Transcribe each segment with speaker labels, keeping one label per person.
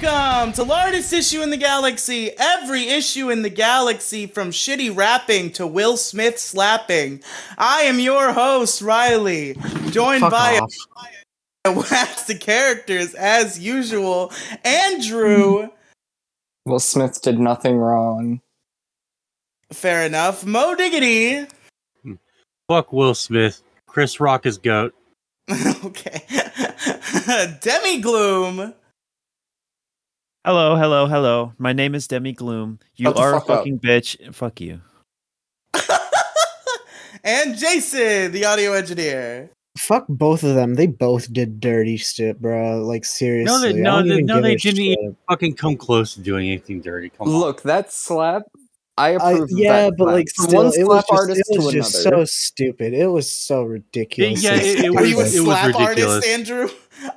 Speaker 1: from to largest issue in the galaxy, every issue in the galaxy from shitty rapping to Will Smith slapping. I am your host, Riley, joined
Speaker 2: Fuck
Speaker 1: by
Speaker 2: off.
Speaker 1: a wax the characters as usual, Andrew.
Speaker 2: Will Smith did nothing wrong.
Speaker 1: Fair enough. Mo Diggity.
Speaker 3: Fuck Will Smith. Chris Rock is goat.
Speaker 1: okay. Demi Gloom.
Speaker 4: Hello, hello, hello. My name is Demi Gloom. You
Speaker 2: Shut the
Speaker 4: are
Speaker 2: fuck
Speaker 4: a
Speaker 2: up.
Speaker 4: fucking bitch. Fuck you.
Speaker 1: and Jason, the audio engineer.
Speaker 5: Fuck both of them. They both did dirty shit, bro. Like seriously. I
Speaker 3: no,
Speaker 5: don't
Speaker 3: they-
Speaker 5: even
Speaker 3: no,
Speaker 5: give
Speaker 3: they
Speaker 5: a
Speaker 3: didn't
Speaker 5: shit.
Speaker 3: even- Fucking come close to doing anything dirty. Come on.
Speaker 2: Look, that slap. I
Speaker 5: I-
Speaker 2: approve. of
Speaker 5: yeah,
Speaker 2: that
Speaker 5: but
Speaker 2: slap.
Speaker 5: like
Speaker 2: From
Speaker 5: still,
Speaker 2: one
Speaker 5: it was
Speaker 2: slap
Speaker 5: just,
Speaker 2: artist
Speaker 5: it
Speaker 2: to
Speaker 5: was
Speaker 2: another.
Speaker 5: just so stupid. It was so ridiculous.
Speaker 3: Yeah, it- it
Speaker 1: Are
Speaker 3: was-
Speaker 1: you a
Speaker 3: it was
Speaker 1: slap artist,
Speaker 3: ridiculous.
Speaker 1: Andrew?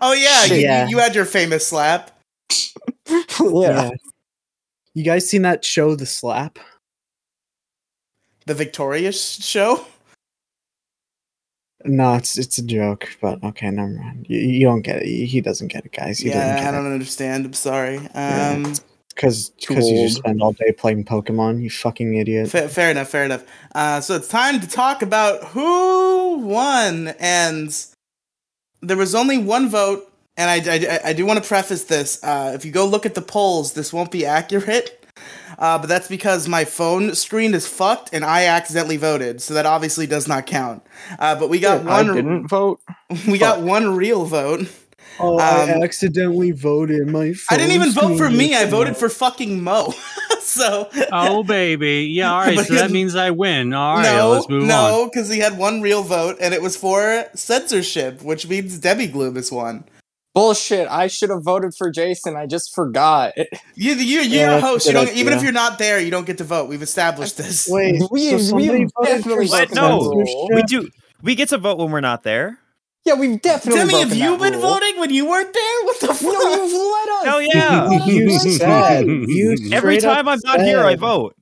Speaker 1: Oh yeah, you,
Speaker 5: Yeah.
Speaker 1: you had your famous slap.
Speaker 2: yeah.
Speaker 5: You guys seen that show, The Slap?
Speaker 1: The Victoria sh- show.
Speaker 5: No, it's it's a joke, but okay, never mind. You, you don't get it. He he doesn't get it, guys. He doesn't
Speaker 1: yeah,
Speaker 5: get
Speaker 1: I don't understand. I'm sorry.
Speaker 5: Yeah.
Speaker 1: Um,
Speaker 5: because
Speaker 2: Too
Speaker 5: because you just
Speaker 2: old.
Speaker 5: spend all day playing Pokemon. You fucking idiot.
Speaker 1: fa- fair enough. Fair enough. Uh, so it's time to talk about who won, and there was only one vote. And I, I, I- I do want to preface this. Uh, if you go look at the polls, this won't be accurate. Uh, but that's because my phone screen is fucked and I accidentally voted, so that obviously does not count. Uh, but we got
Speaker 2: I
Speaker 1: one.
Speaker 2: didn't vote.
Speaker 1: We got one real vote.
Speaker 5: Oh,
Speaker 1: I Um,
Speaker 5: accidentally voted. My
Speaker 1: I didn't even vote for me. I voted for fucking Mo. so
Speaker 3: Oh baby. Yeah, all right.
Speaker 1: But
Speaker 3: So that
Speaker 1: you-
Speaker 3: means I win. All right,
Speaker 1: no,
Speaker 3: let's move on.
Speaker 1: no, because he had one real vote, and it was for censorship, which means Debbie Gloom is one.
Speaker 2: Bullshit. I should have voted for Jason. I just forgot.
Speaker 1: You, you, you're
Speaker 5: Yeah,
Speaker 1: a
Speaker 5: that's
Speaker 1: host.
Speaker 5: a
Speaker 1: You
Speaker 5: good
Speaker 1: don't, even if
Speaker 5: idea.
Speaker 1: you're not there, you don't get to vote. We've established this.
Speaker 5: Wait,
Speaker 2: We-
Speaker 5: so
Speaker 2: we
Speaker 5: somebody voted for
Speaker 2: definitely
Speaker 4: What?
Speaker 5: censorship?
Speaker 4: No. We do. We get to vote when we're not there.
Speaker 2: Yeah, we've definitely.
Speaker 1: Demi,
Speaker 2: broken
Speaker 1: have you
Speaker 2: that
Speaker 1: been
Speaker 2: rule.
Speaker 1: voting when you weren't there? What the fuck?
Speaker 2: No, you've let us.
Speaker 4: Hell yeah!
Speaker 5: you said you
Speaker 4: Every
Speaker 5: straight up
Speaker 4: time I'm not here, I
Speaker 5: said-
Speaker 4: vote.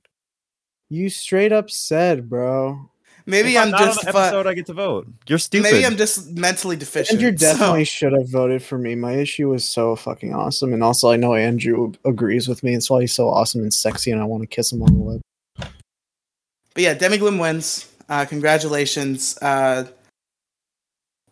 Speaker 5: You straight up said, bro.
Speaker 1: Maybe
Speaker 4: If
Speaker 1: I'm
Speaker 4: not on
Speaker 1: just
Speaker 4: the
Speaker 1: fu-
Speaker 4: episode. I get to vote. You're stupid.
Speaker 1: maybe I'm just mentally deficient.
Speaker 5: Andrew
Speaker 1: so-
Speaker 5: definitely should have voted for me. My issue was so fucking awesome, and also I know Andrew agrees with me. That's why he's so awesome and sexy, and I want to kiss him on the lips.
Speaker 1: But yeah, Demi Gloom wins. Uh, congratulations. Uh,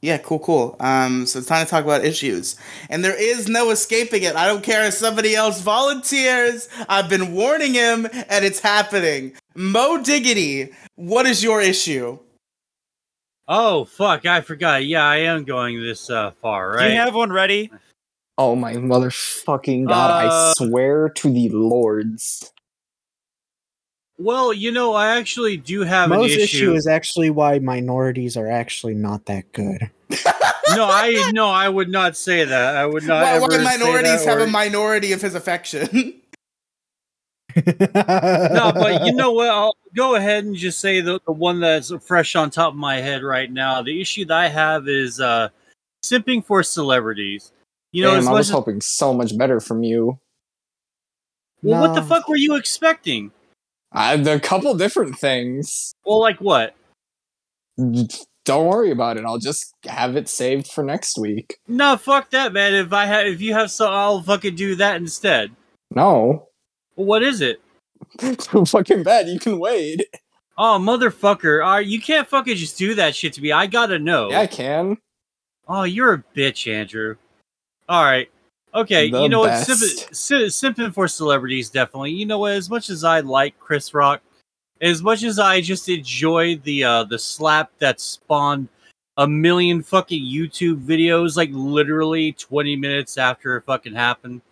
Speaker 1: yeah, cool, cool. Um, so it's time to talk about issues. And there is no escaping it. I don't care if somebody else volunteers. I've been warning him, and it's happening. Mo Diggity, what is your issue?
Speaker 3: Oh fuck, I forgot. Yeah, I am going this uh, far,
Speaker 4: Do
Speaker 3: right?
Speaker 4: you have one ready?
Speaker 2: Oh my motherfucking god!
Speaker 3: Uh,
Speaker 2: I swear to the lords.
Speaker 3: well, you know, I actually do have
Speaker 5: Mo's
Speaker 3: an issue.
Speaker 5: issue. is actually why minorities are actually not that good.
Speaker 3: no, I no, I would not say that. I would not.
Speaker 1: Why,
Speaker 3: ever
Speaker 1: why
Speaker 3: say
Speaker 1: minorities
Speaker 3: that
Speaker 1: have a
Speaker 3: or-
Speaker 1: minority of his affection?
Speaker 3: no, but you know what? I'll go ahead and just say the, the one that's fresh on top of my head right now. The issue that I have is uh, simping for celebrities. You know,
Speaker 2: Damn,
Speaker 3: as
Speaker 2: I
Speaker 3: much
Speaker 2: was
Speaker 3: as,
Speaker 2: hoping so much better from you.
Speaker 3: well, what the
Speaker 5: No.
Speaker 3: fuck were you expecting?
Speaker 2: I, a couple different things.
Speaker 3: Well, like what?
Speaker 2: Don't worry about it. I'll just have it saved for next week.
Speaker 3: No, fuck that, man. If I have, if you have some, I'll fucking do that instead.
Speaker 2: No,
Speaker 3: Well, what is it?
Speaker 2: too fucking bad. You can wait.
Speaker 3: Oh, motherfucker! Uh, you can't fucking just do that shit to me. I gotta know.
Speaker 2: Yeah, I can.
Speaker 3: Oh, you're a bitch, Andrew. All right. Okay,
Speaker 2: The
Speaker 3: you know what?
Speaker 2: best.
Speaker 3: Simp- si- simping for celebrities, definitely. You know what? As much as I like Chris Rock, as much as I just enjoyed the uh, the slap that spawned a million fucking YouTube videos, like literally 20 minutes after it fucking happened.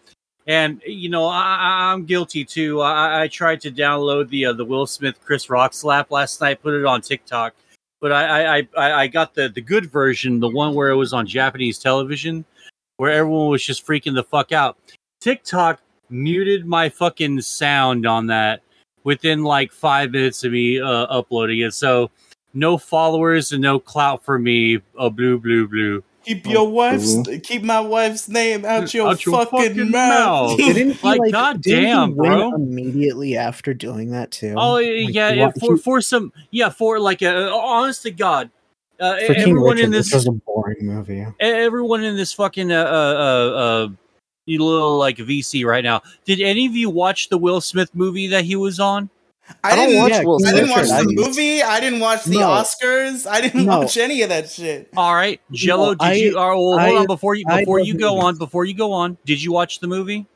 Speaker 3: And you know, I, I- I'm guilty too. I, I tried to download the uh, the Will Smith Chris Rock slap last night, put it on TikTok but I I- I, I, I got the, the good version, the one where it was on Japanese television, where everyone was just freaking the fuck out. TikTok muted my fucking sound on that within like five minutes of me uh, uploading it. So no followers and no clout for me. Uh, blue, blue, blue.
Speaker 1: keep your wife's,
Speaker 2: Mhm.
Speaker 1: keep my wife's name out your,
Speaker 3: Out your
Speaker 1: fucking,
Speaker 3: fucking
Speaker 1: mouth.
Speaker 3: mouth.
Speaker 5: didn't he,
Speaker 3: Like,
Speaker 5: like,
Speaker 3: God
Speaker 5: didn't he
Speaker 3: damn,
Speaker 5: win
Speaker 3: bro.
Speaker 5: Immediately after doing that too.
Speaker 3: Oh
Speaker 5: Like,
Speaker 3: yeah, yeah,
Speaker 5: what-
Speaker 3: for
Speaker 5: he-
Speaker 3: for some yeah for like a honest to god, uh,
Speaker 5: for King
Speaker 3: everyone
Speaker 5: Richard,
Speaker 3: in this
Speaker 5: which was a boring movie.
Speaker 3: E- everyone in this fucking uh, uh, uh, uh, you little like VC right now. Did any of you watch the Will Smith movie that he was on?
Speaker 1: I, didn't watch.
Speaker 5: yeah,
Speaker 2: Will
Speaker 1: I didn't watch
Speaker 2: Smith.
Speaker 1: the movie. I didn't watch the
Speaker 5: No.
Speaker 1: Oscars. I didn't
Speaker 5: No.
Speaker 1: watch any of that shit.
Speaker 3: All right, Jello, did
Speaker 5: I-
Speaker 3: you? Oh, well, hold
Speaker 5: I-
Speaker 3: on before you
Speaker 5: I
Speaker 3: before you go
Speaker 5: wasn't-
Speaker 3: on before you go on. Did you watch the movie?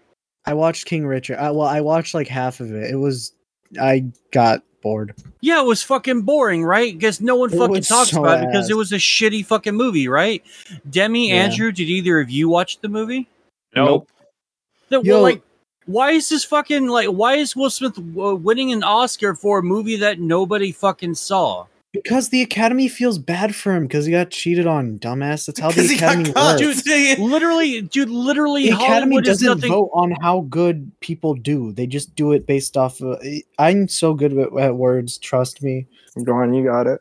Speaker 5: I watched King Richard. I, well, I watched like half of it. It was I got bored.
Speaker 3: Yeah, it was fucking boring, right? Because no one
Speaker 5: It
Speaker 3: fucking
Speaker 5: was
Speaker 3: talks
Speaker 5: so
Speaker 3: about it because
Speaker 5: ass.
Speaker 3: it was a shitty fucking movie, right? Demi,
Speaker 5: Yeah.
Speaker 3: Andrew, did either of you watch the movie?
Speaker 4: Nope.
Speaker 3: That
Speaker 5: Yo.
Speaker 3: well, like, why is this fucking like? Why is Will Smith uh, winning an Oscar for a movie that nobody fucking saw?
Speaker 5: Because the Academy feels bad for him because he got cheated on, dumbass. That's how the
Speaker 1: Because he got
Speaker 5: Academy
Speaker 1: caught.
Speaker 5: works.
Speaker 1: Dude,
Speaker 3: Literally, dude, literally,
Speaker 5: the Academy
Speaker 3: Hollywood is
Speaker 5: doesn't
Speaker 3: nothing.
Speaker 5: vote on how good people do. They just do it based off. Of, I'm so good at, at words. Trust me.
Speaker 2: Go on, you got it.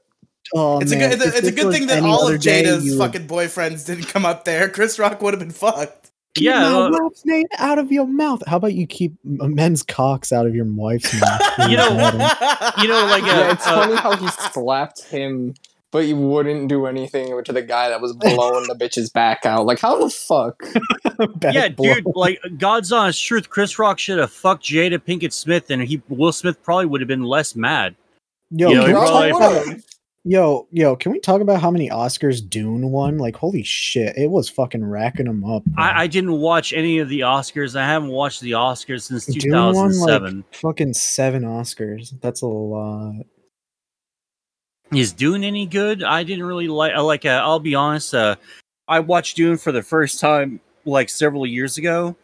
Speaker 5: Oh,
Speaker 1: it's,
Speaker 5: man,
Speaker 1: a good,
Speaker 5: if
Speaker 1: it's, a- it's a
Speaker 5: this
Speaker 1: good
Speaker 5: was
Speaker 1: thing that
Speaker 5: any
Speaker 1: all
Speaker 5: other
Speaker 1: of
Speaker 5: day,
Speaker 1: Jada's
Speaker 5: you would-
Speaker 1: fucking boyfriends didn't come up there. Chris Rock would have been fucked.
Speaker 5: Keep
Speaker 3: Yeah,
Speaker 5: my
Speaker 3: uh,
Speaker 5: wife's name out of your mouth. How about you keep m- men's cocks out of your wife's mouth?
Speaker 3: You know- you know, like,
Speaker 2: Yeah,
Speaker 3: uh,
Speaker 2: it's funny how he slapped him, but you wouldn't do anything to the guy that was blowing the bitch's back out. Like, how the fuck?
Speaker 5: Back
Speaker 3: yeah,
Speaker 5: blow.
Speaker 3: dude, like God's honest truth, Chris Rock should have fucked Jada Pinkett Smith, and he Will Smith probably would have been less mad.
Speaker 5: Yo,
Speaker 3: Yeah,
Speaker 5: can
Speaker 3: he
Speaker 5: we talk
Speaker 3: probably-
Speaker 5: about- yo, yo, can we talk about how many Oscars Dune won? Like, holy shit, it was fucking racking them up. bro.
Speaker 3: I, I didn't watch any of the Oscars. I haven't watched the Oscars since
Speaker 5: Dune won like
Speaker 3: 2007.
Speaker 5: fucking seven Oscars. That's a lot.
Speaker 3: Is Dune any good? I didn't really like. I Like, uh, I'll be honest. Uh, I watched Dune for the first time like several years ago,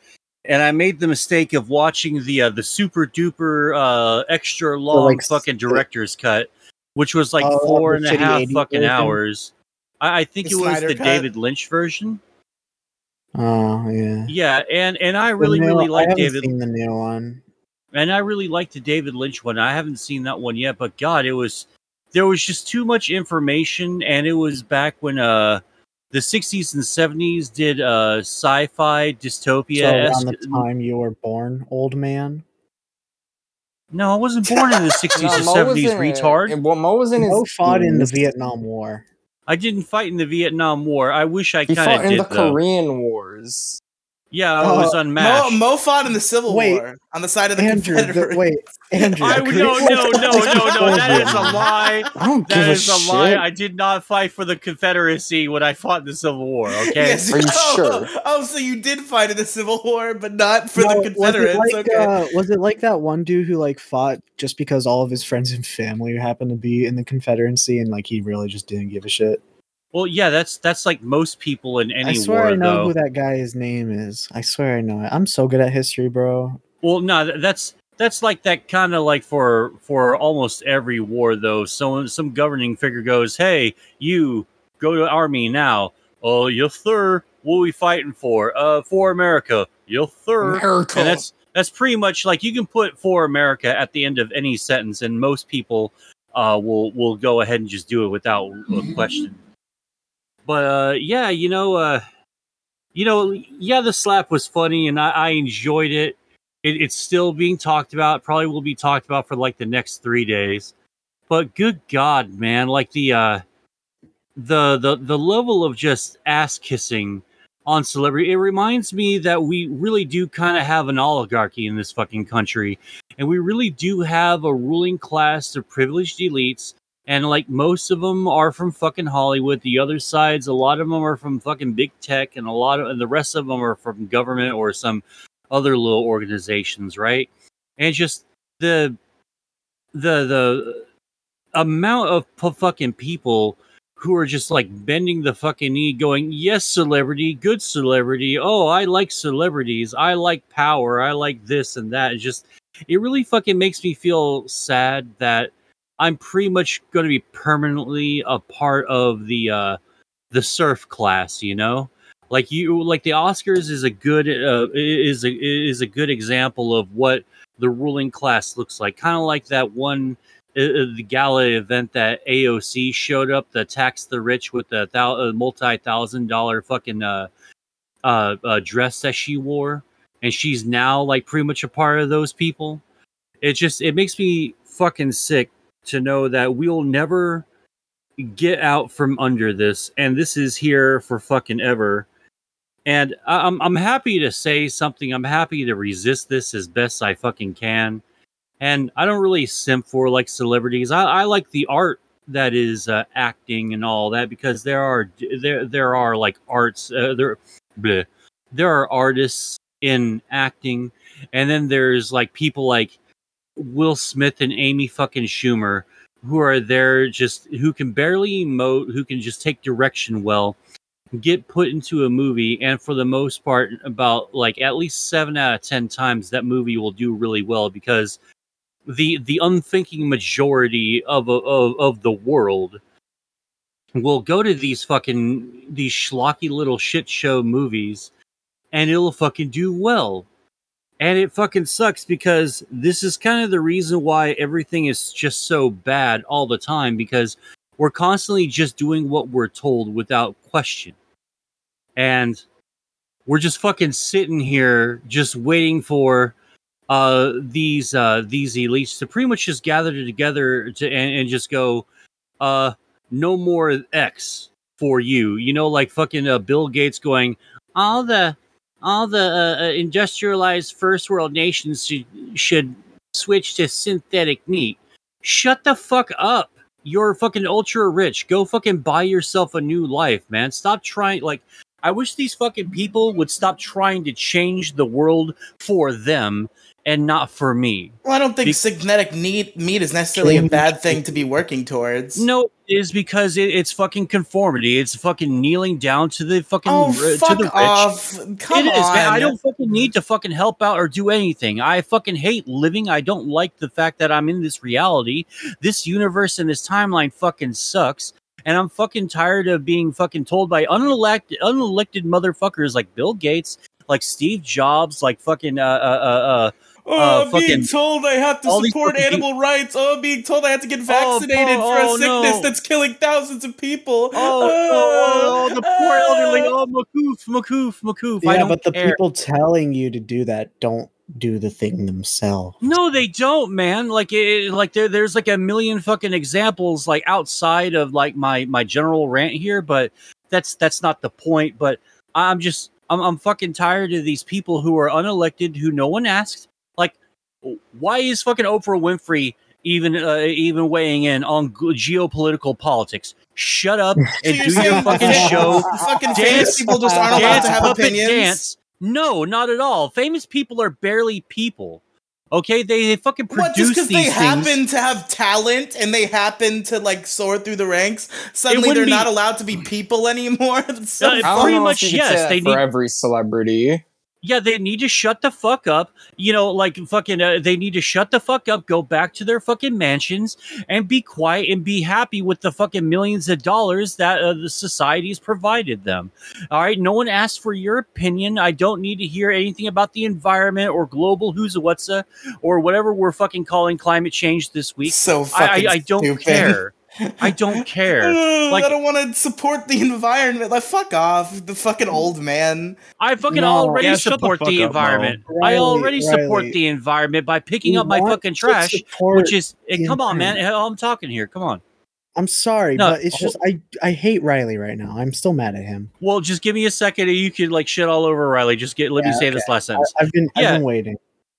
Speaker 3: and I made the mistake of watching the uh, the super duper uh, extra long
Speaker 5: like, s-
Speaker 3: fucking director's cut, which was like
Speaker 5: Oh,
Speaker 3: four and
Speaker 5: the
Speaker 3: a
Speaker 5: shitty
Speaker 3: half
Speaker 5: 80
Speaker 3: fucking
Speaker 5: version?
Speaker 3: hours. I, I think
Speaker 1: The
Speaker 3: it was
Speaker 1: Snyder
Speaker 3: the
Speaker 1: cut?
Speaker 3: David Lynch version.
Speaker 5: Oh yeah.
Speaker 3: Yeah, and and I
Speaker 5: The
Speaker 3: really
Speaker 5: new-
Speaker 3: really
Speaker 5: I
Speaker 3: like
Speaker 5: haven't
Speaker 3: David
Speaker 5: Seen the new one.
Speaker 3: and I really liked the David Lynch one. I haven't seen that one yet, but God, it was there was just too much information, and it was back when uh the '60s and '70s did uh sci-fi dystopia.
Speaker 5: so around the time you were born, old man.
Speaker 3: no, I wasn't born in the '60s
Speaker 2: No,
Speaker 3: or
Speaker 2: Mo was
Speaker 3: '70s,
Speaker 2: in it.
Speaker 3: retard.
Speaker 2: And- Well, Mo was in his.
Speaker 5: Mo fought in the
Speaker 2: teens.
Speaker 5: Vietnam War.
Speaker 3: I didn't fight in the Vietnam War. I wish I
Speaker 2: He
Speaker 3: kind
Speaker 2: fought
Speaker 3: of
Speaker 2: in the
Speaker 3: did though.
Speaker 2: Korean Wars.
Speaker 3: Yeah, I
Speaker 5: Uh,
Speaker 3: was on
Speaker 1: Mo,
Speaker 3: MASH.
Speaker 1: Mo fought in the Civil
Speaker 5: Wait,
Speaker 1: War on the side of the
Speaker 5: Andrew, the,
Speaker 1: Confederates.
Speaker 5: wait, Andrew.
Speaker 3: I would- no, no, no, no, no. That is a lie.
Speaker 2: I don't
Speaker 3: That
Speaker 2: give
Speaker 3: is
Speaker 2: a,
Speaker 3: a
Speaker 2: shit.
Speaker 3: lie. I did not fight for the Confederacy when I fought in the Civil War. Okay.
Speaker 1: Yes,
Speaker 2: Are you
Speaker 1: oh,
Speaker 2: sure?
Speaker 1: Oh, so you did fight in the Civil War, but not for
Speaker 5: No,
Speaker 1: the Confederates.
Speaker 5: Was it, like,
Speaker 1: okay.
Speaker 5: uh, was it like that one dude who like fought just because all of his friends and family happened to be in the Confederacy and like he really just didn't give a shit?
Speaker 3: Well, yeah, that's that's like most people in any
Speaker 5: I swear
Speaker 3: war,
Speaker 5: I know
Speaker 3: though.
Speaker 5: who that guy's name is. I swear I know it. I'm so good at history, bro.
Speaker 3: well, no, th- that's that's like that kind of like for for almost every war, though. So some governing figure goes, "Hey, you go to army now." Oh, yes, sir. What we fighting for? Uh, for America. Yes, sir.
Speaker 2: America.
Speaker 3: And that's that's pretty much like you can put for America at the end of any sentence, and most people uh, will will go ahead and just do it without a question. But uh, yeah, you know, uh, you know, yeah, the slap was funny, and I, I enjoyed it. it. It's still being talked about. Probably will be talked about for like the next three days. But good God, man! Like the uh, the the the level of just ass kissing on celebrity. It reminds me that we really do kind of have an oligarchy in this fucking country. And we really do have a ruling class of privileged elites. And like most of them are from fucking Hollywood. The other sides, a lot of them are from fucking big tech, and a lot of, and the rest of them are from government or some other little organizations, right? And just the, the, the amount of pu- fucking people who are just like bending the fucking knee, going, Yes, celebrity, good celebrity. Oh, I like celebrities. I like power. I like this and that. It's just, it really fucking makes me feel sad that I'm pretty much going to be permanently a part of the, uh, the surf class, you know? Like you, like the Oscars is a good uh, is a is a good example of what the ruling class looks like. Kind of like that one uh, uh, the gala event that AOC showed up that taxed the rich with the thou- uh, multi thousand dollar fucking uh, uh, uh, dress that she wore, and she's now like pretty much a part of those people. It just it makes me fucking sick to know that we'll never get out from under this, and this is here for fucking ever. And I- I'm I'm happy to say something. I'm happy to resist this as best I fucking can. And I don't really simp for like celebrities. I, I like the art that is uh, acting and all that because there are there there are like arts uh, there bleh. there are artists in acting, and then there's like people like Will Smith and Amy fucking Schumer who are there just who can barely emote, who can just take direction well get put into a movie and for the most part about like at least 7 out of 10 times that movie will do really well because the the unthinking majority of of of the world will go to these fucking these schlocky little shit show movies and it'll fucking do well and it fucking sucks because this is kind of the reason why everything is just so bad all the time because we're constantly just doing what we're told without question. And we're just fucking sitting here just waiting for uh these uh these elites to pretty much just gather together to and, and just go uh no more x for you you know like fucking uh, bill gates going all the all the uh, uh, industrialized first world nations should, should switch to synthetic meat shut the fuck up you're fucking ultra rich. Go fucking buy yourself a new life, man. Stop trying. Like, I wish these fucking people would stop trying to change the world for them and not for me.
Speaker 1: Well, I don't think
Speaker 3: Be-
Speaker 1: synthetic need, meat is necessarily a bad thing to be working towards.
Speaker 3: No, it is because it, it's fucking conformity. It's fucking kneeling down to the fucking
Speaker 1: Oh,
Speaker 3: ri- to
Speaker 1: fuck
Speaker 3: the rich.
Speaker 1: off. Come
Speaker 3: it is,
Speaker 1: on.
Speaker 3: man. I don't fucking need to fucking help out or do anything. I fucking hate living. I don't like the fact that I'm in this reality. This universe and this timeline fucking sucks. And I'm fucking tired of being fucking told by unelected, unelected motherfuckers like Bill Gates, like Steve Jobs, like fucking uh uh uh, uh
Speaker 1: oh,
Speaker 3: uh,
Speaker 1: I'm being
Speaker 3: fucking-
Speaker 1: told I have to
Speaker 3: all these
Speaker 1: support
Speaker 3: fucking
Speaker 1: animal rights. Oh, I'm being told I have to get vaccinated
Speaker 3: Paul,
Speaker 1: for
Speaker 3: oh,
Speaker 1: a sickness
Speaker 3: no.
Speaker 1: that's killing thousands of people. Ah.
Speaker 3: oh, oh, oh, the poor elderly, oh Makoof, Makoof, Makoof. I
Speaker 5: yeah,
Speaker 3: don't
Speaker 5: but the
Speaker 3: care.
Speaker 5: people telling you to do that don't do the thing themselves.
Speaker 3: No, they don't, man. Like, it, like there, there's like a million fucking examples, like outside of like my my general rant here, but that's that's not the point. But I'm just, I'm, I'm fucking tired of these people who are unelected, who no one asked. Like, why is fucking Oprah Winfrey even uh, even weighing in on g- geopolitical politics? Shut up
Speaker 1: So
Speaker 3: and
Speaker 1: you're
Speaker 3: do your
Speaker 1: saying
Speaker 3: fucking
Speaker 1: fa-
Speaker 3: show
Speaker 1: Fucking
Speaker 3: Dance-
Speaker 1: famous people just aren't allowed
Speaker 3: dance,
Speaker 1: to have
Speaker 3: puppet
Speaker 1: opinions.
Speaker 3: dance. No, not at all. Famous people are barely people. Okay, they, they fucking
Speaker 1: What?
Speaker 3: produce
Speaker 1: Just because
Speaker 3: these
Speaker 1: they
Speaker 3: things.
Speaker 1: happen to have talent and they happen to like soar through the ranks, suddenly they're
Speaker 3: wouldn't be-
Speaker 1: not allowed to be people anymore. That's so
Speaker 3: Uh,
Speaker 2: I don't
Speaker 3: pretty
Speaker 2: know if
Speaker 3: much,
Speaker 2: you could
Speaker 3: yes,
Speaker 2: say that
Speaker 3: they
Speaker 2: for
Speaker 3: need-
Speaker 2: every celebrity.
Speaker 3: yeah, they need to shut the fuck up. You know, like fucking, uh, they need to shut the fuck up, go back to their fucking mansions, and be quiet and be happy with the fucking millions of dollars that uh, the society's provided them. All right, no one asked for your opinion. I don't need to hear anything about the environment or global who's a what's a or whatever we're fucking calling climate change this week.
Speaker 1: so
Speaker 3: I,
Speaker 1: fucking
Speaker 3: I, I don't
Speaker 1: stupid.
Speaker 3: care. I don't care.
Speaker 1: Ugh,
Speaker 3: Like-
Speaker 1: I don't want to support the environment. Like, fuck off, the fucking old man.
Speaker 3: I fucking
Speaker 5: No.
Speaker 3: already
Speaker 4: Yeah, shut the
Speaker 3: support the,
Speaker 4: fuck up, Mo.
Speaker 3: environment. I
Speaker 5: Riley,
Speaker 3: already support
Speaker 5: Riley.
Speaker 3: the environment by picking
Speaker 5: You
Speaker 3: up my
Speaker 5: want
Speaker 3: fucking
Speaker 5: to
Speaker 3: trash,
Speaker 5: support-
Speaker 3: which is eh,
Speaker 5: the
Speaker 3: come on, man. eh, I'm talking here. Come on.
Speaker 5: I'm sorry,
Speaker 3: No,
Speaker 5: but it's
Speaker 3: hol-
Speaker 5: just I I hate Riley right now. I'm still mad at him.
Speaker 3: Well, just give me a second, and you could like shit all over Riley. Just get. Let me
Speaker 5: Yeah,
Speaker 3: say this last
Speaker 5: I,
Speaker 3: sentence.
Speaker 5: have been
Speaker 3: Yeah.
Speaker 5: I've been waiting.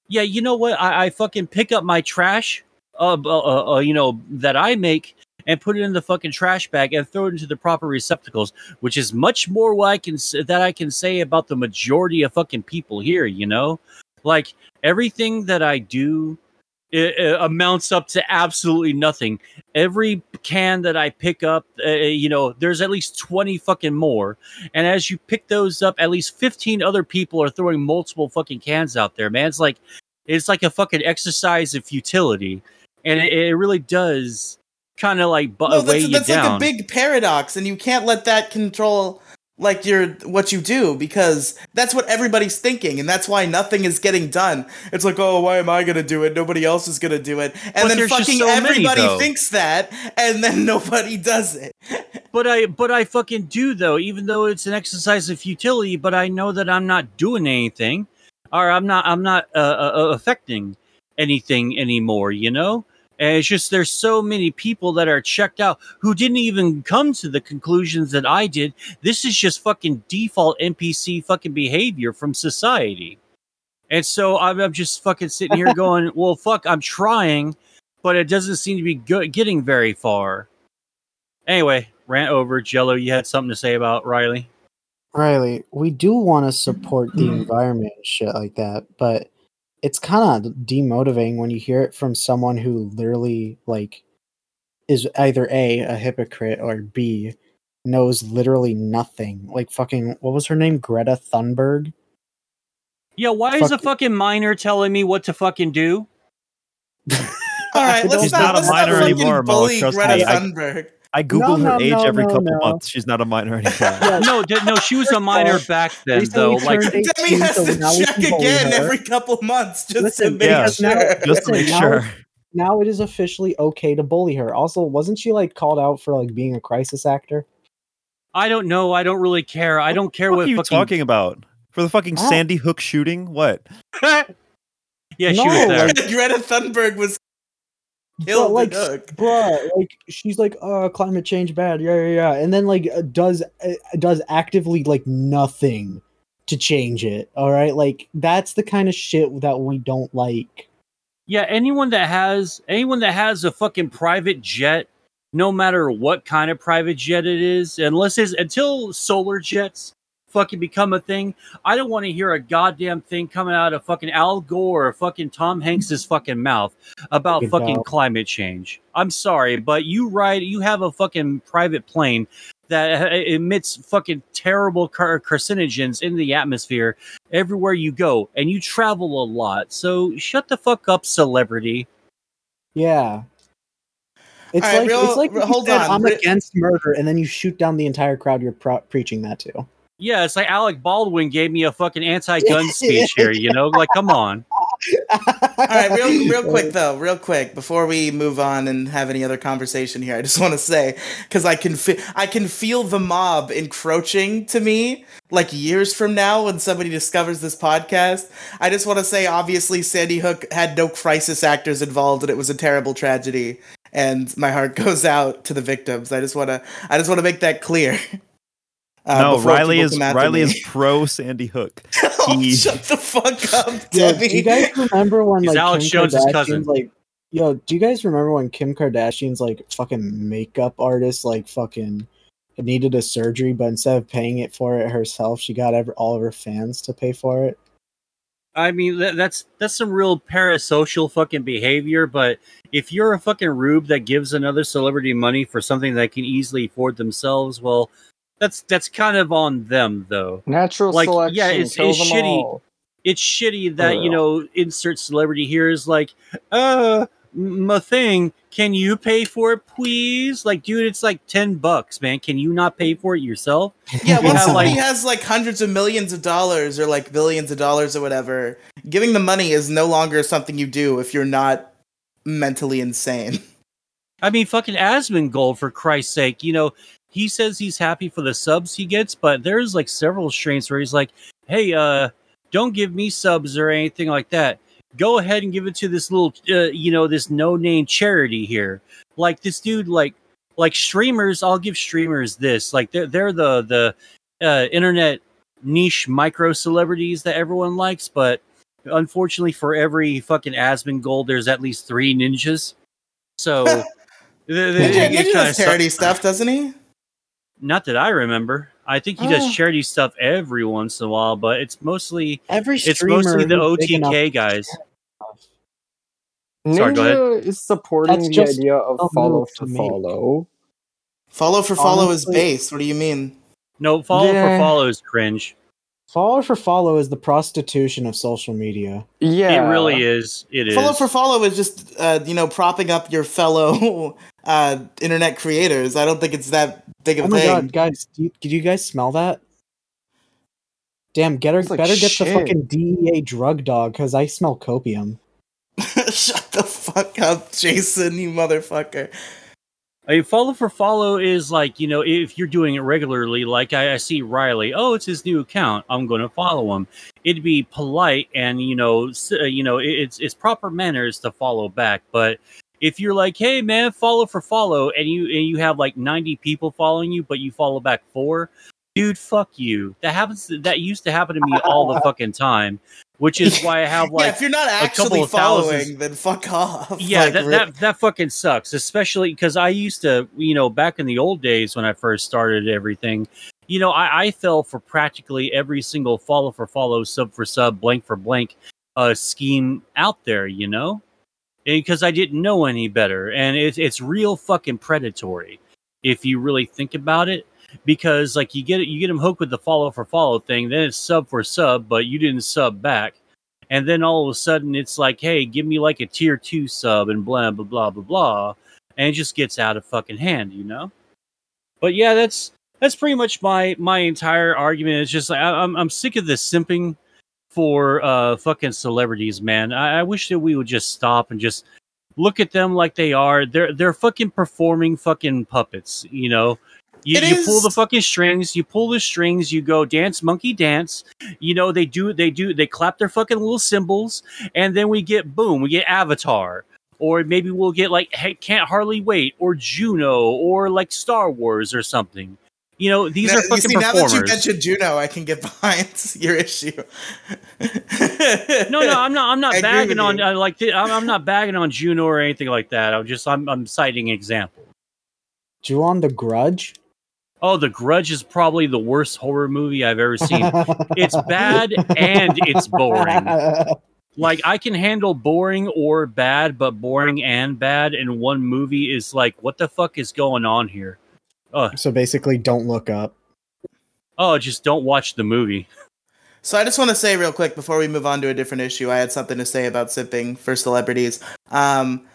Speaker 3: yeah, you know what? I, I fucking pick up my trash, uh, b- uh, uh, you know, that I make and put it in the fucking trash bag and throw it into the proper receptacles, which is much more what I can s- that I can say about the majority of fucking people here. You know, like everything that I do. It, amounts up to absolutely nothing. Every can that I pick up, uh, you know, there's at least 20 fucking more. And as you pick those up, at least 15 other people are throwing multiple fucking cans out there, man. It's like, it's like a fucking exercise of futility, and it, it really does kind of like bu-
Speaker 1: No,
Speaker 3: weigh
Speaker 1: that's,
Speaker 3: you
Speaker 1: that's like
Speaker 3: down.
Speaker 1: a big paradox, and you can't let that control like your what you do because that's what everybody's thinking, and that's why nothing is getting done. It's like, oh, why am I gonna do it? Nobody else is gonna do it,
Speaker 3: But
Speaker 1: and then
Speaker 3: there's just
Speaker 1: fucking
Speaker 3: so many,
Speaker 1: everybody
Speaker 3: though.
Speaker 1: thinks that, and then nobody does it.
Speaker 3: but I but I fucking do though, even though it's an exercise of futility. But I know that I'm not doing anything, or I'm not I'm not uh, uh, uh, affecting anything anymore. You know, And it's just there's so many people that are checked out who didn't even come to the conclusions that I did. This is just fucking default NPC fucking behavior from society. And so I'm, I'm just fucking sitting here going, well, fuck, I'm trying, but it doesn't seem to be go- getting very far. Anyway, rant over. Jello, you had something to say about Riley?
Speaker 5: Riley, we do want to support the environment and shit like that, but it's kind of demotivating when you hear it from someone who literally like is either a a hypocrite or b knows literally nothing. Like fucking what was her name? Greta Thunberg.
Speaker 3: Yeah, why is
Speaker 5: Fuck
Speaker 3: a
Speaker 5: it.
Speaker 3: fucking minor telling me what to fucking do?
Speaker 1: All right,
Speaker 5: I
Speaker 1: let's
Speaker 5: don't-
Speaker 1: not,
Speaker 5: She's not a
Speaker 1: let's not
Speaker 5: minor
Speaker 1: fucking
Speaker 4: anymore, Mo,
Speaker 1: bully
Speaker 4: trust
Speaker 1: Greta
Speaker 4: me, I-
Speaker 1: Thunberg.
Speaker 4: I googled
Speaker 5: No,
Speaker 4: her
Speaker 5: no,
Speaker 4: age
Speaker 5: no,
Speaker 4: every
Speaker 5: no,
Speaker 4: couple
Speaker 5: no.
Speaker 4: months. She's not a minor anymore.
Speaker 5: Yeah,
Speaker 3: No, d- no, she was
Speaker 5: First
Speaker 3: a
Speaker 5: of
Speaker 3: minor
Speaker 5: all,
Speaker 3: back then,
Speaker 5: recently
Speaker 3: though.
Speaker 5: she
Speaker 3: Like,
Speaker 5: turned
Speaker 1: Demi
Speaker 5: 18,
Speaker 1: has
Speaker 5: so
Speaker 1: to
Speaker 5: now we
Speaker 1: check
Speaker 5: can bully
Speaker 1: again
Speaker 5: her.
Speaker 1: every couple months just
Speaker 5: Listen,
Speaker 1: to make
Speaker 4: yeah,
Speaker 1: sure.
Speaker 4: Just to make
Speaker 5: Listen, now-
Speaker 4: sure.
Speaker 5: now it is officially okay to bully her. Also, wasn't she like called out for like being a crisis actor?
Speaker 3: I don't know. I don't really care. I don't care
Speaker 4: What
Speaker 3: what
Speaker 4: are you
Speaker 3: fucking.
Speaker 4: talking about? For the fucking
Speaker 5: Oh.
Speaker 4: Sandy Hook shooting? What?
Speaker 3: yeah, she
Speaker 5: No,
Speaker 3: was there.
Speaker 5: like-
Speaker 1: Oh, Greta Thunberg was killed.
Speaker 5: but, like,
Speaker 1: in Hook.
Speaker 5: bruh, like she's like, uh, climate change bad, yeah, yeah, yeah, and then like uh, does uh, does actively like nothing to change it. All right, like that's the kind of shit that we don't like.
Speaker 3: Yeah, anyone that has anyone that has a fucking private jet, no matter what kind of private jet it is, unless it's until solar jets fucking become a thing, I don't want to hear a goddamn thing coming out of fucking Al Gore or fucking Tom Hanks's fucking mouth about
Speaker 5: Fucking
Speaker 3: fucking
Speaker 5: dog.
Speaker 3: climate change. I'm sorry, but you ride you have a fucking private plane that uh, emits fucking terrible car- carcinogens in the atmosphere everywhere you go and you travel a lot. So shut the fuck up, celebrity.
Speaker 5: Yeah. It's
Speaker 1: All right,
Speaker 5: like
Speaker 1: real-
Speaker 5: it's like when you
Speaker 1: hold
Speaker 5: said,
Speaker 1: on,
Speaker 5: I'm
Speaker 1: re-
Speaker 5: against murder, and then you shoot down the entire crowd you're pro- preaching that to.
Speaker 3: Yeah, it's like Alec Baldwin gave me a fucking anti-gun speech here, you know? Like come on.
Speaker 5: All
Speaker 1: All right, real, real quick though, real quick before we move on and have any other conversation here, I just want to say because I can fe- I can feel the mob encroaching to me like years from now when somebody discovers this podcast. I just want to say, obviously, Sandy Hook had no crisis actors involved, and it was a terrible tragedy. And my heart goes out to the victims. I just want to I just want to make that clear. Uh,
Speaker 4: no,
Speaker 1: before
Speaker 4: Riley
Speaker 1: people
Speaker 4: is
Speaker 1: come after
Speaker 4: Riley
Speaker 1: me.
Speaker 4: is pro Sandy Hook.
Speaker 1: Oh,
Speaker 4: he-
Speaker 1: shut the fuck up,
Speaker 5: Yo,
Speaker 1: Debbie.
Speaker 5: do you guys remember when
Speaker 3: He's
Speaker 5: like
Speaker 3: Alex
Speaker 5: Kim
Speaker 3: Jones's
Speaker 5: Kardashian's
Speaker 3: cousin.
Speaker 5: like yo, do you guys remember when Kim Kardashian's like fucking makeup artist like fucking needed a surgery but instead of paying it for it herself, she got ever, all of her fans to pay for it?
Speaker 3: I mean that, that's that's some real parasocial fucking behavior, but if you're a fucking rube that gives another celebrity money for something they can easily afford themselves, well, that's that's kind of on them though.
Speaker 2: Natural
Speaker 3: Like,
Speaker 2: selection.
Speaker 3: yeah, it's-
Speaker 2: kill
Speaker 3: it's
Speaker 2: them
Speaker 3: shitty.
Speaker 2: all.
Speaker 3: it's shitty that you
Speaker 2: Ugh.
Speaker 3: know insert celebrity here is like uh my thing can you pay for it please like dude it's like 10 bucks man can you not pay for it yourself
Speaker 1: Yeah,
Speaker 3: You
Speaker 1: once
Speaker 3: have,
Speaker 1: somebody
Speaker 3: like-
Speaker 1: has like hundreds of millions of dollars or like billions of dollars or whatever, giving the money is no longer something you do if you're not mentally insane.
Speaker 3: i mean fucking asmongold for christ's sake you know he says he's happy for the subs he gets but there's like several strains where he's like hey uh don't give me subs or anything like that go ahead and give it to this little uh, you know this no name charity here like this dude like like streamers i'll give streamers this like they're, they're the the uh, internet niche micro celebrities that everyone likes but unfortunately for every fucking asmongold there's at least three ninjas so the, the,
Speaker 1: Ninja,
Speaker 3: it
Speaker 1: Ninja
Speaker 3: kinda
Speaker 1: does charity
Speaker 3: sucks.
Speaker 1: stuff, doesn't he?
Speaker 3: not that i remember i think he does
Speaker 1: Oh.
Speaker 3: charity stuff every once in a while but it's mostly
Speaker 5: Every
Speaker 3: it's
Speaker 5: streamer
Speaker 3: mostly the
Speaker 5: who's big enough-
Speaker 3: OTK guys.
Speaker 2: Ninja
Speaker 3: Sorry, go ahead.
Speaker 2: is supporting
Speaker 5: That's
Speaker 2: the
Speaker 5: just
Speaker 2: idea of
Speaker 5: a
Speaker 2: follow
Speaker 5: move
Speaker 2: for
Speaker 5: to make.
Speaker 2: follow.
Speaker 1: Follow for follow
Speaker 5: Honestly-
Speaker 1: is base. What do you mean?
Speaker 3: No, follow
Speaker 2: Yeah.
Speaker 3: for follow is cringe.
Speaker 5: Follow for follow is the prostitution of social media.
Speaker 2: Yeah,
Speaker 3: It really is. It is.
Speaker 1: follow for follow is just uh, you know propping up your fellow uh, internet creators. I don't think it's that big of
Speaker 5: Oh
Speaker 1: a
Speaker 5: my
Speaker 1: thing.
Speaker 5: god, guys, do you, did you guys smell that? Damn, get her,
Speaker 2: It's like
Speaker 5: better get the
Speaker 2: shit.
Speaker 5: fucking DEA drug dog because I smell copium.
Speaker 1: Shut the fuck up, Jason, you motherfucker.
Speaker 3: I mean, follow for follow is like you know if you're doing it regularly, like I, I see Riley. Oh, it's his new account. I'm going to follow him. It'd be polite and you know s- uh, you know it, it's it's proper manners to follow back, but if you're like, hey man, follow for follow, and you and you have like 90 people following you, but you follow back four, dude, fuck you. That happens. That used to happen to me all the fucking time, which is why I have
Speaker 1: yeah,
Speaker 3: like
Speaker 1: if you're not
Speaker 3: couple
Speaker 1: actually
Speaker 3: of thousands-
Speaker 1: following, then fuck off.
Speaker 3: yeah,
Speaker 1: Like,
Speaker 3: that,
Speaker 1: re-
Speaker 3: that that fucking sucks, especially because I used to, you know, back in the old days when I first started everything, you know, I, I fell for practically every single follow for follow, sub for sub, blank for blank, uh, scheme out there, you know, because I didn't know any better, and it's it's real fucking predatory if you really think about it. Because like you get you get them hooked with the follow for follow thing, then it's sub for sub, but you didn't sub back. And then all of a sudden, it's like, hey, give me like a tier two sub and blah, blah, blah, blah, blah. And it just gets out of fucking hand, you know? But yeah, that's that's pretty much my my entire argument. It's just like I, I'm I'm sick of this simping for uh fucking celebrities, man. I, I wish that we would just stop and just look at them like they are. They're they're fucking performing fucking puppets, you know. You,
Speaker 1: It
Speaker 3: you pull
Speaker 1: is-
Speaker 3: the fucking strings, you pull the strings, you go dance monkey dance. You know they do they do they clap their fucking little cymbals, and then we get boom, we get Avatar, or maybe we'll get like hey, can't hardly wait, or Juno, or like Star Wars or something. You know these
Speaker 1: Now-
Speaker 3: are fucking
Speaker 1: you see, Now
Speaker 3: performers.
Speaker 1: that you mentioned Juno, I can get behind your issue.
Speaker 3: no, no, I'm not. I'm
Speaker 1: I
Speaker 3: not
Speaker 1: agree with
Speaker 3: bagging on
Speaker 1: you.
Speaker 3: uh, like th- I'm, I'm not bagging on Juno or anything like that. I'm just I'm, I'm citing example.
Speaker 5: Do you on the Grudge?
Speaker 3: Oh, The Grudge is probably the worst horror movie I've ever seen. It's bad and it's boring. like I can handle boring or bad, but boring and bad in one movie is like what the fuck is going on here?
Speaker 5: So basically, don't look up.
Speaker 3: Oh, just don't watch the movie.
Speaker 1: So I just want to say real quick before we move on to a different issue, I had something to say about sipping for celebrities. Um,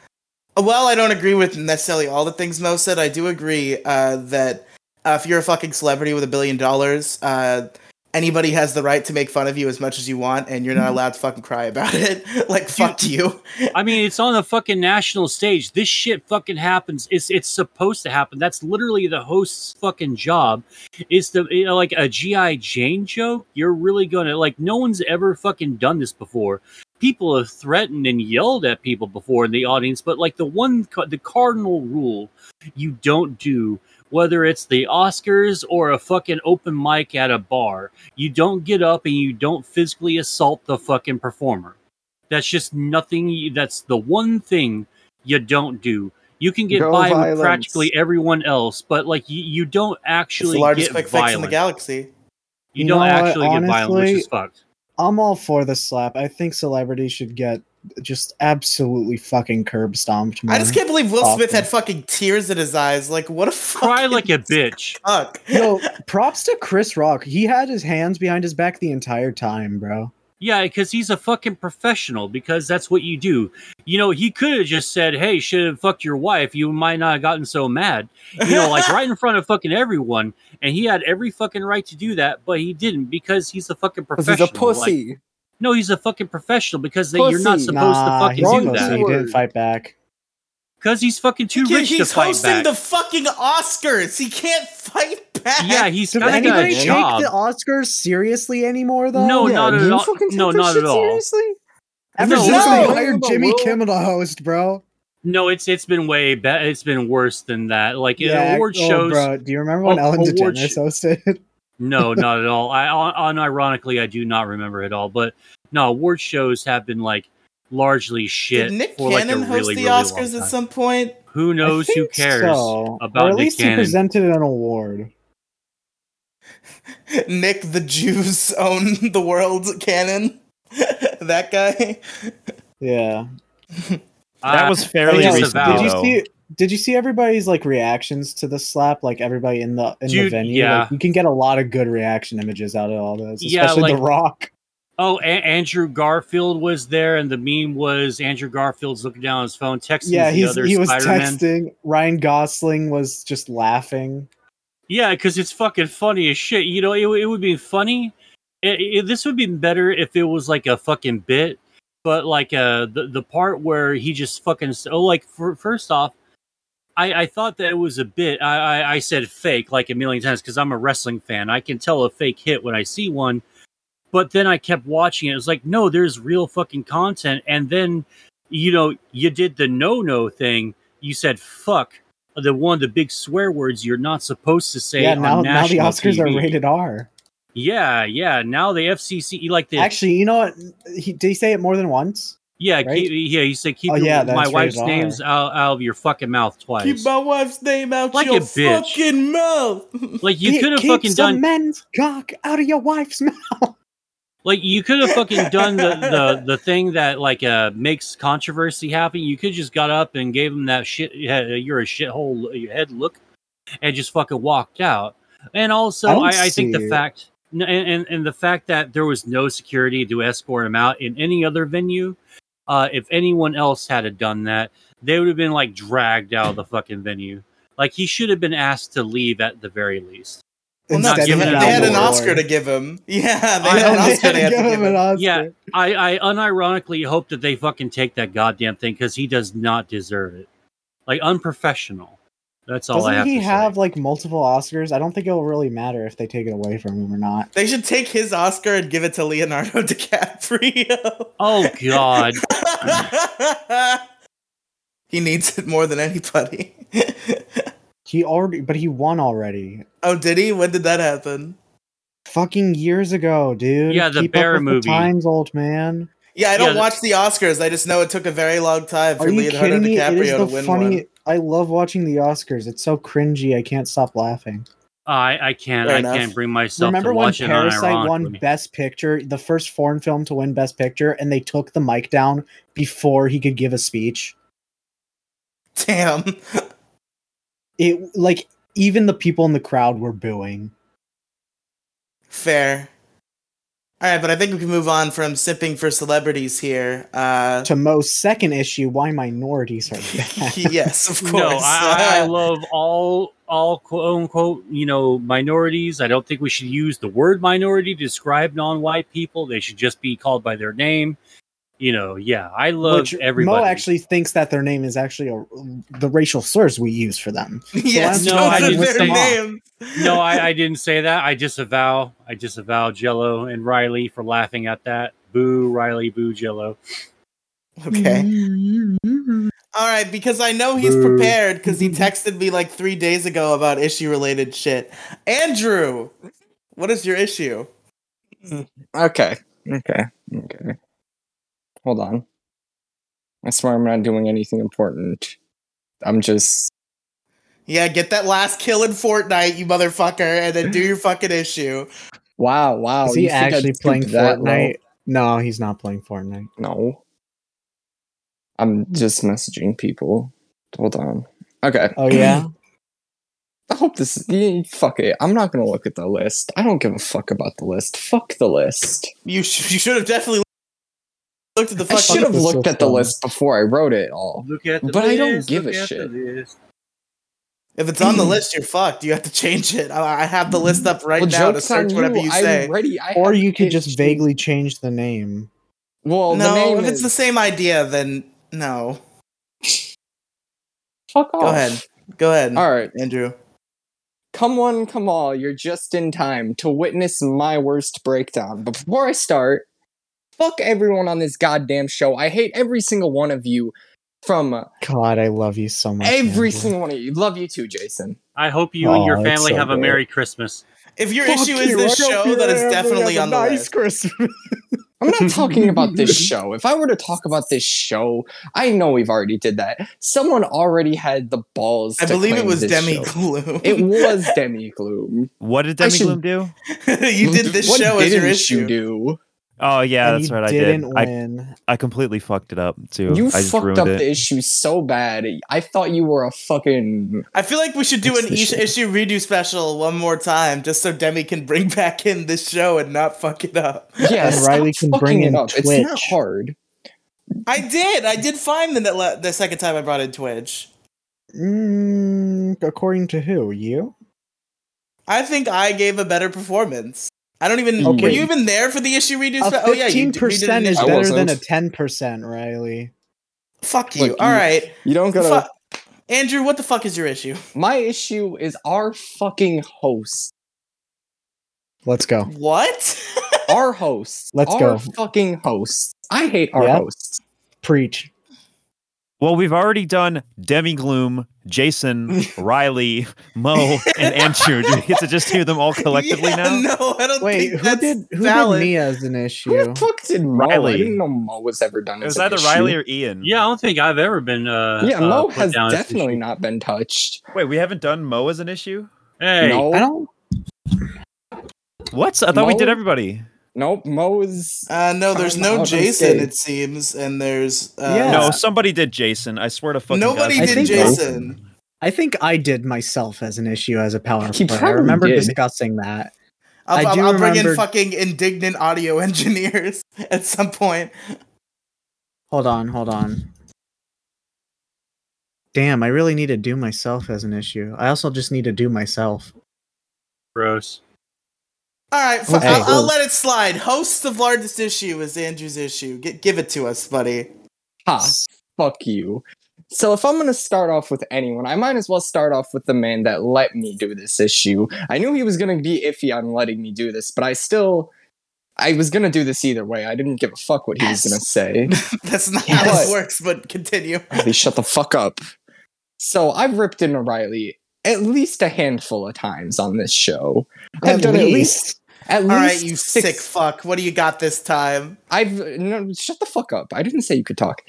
Speaker 1: well, I don't agree with necessarily all the things Mo said. I do agree uh, that uh, if you're a fucking celebrity with a billion dollars, uh, anybody has the right to make fun of you as much as you want, and
Speaker 3: Mm-hmm.
Speaker 1: you're not allowed to fucking cry about it. like fuck you.
Speaker 3: I mean, it's on the fucking national stage. This shit fucking happens. It's it's supposed to happen. That's literally the host's fucking job. It's the you know, like a GI Jane joke. You're really gonna like. No one's ever fucking done this before. People have threatened and yelled at people before in the audience, but like the one ca- the cardinal rule you don't do. Whether it's the Oscars or a fucking open mic at a bar, you don't get up and you don't physically assault the fucking performer. That's just nothing. you- That's the one thing you don't do. You can get
Speaker 2: No
Speaker 3: by
Speaker 2: violence.
Speaker 3: with practically everyone else, but like you, you don't
Speaker 1: It's
Speaker 3: actually
Speaker 1: the largest
Speaker 3: get
Speaker 1: quick fix in
Speaker 3: violent.
Speaker 1: the galaxy.
Speaker 3: you don't
Speaker 5: You know what,
Speaker 3: actually get violent, which is
Speaker 5: honestly,
Speaker 3: fucked.
Speaker 5: I'm all for the slap. I think celebrities should get just absolutely fucking curb stomped. More.
Speaker 1: I just can't believe Will Smith
Speaker 5: Awful.
Speaker 1: had fucking tears in his eyes. Like what a fucking
Speaker 3: Cry like a bitch.
Speaker 1: fuck.
Speaker 5: Yo, props to Chris Rock. He had his hands behind his back the entire time, bro.
Speaker 3: Yeah, because he's a fucking professional. Because that's what you do. You know, he could have just said, "Hey, should have fucked your wife." You might not have gotten so mad. You know, like right in front of fucking everyone, and he had every fucking right to do that, but he didn't because he's a fucking
Speaker 2: Because
Speaker 3: professional.
Speaker 2: he's a
Speaker 3: Like,
Speaker 2: pussy.
Speaker 3: No, he's a fucking professional because they, you're not
Speaker 2: Pussy.
Speaker 3: supposed
Speaker 5: nah,
Speaker 3: to
Speaker 5: he's
Speaker 3: fucking
Speaker 5: a
Speaker 3: do
Speaker 5: pussy.
Speaker 3: that
Speaker 5: He didn't fight back.
Speaker 3: because he's fucking too
Speaker 1: Kid,
Speaker 3: rich to
Speaker 1: he's
Speaker 3: fight
Speaker 1: hosting
Speaker 3: back.
Speaker 1: the fucking Oscars. He can't fight back.
Speaker 3: yeah, he's
Speaker 5: Did
Speaker 3: kind of got a
Speaker 5: anybody take
Speaker 3: job.
Speaker 5: the Oscars seriously anymore, though?
Speaker 3: No,
Speaker 2: Yeah,
Speaker 3: not at
Speaker 2: do you
Speaker 3: all.
Speaker 2: fucking take
Speaker 3: No,
Speaker 2: this
Speaker 3: not
Speaker 2: shit
Speaker 3: at all.
Speaker 2: Seriously?
Speaker 5: Ever
Speaker 3: No,
Speaker 5: since they
Speaker 1: no.
Speaker 5: hired
Speaker 2: But
Speaker 5: Jimmy
Speaker 2: Will-
Speaker 5: Kimmel to host, bro.
Speaker 3: No, it's it's been way better. It's been worse than that. Like in award
Speaker 5: oh,
Speaker 3: shows.
Speaker 5: bro. Do you remember when
Speaker 3: Oh,
Speaker 5: Ellen
Speaker 3: award
Speaker 5: DeGeneres
Speaker 3: sh-
Speaker 5: hosted?
Speaker 3: No, not at all. I on ironically, I do not remember at all. But no, award shows have been like largely shit.
Speaker 1: Did Nick
Speaker 3: for,
Speaker 1: Cannon
Speaker 3: like, a
Speaker 1: host
Speaker 3: really,
Speaker 1: the
Speaker 3: really long
Speaker 1: Oscars
Speaker 3: time.
Speaker 1: at some point?
Speaker 3: Who
Speaker 5: I
Speaker 3: knows? Who
Speaker 5: think
Speaker 3: cares
Speaker 5: so.
Speaker 3: about
Speaker 5: or at
Speaker 3: Nick
Speaker 5: least he
Speaker 3: Cannon?
Speaker 5: presented an award.
Speaker 1: Nick the Jews own the world canon. that guy.
Speaker 5: Yeah.
Speaker 4: That
Speaker 3: I-
Speaker 4: was fairly
Speaker 5: I know.
Speaker 4: recent,
Speaker 3: disavow.
Speaker 5: Did you
Speaker 4: though.
Speaker 5: see? Did you see everybody's like reactions to the slap? Like everybody in the in the
Speaker 3: Dude,
Speaker 5: venue.
Speaker 3: yeah.
Speaker 5: Like, you can get a lot of good reaction images out of all those,
Speaker 3: Yeah,
Speaker 5: especially
Speaker 3: like-
Speaker 5: The Rock.
Speaker 3: Oh, a- Andrew Garfield was there, and the meme was Andrew Garfield's looking down his phone, texting
Speaker 5: Yeah,
Speaker 3: the
Speaker 5: he's
Speaker 3: other
Speaker 5: he was
Speaker 3: Spider-Man.
Speaker 5: texting. Ryan Gosling was just laughing.
Speaker 3: Yeah, because it's fucking funny as shit. You know, it, w- it would be funny. It, it- this would be better if it was like a fucking bit, but like uh, the the part where he just fucking s- oh, like for, first off, I, I thought that it was a bit. I, I, I said fake like a million times because I'm a wrestling fan. I can tell a fake hit when I see one. But then I kept watching it. It was like, no, there's real fucking content. And then you know, you did the no no thing. You said fuck, the one of the big swear words you're not supposed to say.
Speaker 5: yeah,
Speaker 3: on
Speaker 5: now, now the
Speaker 3: national TV.
Speaker 5: Oscars are rated R.
Speaker 3: Yeah, yeah. Now the FCC, like the
Speaker 5: Actually, you know what? He, did he say it more than once?
Speaker 3: yeah,
Speaker 5: right?
Speaker 3: keep, yeah. You said keep
Speaker 5: Oh,
Speaker 3: your-
Speaker 5: yeah,
Speaker 3: my
Speaker 5: that's
Speaker 3: wife's
Speaker 5: rated R.
Speaker 3: names out, out of your fucking mouth twice.
Speaker 1: Keep my wife's name out
Speaker 3: Like
Speaker 1: your
Speaker 3: a bitch.
Speaker 1: fucking mouth.
Speaker 3: like you
Speaker 5: Keep-
Speaker 3: could have
Speaker 5: keep
Speaker 3: fucking
Speaker 5: some
Speaker 3: done.
Speaker 5: men's cock out of your wife's mouth.
Speaker 3: Like you could have fucking done the, the the thing that like uh makes controversy happen. You could just got up and gave him that shit. yeah, You're a shithole. Your head look, and just fucking walked out. And also,
Speaker 5: I don't
Speaker 3: I, I, think
Speaker 5: see
Speaker 3: the
Speaker 5: it.
Speaker 3: fact n- and, and and the fact that there was no security to escort him out in any other venue. Uh, if anyone else had have done that, they would have been like dragged out of the fucking venue. Like he should have been asked to leave at the very least.
Speaker 1: Well, no,
Speaker 3: Instead
Speaker 1: they
Speaker 3: of
Speaker 1: had,
Speaker 3: an
Speaker 1: they had
Speaker 3: award.
Speaker 1: an Oscar to give him. Yeah, they
Speaker 3: I
Speaker 1: had an
Speaker 3: know,
Speaker 1: Oscar. They had to give him.
Speaker 3: Yeah, I, I unironically hope that they fucking take that goddamn thing because he does not deserve it. Like unprofessional. That's all I
Speaker 5: Doesn't
Speaker 3: have
Speaker 5: he
Speaker 3: to
Speaker 5: have
Speaker 3: say.
Speaker 5: like multiple Oscars? I don't think it'll really matter if they take it away from him or not.
Speaker 1: They should take his Oscar and give it to Leonardo DiCaprio.
Speaker 3: Oh god.
Speaker 1: he needs it more than anybody.
Speaker 5: He already, but he won already.
Speaker 1: oh, did he? When did that happen?
Speaker 5: Fucking years ago, dude.
Speaker 3: Yeah, the
Speaker 5: Keep up
Speaker 3: Bear
Speaker 5: with
Speaker 3: movie.
Speaker 5: times old man.
Speaker 1: Yeah, I don't
Speaker 3: Yeah,
Speaker 1: watch the Oscars. I just know it took a very long time for
Speaker 5: Are you
Speaker 1: Leonardo
Speaker 5: kidding me? It is
Speaker 1: DiCaprio to
Speaker 5: the
Speaker 1: win
Speaker 5: funny.
Speaker 1: one.
Speaker 5: I love watching the Oscars. It's so cringy. I can't stop laughing.
Speaker 3: I I can't
Speaker 1: Fair
Speaker 3: I
Speaker 1: enough.
Speaker 3: can't bring myself
Speaker 5: Remember
Speaker 3: to
Speaker 5: when
Speaker 3: watch it
Speaker 5: Parasite won
Speaker 3: unironically.
Speaker 5: Best Picture, the first foreign film to win Best Picture, and they took the mic down before he could give a speech?
Speaker 1: Damn.
Speaker 5: It like even the people in the crowd were booing.
Speaker 1: Fair. All right, but I think we can move on from sipping for celebrities here. Uh,
Speaker 5: To Mo's second issue, why minorities are bad.
Speaker 1: yes, of course.
Speaker 3: No, I, I- I love all all quote unquote, you know, minorities. I don't think we should use the word minority to describe non white people. They should just be called by their name. You know, yeah. I love
Speaker 5: Which
Speaker 3: everybody.
Speaker 5: Mo actually thinks that their name is actually a, the racial slurs we use for them.
Speaker 1: yes,
Speaker 5: So
Speaker 3: No, I
Speaker 1: both of
Speaker 3: didn't
Speaker 1: their
Speaker 3: say-
Speaker 1: names.
Speaker 3: no, I, I didn't say that. I disavow. I disavow Jello and Riley for laughing at that. Boo, Riley. Boo, Jello.
Speaker 1: Okay. All right, because I know he's
Speaker 3: Boo.
Speaker 1: prepared because he texted me like three days ago about issue related shit. Andrew, what is your issue?
Speaker 2: Okay. Okay. Okay. Hold on. I swear I'm not doing anything important. I'm just
Speaker 1: Yeah, get that last kill in Fortnite, you motherfucker, and then do your fucking issue.
Speaker 2: wow, wow.
Speaker 5: is he
Speaker 2: you think I'd
Speaker 5: actually
Speaker 2: stoop
Speaker 5: playing
Speaker 2: to that low?
Speaker 5: Fortnite? No, he's not playing Fortnite.
Speaker 2: No. I'm just messaging people. Hold on. Okay.
Speaker 5: Oh yeah,
Speaker 2: I hope this is yeah, fuck it. I'm not gonna look at the list. I don't give a fuck about the list. Fuck the list.
Speaker 1: You sh- you should have definitely looked at the
Speaker 2: I
Speaker 1: fucking.
Speaker 2: should have
Speaker 5: the
Speaker 2: looked at the
Speaker 5: system.
Speaker 2: list before I wrote it all.
Speaker 3: Look at the
Speaker 2: But I don't
Speaker 3: list,
Speaker 2: give
Speaker 3: look
Speaker 2: a
Speaker 3: at the
Speaker 2: shit.
Speaker 3: list.
Speaker 1: If it's on the list, you're fucked. You have to change it. I, I have the list up right
Speaker 2: well,
Speaker 1: now to
Speaker 2: joke's on
Speaker 1: search whatever you
Speaker 2: I'm
Speaker 1: say.
Speaker 2: ready. I
Speaker 5: or
Speaker 2: have
Speaker 5: you could
Speaker 2: it
Speaker 5: just
Speaker 2: sh-
Speaker 5: vaguely change the name.
Speaker 2: Well, the
Speaker 1: no,
Speaker 2: name
Speaker 1: if
Speaker 2: is-
Speaker 1: it's the same idea, then no.
Speaker 2: fuck off.
Speaker 1: Go ahead. Go ahead,
Speaker 2: Oh. All right.
Speaker 1: Andrew.
Speaker 2: Come one, come all, you're just in time to witness my worst breakdown. But before I start, fuck everyone on this goddamn show. I hate every single one of you from uh,
Speaker 5: God, I love you so much.
Speaker 2: every
Speaker 5: Andrew.
Speaker 2: single one of you. Love you too, Jason.
Speaker 3: I hope you and
Speaker 5: Aw,
Speaker 3: your
Speaker 5: it's
Speaker 3: family
Speaker 5: so
Speaker 3: have a
Speaker 5: good.
Speaker 3: Merry Christmas.
Speaker 1: If your
Speaker 2: Fuck
Speaker 1: issue is
Speaker 2: you,
Speaker 1: this
Speaker 2: I hope
Speaker 1: show,
Speaker 2: you
Speaker 1: then it's
Speaker 2: have
Speaker 1: definitely on the
Speaker 5: nice
Speaker 1: list.
Speaker 5: Christmas.
Speaker 2: I'm not talking about this show. If I were to talk about this show, I know we've already did that. Someone already had the balls.
Speaker 1: I
Speaker 2: to
Speaker 1: believe it
Speaker 2: claim
Speaker 1: was
Speaker 2: this
Speaker 1: Demi
Speaker 2: show.
Speaker 1: Gloom.
Speaker 2: It was Demi Gloom.
Speaker 4: What did
Speaker 2: I
Speaker 4: Demi
Speaker 2: should-
Speaker 4: Gloom do?
Speaker 1: you did this
Speaker 2: What
Speaker 1: show as your
Speaker 2: didn't
Speaker 1: issue.
Speaker 2: You do.
Speaker 4: Oh yeah,
Speaker 5: And
Speaker 4: that's
Speaker 5: you
Speaker 4: right. I did.
Speaker 5: didn't
Speaker 4: I,
Speaker 5: win.
Speaker 4: I completely fucked it up too.
Speaker 2: You
Speaker 4: I just
Speaker 2: fucked
Speaker 4: ruined
Speaker 2: up
Speaker 4: it.
Speaker 2: the issue so bad. I thought you were a fucking.
Speaker 1: I feel like we should do
Speaker 2: What's
Speaker 1: an
Speaker 2: this
Speaker 1: each
Speaker 2: shit?
Speaker 1: issue redo special one more time, just so Demi can bring back in this show and not fuck it up.
Speaker 2: Yeah,
Speaker 5: And
Speaker 2: stop
Speaker 5: Riley can
Speaker 2: fucking
Speaker 5: bring
Speaker 2: it
Speaker 5: in
Speaker 2: up. It's not
Speaker 5: Twitch.
Speaker 2: hard.
Speaker 1: I did. I did find the net- the second time I brought in Twitch.
Speaker 5: Mm, according to who? You?
Speaker 1: I think I gave a better performance. I don't even.
Speaker 2: Okay.
Speaker 1: Were you even there for the issue redo?
Speaker 5: A
Speaker 1: spe- oh yeah, you
Speaker 5: fifteen
Speaker 1: d- we did an
Speaker 5: percent is
Speaker 2: I
Speaker 1: issue-
Speaker 5: better than
Speaker 2: wasn't.
Speaker 5: a ten percent, Riley.
Speaker 1: Fuck you.
Speaker 2: Look,
Speaker 1: All
Speaker 2: you-
Speaker 1: right,
Speaker 2: You don't gotta.
Speaker 1: Fu- Andrew, what the fuck is your issue?
Speaker 2: My issue is our fucking host.
Speaker 5: Let's go.
Speaker 1: What?
Speaker 2: Our host.
Speaker 5: Let's
Speaker 2: our
Speaker 5: go.
Speaker 2: fucking host. I hate our
Speaker 5: Yeah.
Speaker 2: hosts.
Speaker 5: Preach.
Speaker 4: Well, we've already done Demi Gloom, Jason, Riley, Mo, and Andrew. Do we get to just hear them all collectively
Speaker 1: Yeah,
Speaker 4: now?
Speaker 1: No, I don't
Speaker 5: Wait,
Speaker 1: think
Speaker 5: who
Speaker 1: that's
Speaker 5: did who
Speaker 1: valid.
Speaker 5: did me as an
Speaker 2: Who
Speaker 5: issue?
Speaker 2: the fuck did Mo?
Speaker 4: Riley.
Speaker 2: I didn't know Mo was ever done.
Speaker 4: It
Speaker 2: as
Speaker 4: was
Speaker 2: an
Speaker 4: either
Speaker 2: issue.
Speaker 4: Riley or Ian.
Speaker 3: Yeah, I don't think I've ever been. Uh,
Speaker 2: yeah,
Speaker 3: uh,
Speaker 2: Mo
Speaker 3: put
Speaker 2: has
Speaker 3: down as an
Speaker 2: definitely
Speaker 3: issue.
Speaker 2: not been touched.
Speaker 4: Wait, we haven't done Mo as an issue?
Speaker 3: Hey,
Speaker 2: No,
Speaker 5: I don't
Speaker 4: What? I thought we did
Speaker 2: Mo?
Speaker 4: everybody.
Speaker 2: nope. Mo is
Speaker 1: Uh, no, there's
Speaker 2: I'm
Speaker 1: no
Speaker 2: out
Speaker 1: Jason,
Speaker 2: unscathed.
Speaker 1: it seems, and there's uh,
Speaker 5: Yeah.
Speaker 4: No, somebody did Jason. I swear to fucking God,
Speaker 1: nobody
Speaker 5: I
Speaker 4: somebody
Speaker 1: did
Speaker 5: think-
Speaker 1: Jason.
Speaker 5: I think I did myself as an issue as a power
Speaker 2: He
Speaker 5: player. I
Speaker 2: probably
Speaker 5: remember
Speaker 2: did.
Speaker 5: discussing that. I
Speaker 1: I'll, I'll,
Speaker 5: do
Speaker 1: I'll bring in
Speaker 5: remember-
Speaker 1: fucking indignant audio engineers at some point.
Speaker 5: Hold on, hold on. Damn, I really need to do myself as an issue. I also just need to do myself.
Speaker 3: gross.
Speaker 1: All right, fu-
Speaker 5: Okay.
Speaker 1: I'll, I'll let it slide. Host of largest issue is Andrew's issue. G- give it to us, buddy.
Speaker 2: ha. Fuck you. So if I'm gonna start off with anyone, I might as well start off with the man that let me do this issue. I knew he was gonna be iffy on letting me do this, but I still, I was gonna do this either way. I didn't give a fuck what he
Speaker 1: Yes.
Speaker 2: was gonna say.
Speaker 1: That's not
Speaker 2: Yeah.
Speaker 1: how this
Speaker 2: What?
Speaker 1: works, but continue.
Speaker 2: Riley, shut the fuck up. So I've ripped into Riley at least a handful of times on this show. I've done at least at
Speaker 1: All
Speaker 2: least
Speaker 1: right, you
Speaker 2: six-
Speaker 1: sick fuck. What do you got this time?
Speaker 2: I've no shut the fuck up. I didn't say you could talk.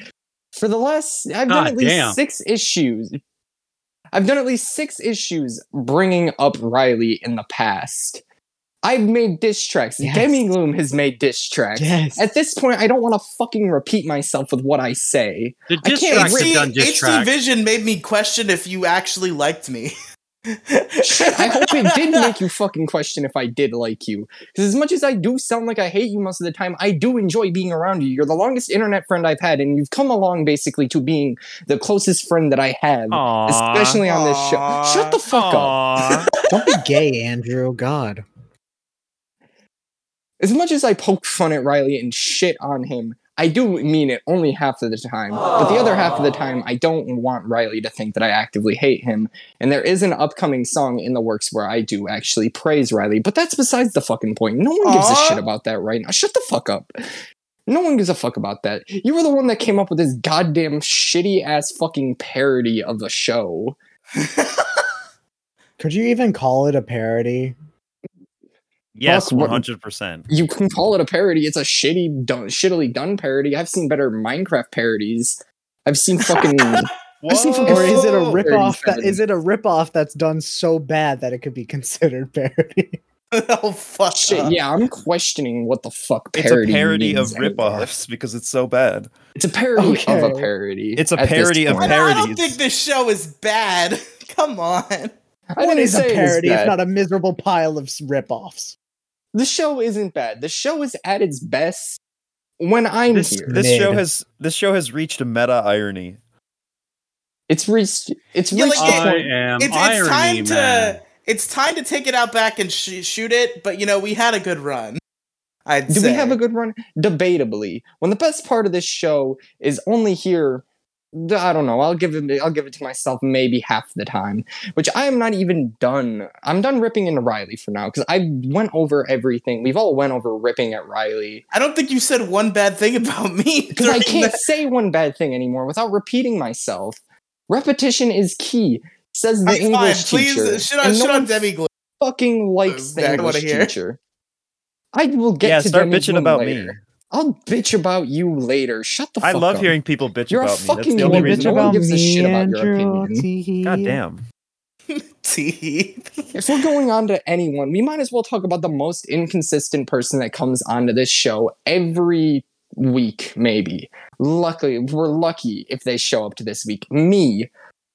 Speaker 2: For the last I've done
Speaker 3: God
Speaker 2: at least
Speaker 3: damn.
Speaker 2: six issues. I've done at least six issues bringing up Riley in the past. I've made diss tracks.
Speaker 5: Yes.
Speaker 2: Demi Gloom has made diss tracks.
Speaker 5: Yes.
Speaker 2: At this point, I don't want to fucking repeat myself with what I say.
Speaker 3: The
Speaker 2: I
Speaker 3: diss
Speaker 2: can't
Speaker 3: tracks
Speaker 2: read-
Speaker 3: have done diss
Speaker 1: HD
Speaker 3: tracks.
Speaker 1: Vision made me question if you actually liked me.
Speaker 2: Shit, I hope it did make you fucking question if I did like you. Because as much as I do sound like I hate you most of the time, I do enjoy being around you. You're the longest internet friend I've had, and you've come along basically to being the closest friend that I have,
Speaker 4: Aww.
Speaker 2: especially on this
Speaker 1: Aw.
Speaker 2: show. Shut the fuck up.
Speaker 4: Aw.
Speaker 5: Don't be gay, Andrew. God.
Speaker 2: As much as I poke fun at Riley and shit on him, I do mean it only half of the time. But the other half of the time, I don't want Riley to think that I actively hate him. And there is an upcoming song in the works where I do actually praise Riley, but that's besides the fucking point. No one gives a
Speaker 1: Aw.
Speaker 2: shit about that right now. Shut the fuck up. No one gives a fuck about that. You were the one that came up with this goddamn shitty ass fucking parody of the show.
Speaker 5: Could you even call it a parody?
Speaker 4: yes,
Speaker 2: Fuck, what-
Speaker 4: 100%.
Speaker 2: You can call it a parody. It's a shitty, done, shittily done parody. I've seen better Minecraft parodies. I've seen fucking. I see fucking-
Speaker 5: Or is it a
Speaker 2: Oh.
Speaker 5: ripoff that
Speaker 2: Parody.
Speaker 5: is it a ripoff that's done so bad that it could be considered parody?
Speaker 1: oh fuck.
Speaker 2: Shit,
Speaker 5: uh,
Speaker 1: up.
Speaker 2: yeah, I'm questioning what the fuck
Speaker 4: It's a
Speaker 2: parody
Speaker 4: parody of
Speaker 2: means anymore.
Speaker 4: ripoffs because it's so bad.
Speaker 2: It's a parody of a
Speaker 5: Okay.
Speaker 2: parody.
Speaker 4: It's a
Speaker 2: at this
Speaker 4: parody of
Speaker 1: I
Speaker 2: point.
Speaker 1: don't- I don't
Speaker 4: parodies.
Speaker 1: think this show is bad. Come on.
Speaker 2: I
Speaker 5: What
Speaker 2: didn't
Speaker 5: is
Speaker 2: say
Speaker 5: a
Speaker 2: it was
Speaker 5: parody if
Speaker 2: bad.
Speaker 5: not a miserable pile of s- ripoffs?
Speaker 2: the show isn't bad. The show is at its best when I'm
Speaker 4: This,
Speaker 2: here.
Speaker 4: this show
Speaker 5: Mid.
Speaker 4: has this show has reached a meta irony.
Speaker 2: It's reached. It's
Speaker 1: Yeah,
Speaker 2: reached.
Speaker 1: like,
Speaker 2: the
Speaker 1: it-
Speaker 3: I
Speaker 2: point.
Speaker 3: am
Speaker 1: It's, it's
Speaker 3: irony
Speaker 1: time
Speaker 3: man.
Speaker 1: to it's time to take it out back and sh- shoot it. But you know we had a good run. I'd
Speaker 2: Do
Speaker 1: say.
Speaker 2: we have a good run? Debatably, when the best part of this show is only here. th- I don't know. I'll give it. I'll give it to myself maybe half the time, which I am not even done. I'm done ripping into Riley for now because I went over everything. We've all went over ripping at Riley.
Speaker 1: I don't think you said one bad thing about me.
Speaker 2: because I
Speaker 1: during
Speaker 2: can't
Speaker 1: that.
Speaker 2: say one bad thing anymore without repeating myself. Repetition is key, says the
Speaker 1: Fine,
Speaker 2: English
Speaker 1: please uh,
Speaker 2: teacher.
Speaker 1: shit on,
Speaker 2: and no
Speaker 1: shit on
Speaker 2: one
Speaker 1: Debbie Glue.
Speaker 2: fucking likes the
Speaker 1: That I
Speaker 2: English
Speaker 1: wanna hear.
Speaker 2: teacher. I will get
Speaker 4: yeah,
Speaker 2: to
Speaker 4: start
Speaker 2: Demi
Speaker 4: bitching
Speaker 2: Bloom
Speaker 4: about
Speaker 2: later.
Speaker 4: me.
Speaker 2: I'll bitch about you later. Shut the fuck
Speaker 4: I
Speaker 2: up.
Speaker 4: love hearing people bitch
Speaker 2: You're a
Speaker 4: about me. That's
Speaker 2: fucking
Speaker 4: the only
Speaker 2: morbid
Speaker 4: reason.
Speaker 2: no one
Speaker 4: why-
Speaker 2: gives a shit about your opinion.
Speaker 4: God damn.
Speaker 1: Teeth.
Speaker 2: If we're going on to anyone, we might as well talk about the most inconsistent person that comes onto this show every week, maybe. Luckily, we're lucky if they show up to this week. Me.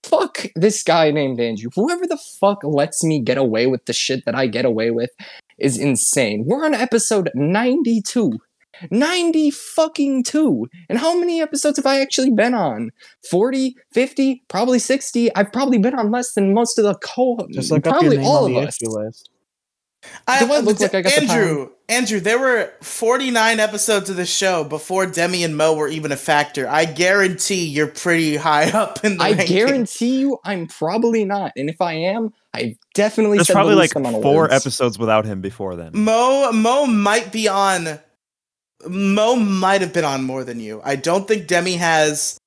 Speaker 2: Fuck this guy named Andrew. Whoever the fuck lets me get away with the shit that I get away with is insane. We're on episode 92. 90 fucking 2. And how many episodes have I actually been on? 40, 50, probably 60. I've probably been on less than most of the co
Speaker 5: Just look up
Speaker 2: probably
Speaker 5: your name
Speaker 2: all
Speaker 5: on
Speaker 2: of
Speaker 5: the
Speaker 2: us.
Speaker 5: issue list.
Speaker 1: I,
Speaker 2: Do I look like I got the
Speaker 1: Andrew, Andrew, there were 49 episodes of the show before Demi and Mo were even a factor. I guarantee you're pretty high up in the
Speaker 2: I
Speaker 1: rankings.
Speaker 2: guarantee you I'm probably not. And if I am, I definitely
Speaker 4: There's
Speaker 2: said the
Speaker 4: probably like
Speaker 2: least amount of
Speaker 4: four
Speaker 2: words.
Speaker 4: episodes without him before
Speaker 2: Mm,
Speaker 4: then.
Speaker 1: Mo Mo might be on Mo might have been on more than you. I don't think Demi has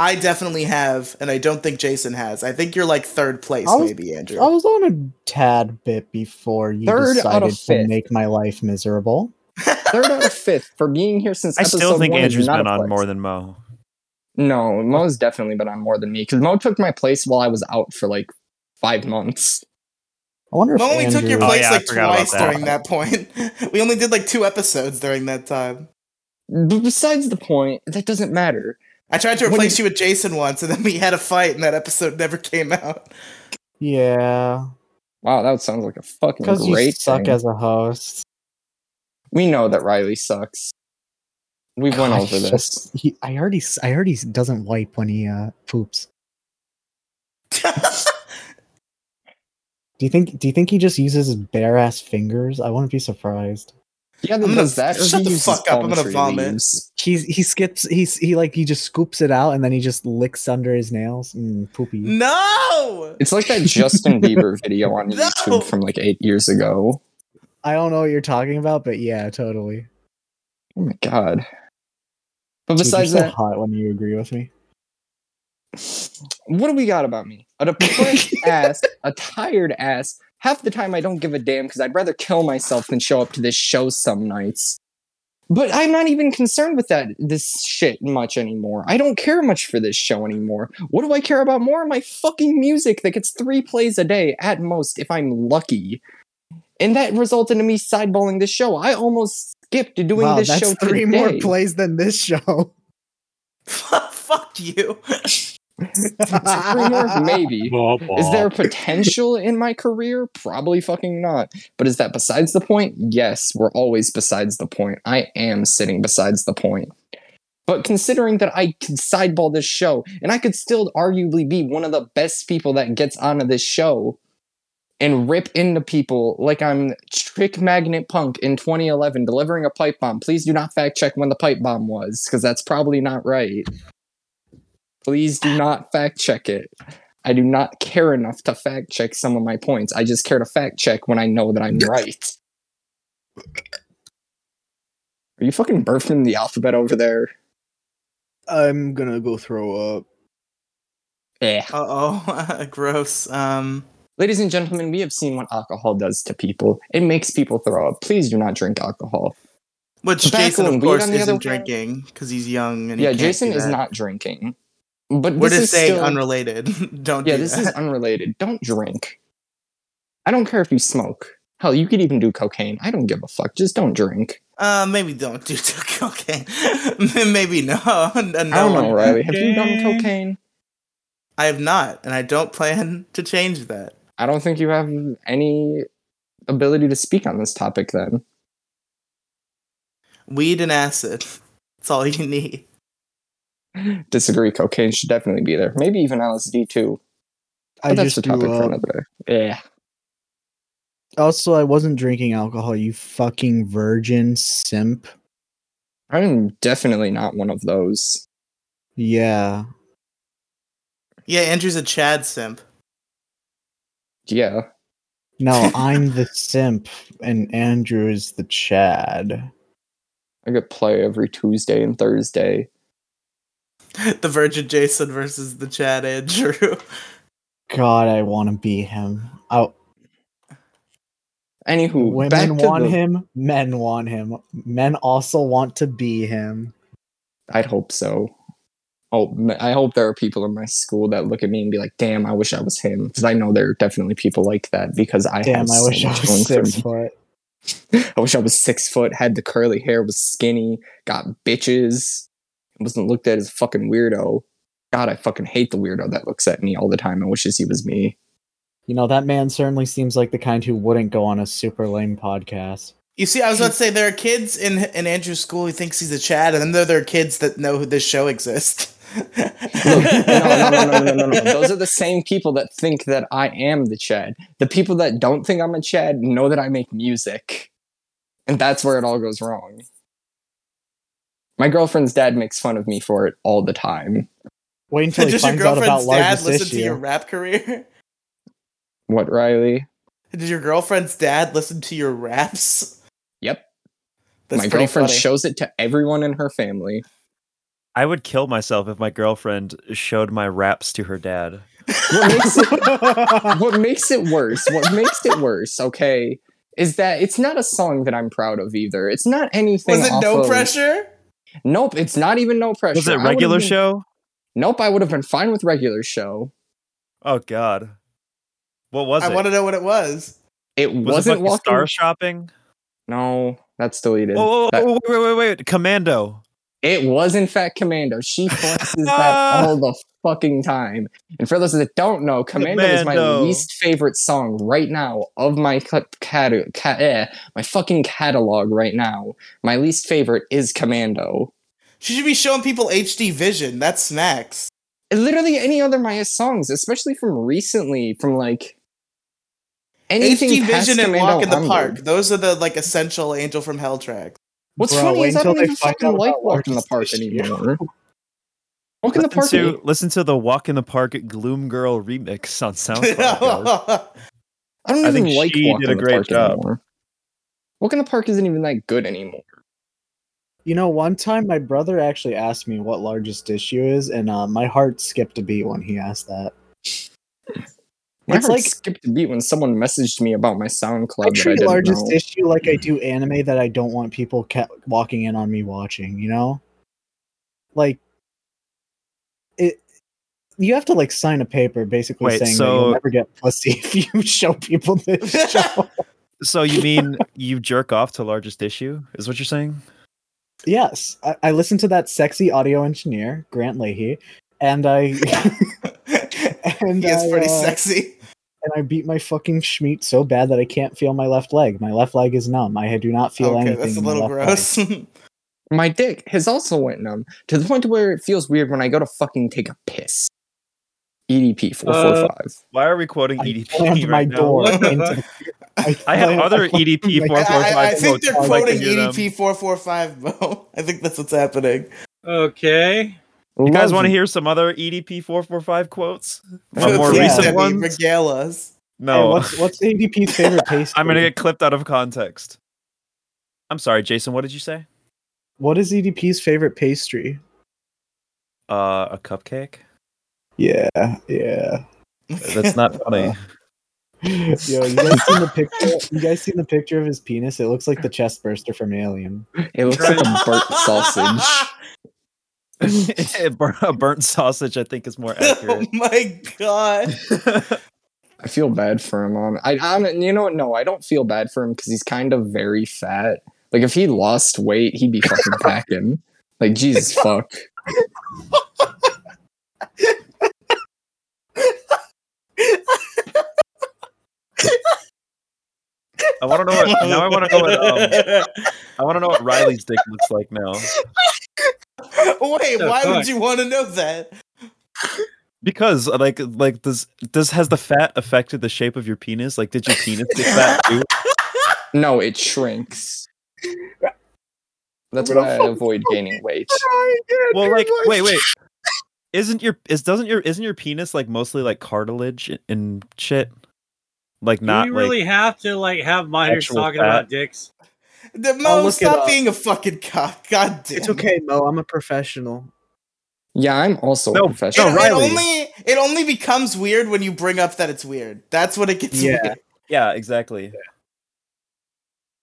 Speaker 1: I definitely have, and I don't think Jason has. I think you're like third place,
Speaker 5: I was-
Speaker 1: maybe, Andrew.
Speaker 5: I was on a tad bit before you
Speaker 2: Third out
Speaker 5: decided
Speaker 2: of
Speaker 5: to
Speaker 2: fifth.
Speaker 5: make my life miserable.
Speaker 2: Third out of fifth for being here since
Speaker 4: I
Speaker 2: episode
Speaker 4: still think
Speaker 2: one is
Speaker 4: Andrew's
Speaker 2: not
Speaker 4: been
Speaker 2: a
Speaker 4: on
Speaker 2: flex.
Speaker 4: more than Mo.
Speaker 2: No, Mo's definitely been on more than me because Mo took my place while I was out for like five months.
Speaker 5: I wonder if
Speaker 1: Mo only took your
Speaker 5: Andrew-
Speaker 4: Oh,
Speaker 1: place
Speaker 4: yeah, I
Speaker 1: like
Speaker 4: forgot about
Speaker 1: twice
Speaker 4: that.
Speaker 1: during that point. we only did like two episodes during that time.
Speaker 2: But besides the point, that doesn't matter.
Speaker 1: I tried to
Speaker 2: When
Speaker 1: replace you with Jason once, and then we had a fight, and that episode never came out.
Speaker 5: Yeah,
Speaker 2: Wow, that sounds like a fucking
Speaker 5: because you
Speaker 2: great
Speaker 5: suck
Speaker 2: thing.
Speaker 5: as a host.
Speaker 2: we know that Riley sucks. We went
Speaker 5: God,
Speaker 2: over
Speaker 5: he's
Speaker 2: this.
Speaker 5: just- he, I already, s- I already s- doesn't wipe when he uh, poops. Do you think? Do you think he just uses his bare ass fingers? I wouldn't be surprised.
Speaker 2: He either
Speaker 1: I'm gonna-
Speaker 2: does that or
Speaker 1: shut
Speaker 2: he
Speaker 1: the
Speaker 2: uses
Speaker 1: fuck up, I'm
Speaker 2: palm
Speaker 1: gonna
Speaker 2: tree
Speaker 1: vomit.
Speaker 2: leaves.
Speaker 5: He's he skips. He's he like he just scoops it out and then he just licks under his nails. Mm, poopy.
Speaker 1: no,
Speaker 2: It's like that Justin Bieber video on
Speaker 1: No!
Speaker 2: YouTube from like eight years ago.
Speaker 5: I don't know what you're talking about, but yeah, totally.
Speaker 2: Oh my god. But
Speaker 5: Dude,
Speaker 2: besides
Speaker 5: you're so
Speaker 2: that,
Speaker 5: hot when you agree with me.
Speaker 2: what do we got about me? A depressed ass, a tired ass. Half the time I don't give a damn because I'd rather kill myself than show up to this show some nights. But I'm not even concerned with that this shit much anymore. I don't care much for this show anymore. What do I care about more? My fucking music that gets three plays a day at most if I'm lucky. And that resulted in me sideballing this show. I almost skipped to doing
Speaker 5: wow,
Speaker 2: this
Speaker 5: that's
Speaker 2: show
Speaker 5: three
Speaker 2: today.
Speaker 5: more plays than this show.
Speaker 1: fuck you.
Speaker 2: three more, maybe. Is there potential in my career? Probably fucking not. But is that besides the point? Yes, we're always besides the point. I am sitting besides the point. But considering that I could sideball this show and I could still arguably be one of the best people that gets onto this show and rip into people like I'm Trick Magnet Punk in 2011 delivering a pipe bomb. Please do not fact check when the pipe bomb was because that's probably not right. Please do not fact check it. I do not care enough to fact check some of my points. I just care to fact check when I know that I'm right. Are you fucking burping the alphabet over there?
Speaker 5: I'm gonna go throw up.
Speaker 2: Yeah.
Speaker 1: Uh oh, gross. Um,
Speaker 2: Eh. Ladies and gentlemen, we have seen what alcohol does to people. It makes people throw up. Please do not drink alcohol.
Speaker 1: which
Speaker 2: Tobacco
Speaker 1: Jason, of
Speaker 2: and weed
Speaker 1: course,
Speaker 2: on the other
Speaker 1: isn't
Speaker 2: hand.
Speaker 1: drinking because he's young and he
Speaker 2: yeah,
Speaker 1: can't
Speaker 2: Jason
Speaker 1: do
Speaker 2: is
Speaker 1: that.
Speaker 2: not drinking. But
Speaker 1: We're
Speaker 2: this
Speaker 1: just
Speaker 2: is
Speaker 1: saying
Speaker 2: still,
Speaker 1: unrelated. Don't.
Speaker 2: Yeah,
Speaker 1: do
Speaker 2: this
Speaker 1: that.
Speaker 2: is unrelated. Don't drink. I don't care if you smoke. Hell, you could even do cocaine. I don't give a fuck. Just don't drink.
Speaker 1: Uh, maybe don't do cocaine. maybe no. no
Speaker 2: I don't know,
Speaker 1: one-
Speaker 2: Riley. Have you done
Speaker 3: cocaine.
Speaker 2: cocaine?
Speaker 1: I have not, and I don't plan to change that.
Speaker 2: I don't think you have any ability to speak on this topic then.
Speaker 1: Weed and acid. That's all you need.
Speaker 2: Disagree, cocaine should definitely be there. Maybe even LSD too. But
Speaker 5: I
Speaker 2: that's the
Speaker 5: just uh,
Speaker 2: topic
Speaker 5: threw
Speaker 2: for
Speaker 5: up.
Speaker 2: another day. Yeah.
Speaker 5: Also, I wasn't drinking alcohol. You fucking virgin simp.
Speaker 2: I'm definitely not one of those.
Speaker 5: Yeah.
Speaker 1: Yeah, Andrew's a Chad simp.
Speaker 2: Yeah.
Speaker 5: No, I'm the simp, and Andrew is the Chad.
Speaker 2: I get play every Tuesday and Thursday.
Speaker 1: The Virgin Jason versus the Chad Andrew.
Speaker 5: God, I want to be him. Oh,
Speaker 2: Anywho, back
Speaker 5: women
Speaker 2: to
Speaker 5: want
Speaker 2: the-
Speaker 5: him. Men want him. Men also want to be him.
Speaker 2: I'd hope so. Oh, m- I hope there are people in my school that look at me and be like, "Damn, I wish I was him," because I know there are definitely people like that. Because I have
Speaker 5: Damn, I
Speaker 2: so
Speaker 5: wish I
Speaker 2: much going
Speaker 5: was
Speaker 2: for
Speaker 5: six
Speaker 2: me.
Speaker 5: foot.
Speaker 2: I wish I was six foot, had the curly hair, was skinny, got bitches, and wasn't looked at as a fucking weirdo. God, I fucking hate the weirdo that looks at me all the time and wishes he was me.
Speaker 5: You know, that man certainly seems like the kind who wouldn't go on a super lame podcast.
Speaker 1: You see, I was about to say there are kids in in Andrew's school who thinks he's a Chad, and then there are kids that know who this show exists.
Speaker 2: Look, no, no, no, no, no, no, no. Those are the same people that think that I am the Chad. The people that don't think I'm a Chad know that I make music. And that's where it all goes wrong. My girlfriend's dad makes fun of me for it all the time.
Speaker 5: Wait until he
Speaker 1: Does your
Speaker 5: finds out about
Speaker 1: girlfriend's dad
Speaker 5: largest
Speaker 1: listen
Speaker 5: issue.
Speaker 1: to your rap career?
Speaker 2: What, Riley?
Speaker 1: Did your girlfriend's dad listen to your raps?
Speaker 2: Yep.
Speaker 1: That's
Speaker 2: My
Speaker 1: pretty
Speaker 2: girlfriend
Speaker 1: funny.
Speaker 2: shows it to everyone in her family.
Speaker 4: I would kill myself if my girlfriend showed my raps to her dad.
Speaker 2: What makes it what makes it worse? What makes it worse? Okay, is that it's not a song that I'm proud of either. It's not anything.
Speaker 1: Was it
Speaker 2: off
Speaker 1: no
Speaker 2: of-
Speaker 1: pressure?
Speaker 2: Nope, it's not even no pressure.
Speaker 4: Was it
Speaker 2: I would've
Speaker 4: regular
Speaker 2: been-
Speaker 4: show?
Speaker 2: Nope, I would have been fine with regular show.
Speaker 4: Oh God, what was
Speaker 1: I
Speaker 4: it?
Speaker 1: want to know what it was.
Speaker 2: It
Speaker 4: was it
Speaker 2: wasn't
Speaker 4: fucking
Speaker 2: walking.
Speaker 4: Star Oh, Shopping?
Speaker 2: No, that's deleted.
Speaker 4: Whoa, whoa,
Speaker 2: That-
Speaker 4: whoa, wait, wait, wait, wait! Commando.
Speaker 2: It was in fact Commando. She flexes that all the fucking time. And for those that don't know, Commando, is my
Speaker 4: Commando.
Speaker 2: least favorite song right now of my cat, cat, cat eh, my fucking catalog right now. My least favorite is Commando.
Speaker 1: She should be showing people HD vision. That's snacks.
Speaker 2: And Literally any other Maya songs, especially from recently, from like anything
Speaker 1: HD
Speaker 2: past
Speaker 1: vision and
Speaker 2: Commando
Speaker 1: walk in the
Speaker 2: onward.
Speaker 1: park. Those are the like essential Angel from Hell tracks.
Speaker 2: What's
Speaker 5: Bro,
Speaker 2: funny
Speaker 5: wait
Speaker 2: is I
Speaker 5: until
Speaker 2: don't
Speaker 5: they
Speaker 2: even
Speaker 5: find
Speaker 2: fucking
Speaker 5: out
Speaker 2: like
Speaker 5: about
Speaker 2: Walk in the
Speaker 5: Larkin's
Speaker 2: Park
Speaker 5: issue.
Speaker 2: anymore. Walk in the
Speaker 4: Listen
Speaker 2: Park.
Speaker 4: to, listen to the Walk in the Park Gloom Girl remix on SoundCloud. guys.
Speaker 2: I don't
Speaker 4: I
Speaker 2: even
Speaker 4: think
Speaker 2: like
Speaker 4: she
Speaker 2: Walk
Speaker 4: did
Speaker 2: in
Speaker 4: a
Speaker 2: the
Speaker 4: great
Speaker 2: Park
Speaker 4: job.
Speaker 2: anymore. Walk in the Park isn't even that good anymore.
Speaker 5: You know, one time my brother actually asked me what largest issue is, and uh, my heart skipped a beat when he asked that.
Speaker 2: My
Speaker 5: It's
Speaker 2: heart
Speaker 5: like-
Speaker 2: skipped a beat when someone messaged me about my
Speaker 5: I
Speaker 2: SoundCloud that I
Speaker 5: treat
Speaker 2: didn't
Speaker 5: largest
Speaker 2: know.
Speaker 5: issue like I do anime that I don't want people ca- walking in on me watching. You know, like it. You have to like sign a paper basically
Speaker 4: Wait,
Speaker 5: saying that
Speaker 4: so-
Speaker 5: you'll never get pussy if you show people this show.
Speaker 4: So you mean you jerk off to largest issue? Is what you're saying?
Speaker 5: yes, I, I listened to that sexy audio engineer Grant Leahy, and I and
Speaker 1: he is
Speaker 5: I,
Speaker 1: pretty
Speaker 5: uh,
Speaker 1: sexy.
Speaker 5: and I beat my fucking schmeat so bad that I can't feel my left leg. My left leg is numb. I do not feel
Speaker 1: Okay,
Speaker 5: anything.
Speaker 1: that's a
Speaker 5: in my
Speaker 1: little
Speaker 5: left leg.
Speaker 1: gross.
Speaker 2: My dick has also went numb to the point where it feels weird when I go to fucking take a piss. EDP four four five.
Speaker 4: Why are we quoting
Speaker 5: I
Speaker 4: EDP
Speaker 5: slammed
Speaker 4: E right
Speaker 5: my
Speaker 4: now?
Speaker 5: door.
Speaker 1: What the
Speaker 5: into
Speaker 1: fuck?
Speaker 5: the-
Speaker 4: I have
Speaker 5: slammed-
Speaker 4: other EDP
Speaker 5: I-
Speaker 4: four four
Speaker 1: I,
Speaker 4: five.
Speaker 1: I- I think they're
Speaker 5: I'd like to
Speaker 1: quoting E EDP four four five, Bo. I think that's what's happening.
Speaker 3: Okay.
Speaker 4: You guys want to hear some other EDP four four five quotes? My more
Speaker 5: Yeah.
Speaker 4: recent
Speaker 1: Debbie,
Speaker 4: ones?
Speaker 1: Regale us.
Speaker 5: Hey,
Speaker 4: No,
Speaker 5: what's what's ADP's favorite pastry?
Speaker 4: I'm gonna get clipped out of context. I'm sorry, Jason. What did you say?
Speaker 5: What is EDP's favorite pastry?
Speaker 4: Uh, a cupcake?
Speaker 5: Yeah, yeah.
Speaker 4: That's not funny.
Speaker 5: Yo, you guys seen the picture? You guys seen the picture of his penis? It looks like the chest burster from Alien.
Speaker 2: It looks like a burnt sausage.
Speaker 4: a bur- a burnt sausage, I think, is more
Speaker 1: Oh
Speaker 4: accurate.
Speaker 1: my god.
Speaker 2: I feel bad for him on. I, I don't- you know what? No, I don't feel bad for him because he's kind of very fat. Like if he lost weight, he'd be fucking packing. Like Jesus fuck.
Speaker 4: I want to know what now. I want to know what um, I want to know what Riley's dick looks like now
Speaker 1: Wait,
Speaker 3: The
Speaker 1: why would
Speaker 3: fuck?
Speaker 1: you want to know that?
Speaker 4: because uh, like like does does has the fat affected the shape of your penis? Like, did your penis get fat too?
Speaker 2: No, it shrinks. That's
Speaker 5: What the
Speaker 2: why I
Speaker 5: fuck?
Speaker 2: avoid gaining weight.
Speaker 4: Well, like wait wait, isn't your is doesn't your isn't your penis like mostly like cartilage and- and shit? Like
Speaker 3: Do
Speaker 4: not
Speaker 3: we
Speaker 4: like
Speaker 3: really have to like have minors
Speaker 4: actual
Speaker 3: talking
Speaker 4: fat.
Speaker 3: about dicks?
Speaker 1: The
Speaker 5: I'll
Speaker 1: Mo,
Speaker 5: look it
Speaker 1: stop
Speaker 5: up.
Speaker 1: being a fucking cock. God damn.
Speaker 5: It's okay, Mo. I'm a professional.
Speaker 2: Yeah, I'm also
Speaker 4: No,
Speaker 2: a
Speaker 4: no,
Speaker 1: It,
Speaker 2: professional.
Speaker 4: No,
Speaker 1: it
Speaker 4: Riley.
Speaker 1: only it only becomes weird when you bring up that it's weird. That's when it gets
Speaker 5: Yeah.
Speaker 1: weird.
Speaker 4: yeah exactly.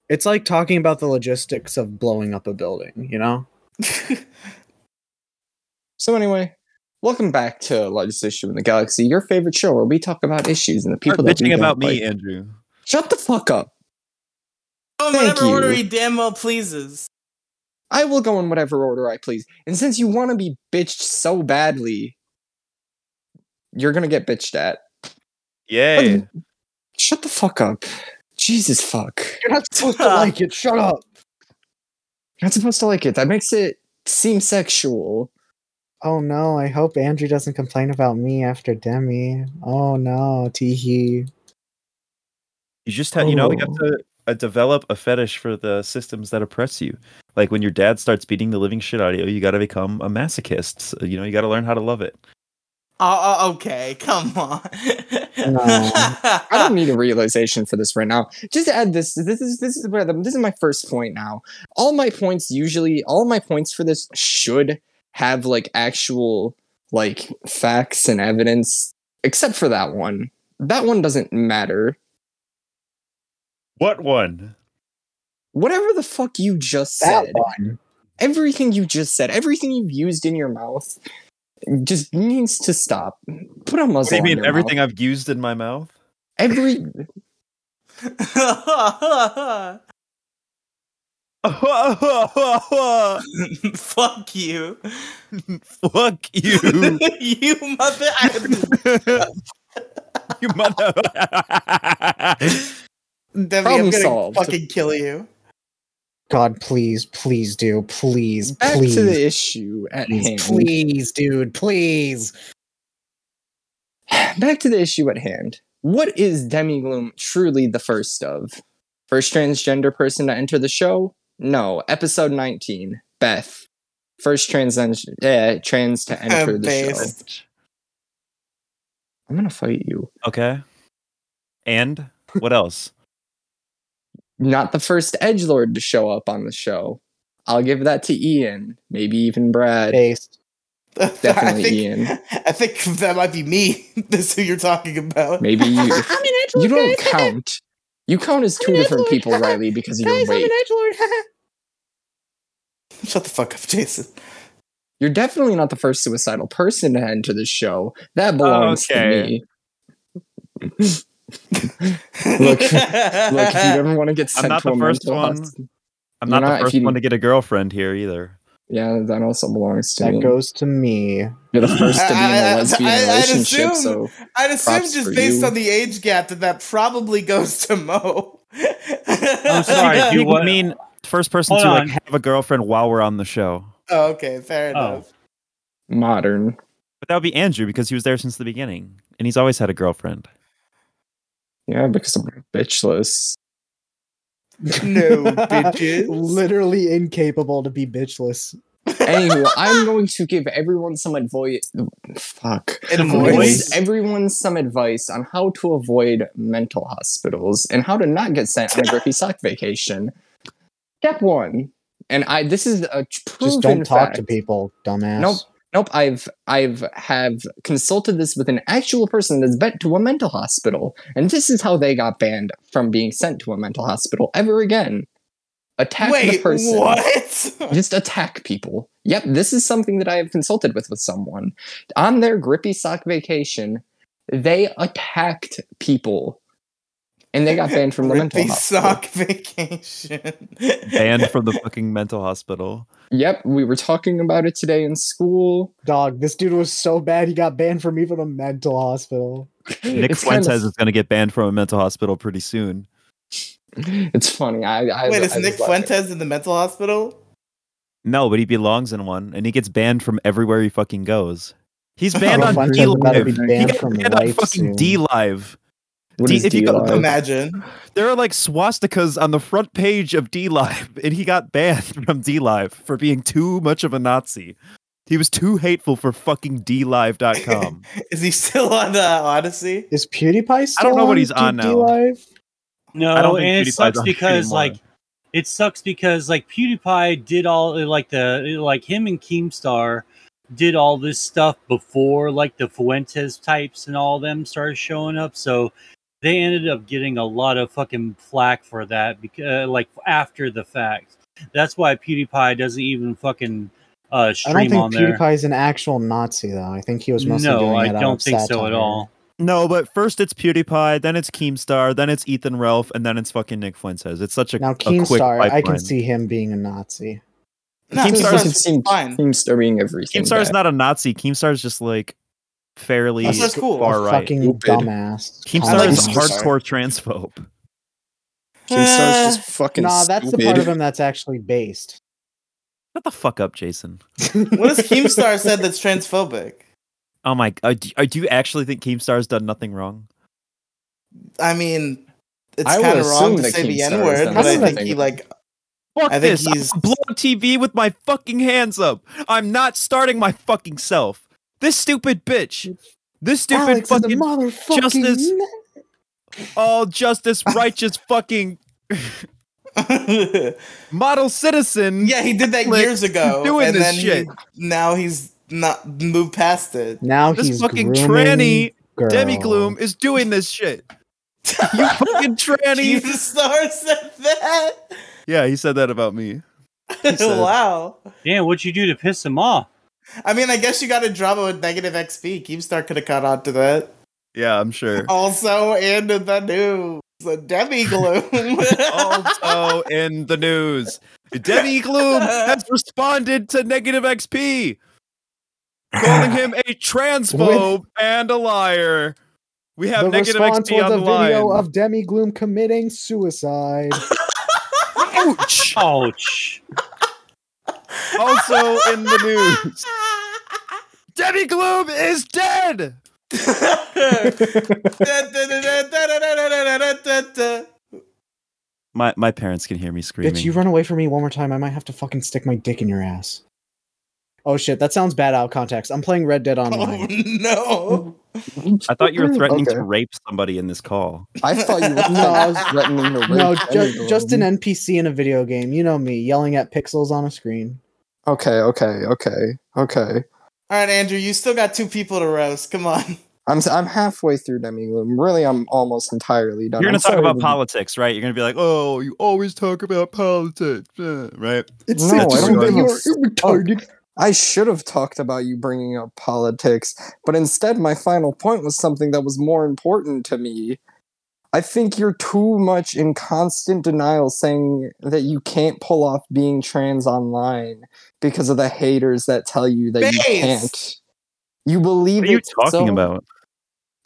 Speaker 5: It's like talking about the logistics of blowing up a building. You know?
Speaker 2: So anyway, welcome back to Largest Issue in the Galaxy, your favorite show where we talk about issues and the
Speaker 4: Stop
Speaker 2: people that we
Speaker 4: bitching
Speaker 2: don't
Speaker 4: about me,
Speaker 2: like.
Speaker 4: Andrew.
Speaker 2: Shut the fuck up.
Speaker 1: Go in
Speaker 2: Thank
Speaker 1: whatever
Speaker 2: you.
Speaker 1: Oh, order he damn well pleases.
Speaker 2: I will go in whatever order I please. And since you want to be bitched so badly, you're gonna get bitched at.
Speaker 4: Yay.
Speaker 2: Shut the fuck up. Jesus fuck.
Speaker 5: You're not supposed to like it. Ah, Shut up.
Speaker 2: You're not supposed to like it. That makes it seem sexual.
Speaker 5: Oh no, I hope Andrew doesn't complain about me after Demi. Oh no, teehee.
Speaker 4: You just have, you know, you have
Speaker 2: Oh.
Speaker 4: to uh, develop a fetish for the systems that oppress you. Like when your dad starts beating the living shit out of you, you got to become a masochist. So, you know, you got to learn how to love it.
Speaker 1: Oh, oh, okay, come on.
Speaker 5: No.
Speaker 2: I
Speaker 5: Ah.
Speaker 2: don't need a realization for this right now. Just to add this. This is this is where the, this is my first point now. All my points usually, all my points for this should have like actual like facts and evidence, except for that one. That one doesn't matter.
Speaker 4: What one?
Speaker 2: Whatever the fuck you just
Speaker 5: That
Speaker 2: said,
Speaker 5: one.
Speaker 2: everything you just said, everything you've used in your mouth, just needs to stop. Put a muzzle.
Speaker 4: What do you
Speaker 2: on
Speaker 4: mean?
Speaker 2: your
Speaker 4: Everything
Speaker 2: mouth.
Speaker 4: I've used in my mouth?
Speaker 2: Every
Speaker 1: Fuck you.
Speaker 4: Fuck you,
Speaker 1: you mother. I,
Speaker 4: you mother.
Speaker 1: Debbie, I'm
Speaker 2: Problem
Speaker 1: gonna
Speaker 2: solved.
Speaker 1: fucking kill you.
Speaker 5: God, please, please do, please,
Speaker 2: back
Speaker 5: please,
Speaker 2: to the issue at hand.
Speaker 5: please, please, dude, please.
Speaker 2: Back to the issue at hand. What is Demigloom truly the first of? First transgender person to enter the show? No. Episode 19. Beth. First trans eh, trans to enter the show.
Speaker 1: Based.
Speaker 2: I'm gonna fight you.
Speaker 4: okay. And what else?
Speaker 2: Not the first Edge Lord to show up on the show. I'll give that to Ian. Maybe even Brad.
Speaker 5: based.
Speaker 2: Definitely
Speaker 1: I think,
Speaker 2: Ian.
Speaker 1: I think that might be me. That's who you're talking about.
Speaker 2: Maybe you. you don't count. You count as two
Speaker 5: I'm an
Speaker 2: different
Speaker 5: edgelord.
Speaker 2: people, Riley, because of your weight.
Speaker 1: Shut the fuck up, Jason.
Speaker 2: You're definitely not the first suicidal person to enter the show. That belongs
Speaker 4: Oh, Okay.
Speaker 2: to me. Look, Look, if you ever want to get sent
Speaker 4: not
Speaker 2: to
Speaker 4: the
Speaker 2: a
Speaker 4: first
Speaker 2: mental
Speaker 4: one.
Speaker 2: hospital,
Speaker 4: I'm
Speaker 2: You're
Speaker 4: not,
Speaker 2: not- if
Speaker 4: the first
Speaker 2: you-
Speaker 4: one to get a girlfriend here either.
Speaker 2: yeah, that also belongs to me.
Speaker 5: That goes to me.
Speaker 2: You're the first to be in
Speaker 1: I- I-
Speaker 2: a lesbian
Speaker 1: I- I'd
Speaker 2: relationship,
Speaker 1: assume-
Speaker 2: so
Speaker 1: I'd assume
Speaker 2: Props
Speaker 1: just
Speaker 2: for
Speaker 1: based
Speaker 2: you.
Speaker 1: on the age gap that that probably goes to Mo. I'm
Speaker 3: sorry,
Speaker 4: I
Speaker 3: dude. what-
Speaker 4: mean first person
Speaker 3: Hold
Speaker 4: to
Speaker 3: on.
Speaker 4: like have a girlfriend while we're on the show.
Speaker 1: Oh, okay, fair
Speaker 3: Oh.
Speaker 1: enough.
Speaker 2: modern.
Speaker 4: But that would be Andrew because he was there since the beginning, and he's always had a girlfriend.
Speaker 2: Yeah, because I'm bitchless.
Speaker 1: No, bitches.
Speaker 5: Literally incapable to be bitchless.
Speaker 2: Anywho, I'm going to give everyone some advice. Fuck.
Speaker 1: And
Speaker 2: I'm gonna
Speaker 1: voice.
Speaker 2: give everyone some advice on how to avoid mental hospitals and how to not get sent on a grippy sock vacation. Step one, and I this is a proven
Speaker 5: Just don't talk
Speaker 2: fact.
Speaker 5: to people, dumbass.
Speaker 2: Nope. Nope, I've I've have consulted this with an actual person that's been to a mental hospital, and this is how they got banned from being sent to a mental hospital ever again. Attack the
Speaker 1: Wait,
Speaker 2: person
Speaker 1: what?
Speaker 2: just attack people. Yep, this is something that I have consulted with with someone. On their grippy sock vacation, they attacked people. And they got banned from the mental
Speaker 1: Rippy
Speaker 2: hospital.
Speaker 1: sock vacation.
Speaker 4: Banned from the fucking mental hospital.
Speaker 2: Yep, we were talking about it today in school.
Speaker 5: Dog, this dude was so bad he got banned from even a mental hospital.
Speaker 4: Nick
Speaker 2: It's kinda-
Speaker 4: Fuentes is going to get banned from a mental hospital pretty soon.
Speaker 2: It's funny. I, I
Speaker 1: Wait, is
Speaker 2: I was
Speaker 1: Nick
Speaker 2: laughing.
Speaker 1: Fuentes in the mental hospital?
Speaker 4: No, but he belongs in one, and he gets banned from everywhere he fucking goes. He's banned
Speaker 5: Nick
Speaker 4: on
Speaker 5: Fuentes
Speaker 4: D
Speaker 5: is about to
Speaker 4: Live.
Speaker 5: be
Speaker 4: He
Speaker 5: banned
Speaker 4: got
Speaker 5: from
Speaker 4: banned on
Speaker 5: life
Speaker 4: fucking
Speaker 5: soon.
Speaker 4: D Live.
Speaker 2: What
Speaker 4: D-
Speaker 2: is
Speaker 4: if you go-
Speaker 2: DLive?
Speaker 1: Imagine.
Speaker 4: There are like swastikas on the front page of D Live, and he got banned from D Live for being too much of a Nazi. He was too hateful for fucking DLive.com.
Speaker 1: Is he still on the Odyssey?
Speaker 5: Is PewDiePie still
Speaker 4: know what he's
Speaker 5: D-
Speaker 4: on now.
Speaker 5: DLive?
Speaker 3: No,
Speaker 4: I don't think
Speaker 3: and it
Speaker 4: PewDiePie's
Speaker 3: sucks
Speaker 4: on
Speaker 3: because
Speaker 4: anymore.
Speaker 3: like it sucks because like PewDiePie did all like the like him and Keemstar did all this stuff before like the Fuentes types and all them started showing up. So they ended up getting a lot of fucking flack for that because like after the fact. That's why PewDiePie doesn't even fucking uh
Speaker 5: I don't
Speaker 3: stream on
Speaker 5: think
Speaker 3: there.
Speaker 5: PewDiePie is an actual Nazi though. I think he was mostly doing
Speaker 3: No, I
Speaker 5: it out
Speaker 3: don't
Speaker 5: of
Speaker 3: think so at
Speaker 5: satire.
Speaker 3: all.
Speaker 4: No, but first it's PewDiePie, then it's Keemstar, then it's Ethan Ralph, and then it's fucking Nick Fuentes. It's such a,
Speaker 5: Now
Speaker 4: a quick
Speaker 5: Keemstar, I can
Speaker 4: pipeline.
Speaker 5: see him being a Nazi.
Speaker 1: No,
Speaker 4: Keemstar's-
Speaker 2: Keemstar
Speaker 1: Keemstar's
Speaker 2: seems,
Speaker 1: fine.
Speaker 2: seems to being everything.
Speaker 4: Keemstar's
Speaker 2: back.
Speaker 4: not a Nazi. Keemstar's just like fairly
Speaker 1: That's Keemstar's cool.
Speaker 4: far
Speaker 5: a
Speaker 4: right.
Speaker 5: fucking
Speaker 2: Stupid.
Speaker 5: dumbass.
Speaker 4: Keemstar
Speaker 1: like
Speaker 4: is a
Speaker 1: Keemstar.
Speaker 4: hardcore transphobe.
Speaker 1: Uh,
Speaker 2: Keemstar's just fucking
Speaker 5: Nah, that's the part
Speaker 2: stupid.
Speaker 5: of him that's actually based.
Speaker 4: Shut the fuck up, Jason.
Speaker 1: What has Keemstar said that's transphobic?
Speaker 4: Oh my! Uh, do, uh, do you actually think Keemstar's done nothing wrong?
Speaker 1: I mean, it's
Speaker 2: I would
Speaker 1: kind of
Speaker 2: assume
Speaker 1: wrong to
Speaker 2: that
Speaker 1: say the
Speaker 2: Keemstar
Speaker 1: N
Speaker 2: is
Speaker 1: word,
Speaker 2: done
Speaker 1: but I
Speaker 5: something.
Speaker 1: think he like
Speaker 4: Fuck
Speaker 1: I think
Speaker 4: this! I'm
Speaker 1: he's-
Speaker 4: gonna blow up TV with my fucking hands up. I'm not starting my fucking self. This stupid bitch. This stupid
Speaker 5: Alex is a
Speaker 4: fucking
Speaker 5: motherfucking
Speaker 4: justice.
Speaker 5: na-
Speaker 4: all justice righteous fucking
Speaker 1: yeah,
Speaker 4: Model citizen.
Speaker 1: he did that
Speaker 4: Like,
Speaker 1: years ago.
Speaker 4: doing
Speaker 1: and
Speaker 4: this
Speaker 1: then he-
Speaker 4: shit.
Speaker 1: now he's not moved past it.
Speaker 5: Now
Speaker 4: This
Speaker 5: he's
Speaker 4: fucking
Speaker 5: grooming girls.
Speaker 4: Demi Gloom is doing this shit. You fucking tranny.
Speaker 1: Jesus Star said that.
Speaker 4: Yeah, he said that about me. said-
Speaker 1: wow.
Speaker 3: Damn, what'd you do to piss him off?
Speaker 1: I mean, I guess you got to drama with negative XP. Keemstar could have caught on to that.
Speaker 4: Yeah, I'm sure.
Speaker 1: Also, in the news, the Demi Gloom.
Speaker 4: also in the news. Demi Gloom has responded to negative XP, calling him a transphobe and a liar. We have
Speaker 5: the
Speaker 4: negative
Speaker 5: response
Speaker 4: XP
Speaker 5: was
Speaker 4: on
Speaker 5: a
Speaker 4: the line.
Speaker 5: video of Demi Gloom committing suicide.
Speaker 4: Ouch!
Speaker 3: Ouch.
Speaker 4: also in the news. Demi Gloom is dead. My my parents can hear me screaming.
Speaker 5: Bitch, you run away from me one more time, I might have to fucking stick my dick in your ass. Oh shit, that sounds bad out of context. I'm playing Red Dead
Speaker 1: oh
Speaker 5: Online.
Speaker 1: no!
Speaker 4: I thought you were threatening
Speaker 2: Okay.
Speaker 4: to rape somebody in this call.
Speaker 2: I thought you were no, I was threatening to rape
Speaker 5: no,
Speaker 2: anyone.
Speaker 5: just, just an NPC in a video game. You know me, yelling at pixels on a screen.
Speaker 2: Okay, okay, okay, okay.
Speaker 1: All right, Andrew, you still got two people to roast. Come on.
Speaker 2: I'm s- I'm halfway through Demi Gloom. Really, I'm almost entirely done.
Speaker 4: You're
Speaker 2: I'm
Speaker 4: going to talk
Speaker 2: sorry
Speaker 4: about
Speaker 2: to-
Speaker 4: politics, right? You're going to be like, "Oh, you always talk about politics," eh, right?
Speaker 5: It's oh,
Speaker 2: No, I
Speaker 4: don't give
Speaker 2: a
Speaker 5: retarded.
Speaker 2: I should have talked about you bringing up politics, but instead, my final point was something that was more important to me. I think you're too much in constant denial saying that you can't pull off being trans online because of the haters that tell you that you
Speaker 1: Base!
Speaker 2: can't. You believe
Speaker 4: What are you
Speaker 2: it
Speaker 4: talking
Speaker 2: so-
Speaker 4: about?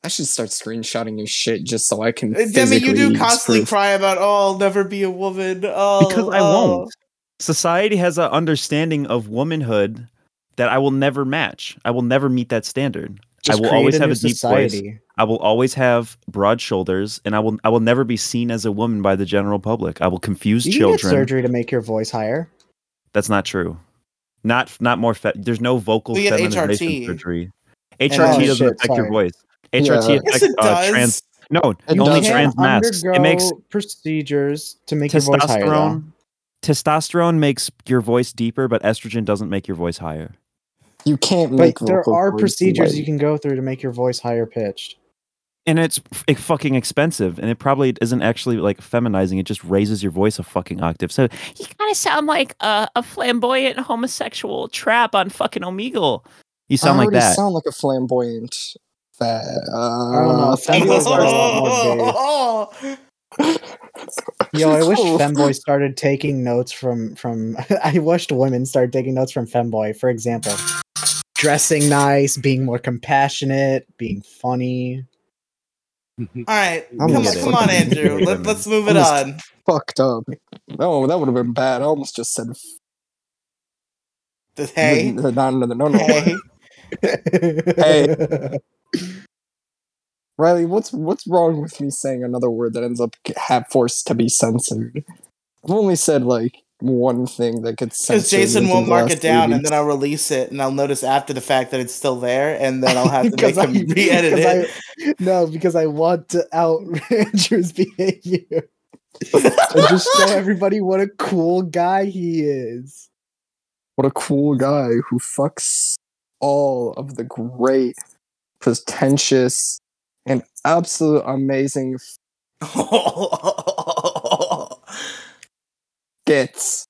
Speaker 2: I should start screenshotting your shit just so I can.
Speaker 1: Uh, Demi, you do
Speaker 2: physically
Speaker 1: constantly
Speaker 2: proof.
Speaker 1: cry about, oh, I'll never be a woman. Oh,
Speaker 4: because I
Speaker 1: oh."
Speaker 4: won't. Society has an understanding of womanhood that I will never match. I will never meet that standard. I will always have a deep voice. I will always have broad shoulders, and I will I will never be seen as a woman by the general public. I will confuse
Speaker 5: You can get
Speaker 4: children.
Speaker 5: surgery to make your voice higher.
Speaker 4: That's not true. Not not more. Fe- there's no vocal
Speaker 1: We get
Speaker 4: feminization
Speaker 1: HRT.
Speaker 4: surgery.
Speaker 1: oh,
Speaker 4: HRT doesn't
Speaker 5: shit,
Speaker 4: affect your
Speaker 5: sorry.
Speaker 4: voice. HRT
Speaker 2: Yeah.
Speaker 1: Yes,
Speaker 4: affects
Speaker 1: it
Speaker 4: uh,
Speaker 1: does.
Speaker 4: trans. No,
Speaker 2: It
Speaker 4: only
Speaker 2: does.
Speaker 4: trans masks. It makes
Speaker 5: procedures to make your voice higher. though.
Speaker 4: testosterone testosterone makes your voice deeper but estrogen doesn't make your voice higher
Speaker 2: You can't
Speaker 5: But
Speaker 2: make.
Speaker 5: there
Speaker 2: vocal
Speaker 5: are
Speaker 2: cords
Speaker 5: procedures you
Speaker 2: like-
Speaker 5: can go through to make your voice higher pitched.
Speaker 4: and it's f- it fucking expensive and it probably isn't actually like feminizing it just raises your voice a fucking octave so
Speaker 6: You kind of sound like a, a flamboyant homosexual trap on fucking Omegle.
Speaker 4: you sound
Speaker 2: I
Speaker 4: like
Speaker 2: already
Speaker 4: that
Speaker 2: Sound like a flamboyant. That uh,
Speaker 5: I don't know, femboys are a lot more
Speaker 1: Oh,
Speaker 5: Yo, I wish
Speaker 2: Oh.
Speaker 5: femboy started taking notes from from. I wished women started taking notes from femboy. For example, dressing nice, being more compassionate, being funny.
Speaker 1: All right,
Speaker 2: I'm
Speaker 1: come on,
Speaker 2: just
Speaker 1: come on,
Speaker 2: fucking-
Speaker 1: Andrew. Let, let's move it
Speaker 2: I'm just-
Speaker 1: on.
Speaker 2: fucked up. No, that would have been bad. I almost just said f-
Speaker 1: The hey,
Speaker 2: the, the, no, no, no, no, no.
Speaker 1: hey.
Speaker 2: Riley, what's what's wrong with me saying another word that ends up g- have forced to be censored? I've only said like one thing that gets censored.
Speaker 1: Because Jason
Speaker 2: within
Speaker 1: won't
Speaker 2: the
Speaker 1: mark
Speaker 2: last
Speaker 1: it
Speaker 2: three
Speaker 1: down, and
Speaker 2: weeks.
Speaker 1: then I'll release it, and I'll notice after the fact that it's still there, and then I'll have to make
Speaker 5: Because I-
Speaker 1: him re-edit
Speaker 5: because
Speaker 1: it.
Speaker 5: I- no, because I want to out Andrew's behavior and just show everybody what a cool guy he is.
Speaker 2: What a cool guy who fucks all of the great, pretentious, and absolute amazing gets.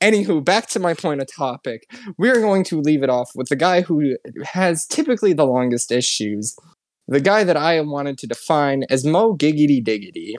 Speaker 2: Anywho, back to my point of topic. We're going to leave it off with the guy who has typically the longest issues. The guy that I wanted to define as Mo Giggity Diggity.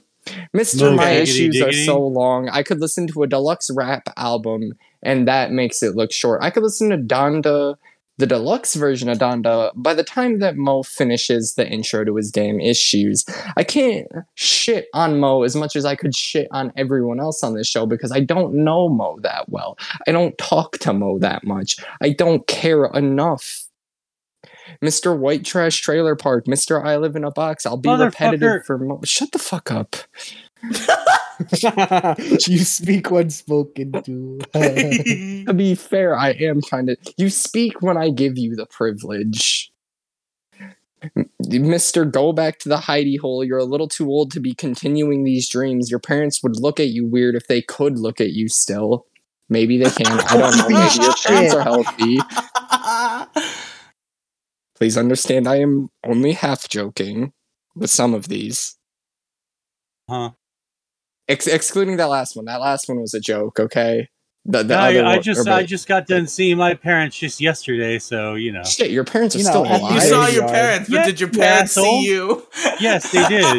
Speaker 2: Mr.
Speaker 3: Mo
Speaker 2: my
Speaker 3: Giggity
Speaker 2: issues are
Speaker 3: Diggity.
Speaker 2: so long. I could listen to a deluxe rap album and that makes it look short. I could listen to Donda, the deluxe version of Donda, by the time that Mo finishes the intro to his damn issues. I can't shit on Mo as much as I could shit on everyone else on this show because I don't know Mo that well. I don't talk to Mo that much. I don't care enough. Mr. White Trash Trailer Park, Mr. I Live in a Box, I'll be repetitive
Speaker 3: Motherfucker.
Speaker 2: for Mo. Shut the fuck up.
Speaker 5: you speak when spoken to.
Speaker 2: To be fair, I am trying to. You speak when I give you the privilege. Mister, go back to the hidey hole. You're a little too old to be continuing these dreams. Your parents would look at you weird if they could look at you still. Maybe they can. I don't know. Maybe your parents are healthy. Please understand, I am only half joking with some of these,
Speaker 3: Huh.
Speaker 2: Ex- excluding that last one. That last one was a joke. Okay. The, the
Speaker 3: No,
Speaker 2: other
Speaker 3: I, I
Speaker 2: one-
Speaker 3: just
Speaker 2: or
Speaker 3: I
Speaker 2: ba-
Speaker 3: just got done seeing my parents just yesterday, so you know.
Speaker 2: shit. Your parents are
Speaker 5: You know,
Speaker 2: still
Speaker 5: at the
Speaker 1: You
Speaker 2: alive.
Speaker 5: end
Speaker 1: saw
Speaker 5: of the
Speaker 1: your
Speaker 5: yard.
Speaker 1: parents, but
Speaker 3: Yeah,
Speaker 1: did your
Speaker 3: you
Speaker 1: parents
Speaker 3: asshole.
Speaker 1: see you?
Speaker 3: Yes, they did.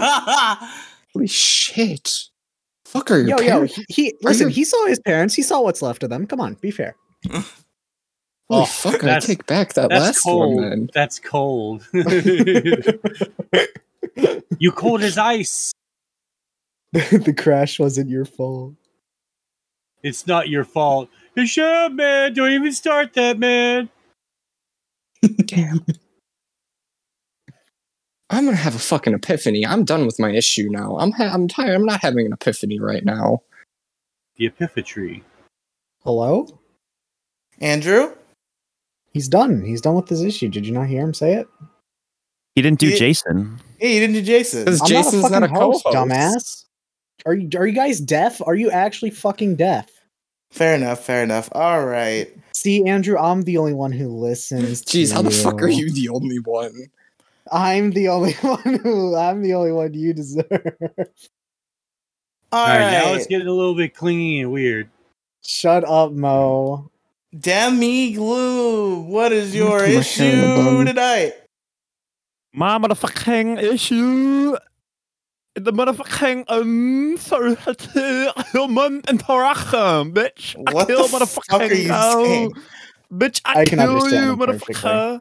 Speaker 2: Holy shit! Fucker, your
Speaker 5: Yo, yo,
Speaker 2: parents.
Speaker 5: he, he listen. He saw his parents. He saw what's left of them. Come on, be fair.
Speaker 2: Holy
Speaker 3: Oh,
Speaker 2: fucker! I
Speaker 3: that's-
Speaker 2: take back that
Speaker 3: That's
Speaker 2: last
Speaker 3: cold.
Speaker 2: one. Then
Speaker 3: That's cold. you cold as ice.
Speaker 5: the crash wasn't your fault.
Speaker 3: It's not your fault. Hey, shut up, man. Don't even start that, man.
Speaker 2: Damn. I'm gonna have a fucking epiphany. I'm done with my issue now. I'm ha- I'm tired. I'm not having an epiphany right now.
Speaker 3: The epiphany.
Speaker 5: Hello.
Speaker 1: Andrew?
Speaker 5: He's done. He's done with this issue. Did you not hear him say it?
Speaker 4: He didn't do
Speaker 1: Yeah.
Speaker 4: Jason.
Speaker 1: Yeah, you didn't do Jason. Oh,
Speaker 2: This- Jason's not a
Speaker 5: host,
Speaker 2: co-host.
Speaker 5: dumbass. Are you are you guys deaf? Are you actually fucking deaf?
Speaker 1: Fair enough, fair enough. All right.
Speaker 5: See, Andrew, I'm the only one who listens.
Speaker 2: Jeez,
Speaker 5: to
Speaker 2: how the fuck are you the only one?
Speaker 5: I'm the only one who I'm the only one you deserve.
Speaker 1: All
Speaker 3: All
Speaker 1: right.
Speaker 3: right, now it's getting a little bit clingy and weird.
Speaker 5: Shut up, Mo.
Speaker 1: Demi Glue, what is your
Speaker 2: Put my hand on
Speaker 1: issue
Speaker 2: it.
Speaker 1: tonight?
Speaker 4: My motherfucking issue. The motherfucking um, sorry, human interaction, bitch. I
Speaker 1: What
Speaker 4: kill
Speaker 1: the fuck are you
Speaker 4: motherfucking-
Speaker 1: saying?
Speaker 4: Bitch, I,
Speaker 5: I can
Speaker 4: kill
Speaker 5: understand
Speaker 4: you,
Speaker 5: him perfectly.
Speaker 4: motherfucker.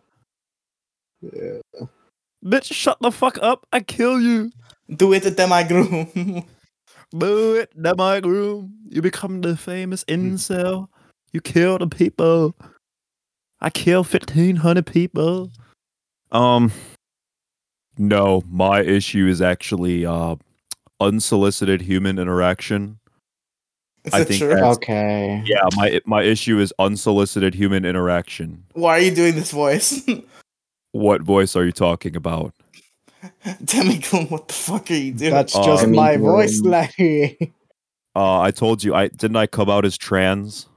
Speaker 4: Bitch, shut the fuck up. I kill you.
Speaker 1: Do it at Demi Glue.
Speaker 4: Do it, that my room. You become the famous incel. You kill the people. I kill 1,500 people. Um, no, my issue is actually uh, unsolicited human interaction.
Speaker 1: Is
Speaker 4: I
Speaker 1: it
Speaker 4: think
Speaker 1: true?
Speaker 4: that's-
Speaker 5: Okay.
Speaker 4: Yeah, my my issue is unsolicited human interaction.
Speaker 1: Why are you doing this voice?
Speaker 4: What voice are you talking about?
Speaker 1: Demi Glue, what the fuck are you doing?
Speaker 5: That's
Speaker 4: Uh,
Speaker 5: just
Speaker 4: I
Speaker 2: mean,
Speaker 5: my
Speaker 2: um,
Speaker 5: voice, Larry.
Speaker 4: Uh, I told you I didn't I come out as trans.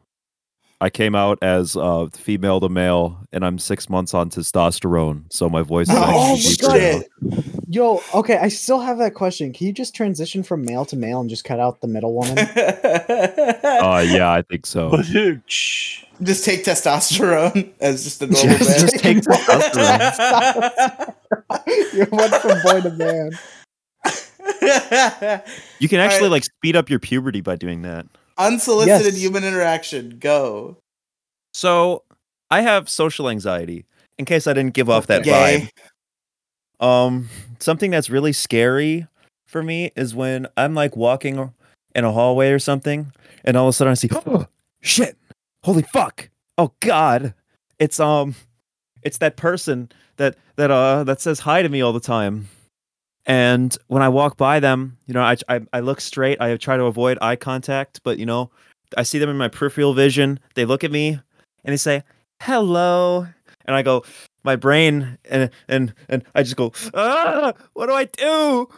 Speaker 4: I came out as uh, female to male, and I'm six months on testosterone, so my voice is
Speaker 5: Oh
Speaker 1: Oh,
Speaker 4: actually deeper
Speaker 5: my
Speaker 4: now.
Speaker 1: shit.
Speaker 5: Yo, okay, I still have that question. Can you just transition from male to male and just cut out the middle woman?
Speaker 4: Uh, yeah, I think so.
Speaker 3: But uh, shh.
Speaker 1: just take testosterone as just a normal
Speaker 5: Just-
Speaker 1: Oh, man.
Speaker 5: just take
Speaker 1: testosterone.
Speaker 5: you went from boy to man.
Speaker 4: You can
Speaker 1: All
Speaker 4: actually
Speaker 1: right.
Speaker 4: like speed up your puberty by doing that.
Speaker 1: Unsolicited
Speaker 5: Yes.
Speaker 1: human interaction. Go.
Speaker 4: So I have social anxiety. In case I didn't give off that
Speaker 1: Gay.
Speaker 4: vibe, um, something that's really scary for me is when I'm like walking in a hallway or something, and all of a sudden I see, oh shit, holy fuck, oh god, it's um, it's that person that that uh that says hi to me all the time, and when I walk by them, you know, I I, I look straight, I try to avoid eye contact, but you know, I see them in my peripheral vision. They look at me, and they say hello, and I go, my brain and and and I just go, ah, what do I do?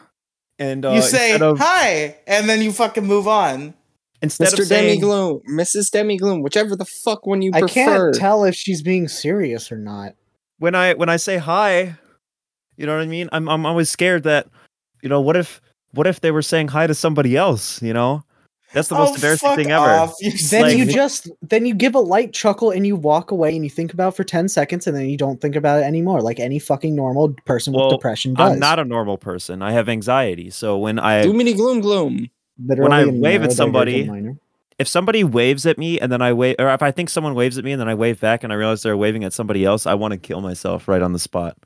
Speaker 4: And uh,
Speaker 1: you say
Speaker 4: instead of,
Speaker 1: hi, and then you fucking move on.
Speaker 4: instead
Speaker 2: Mr.
Speaker 4: of
Speaker 2: Demi
Speaker 4: saying,
Speaker 2: Gloom, Mrs. Demi Gloom, whichever the fuck one you
Speaker 5: I
Speaker 2: prefer.
Speaker 5: can't tell if she's being serious or not.
Speaker 4: when I when I say hi, you know what I mean. I'm I'm always scared that, you know, what if what if they were saying hi to somebody else? You know, that's the most
Speaker 1: Oh,
Speaker 4: embarrassing
Speaker 1: fuck
Speaker 4: thing ever.
Speaker 1: off, you
Speaker 5: Then
Speaker 4: Like-
Speaker 5: you just then you give a light chuckle and you walk away and you think about it for 10 seconds and then you don't think about it anymore like any fucking normal person
Speaker 4: Well,
Speaker 5: with depression does.
Speaker 4: I'm not a normal person. I have anxiety. So when I
Speaker 2: Gloomity Gloom Gloom.
Speaker 5: Literally
Speaker 4: I
Speaker 5: a
Speaker 4: wave at
Speaker 5: neurodivergent
Speaker 4: somebody-
Speaker 5: minor.
Speaker 4: if somebody waves at me and then I wave, or if I think someone waves at me and then I wave back and I realize they're waving at somebody else, I want to kill myself right on the spot.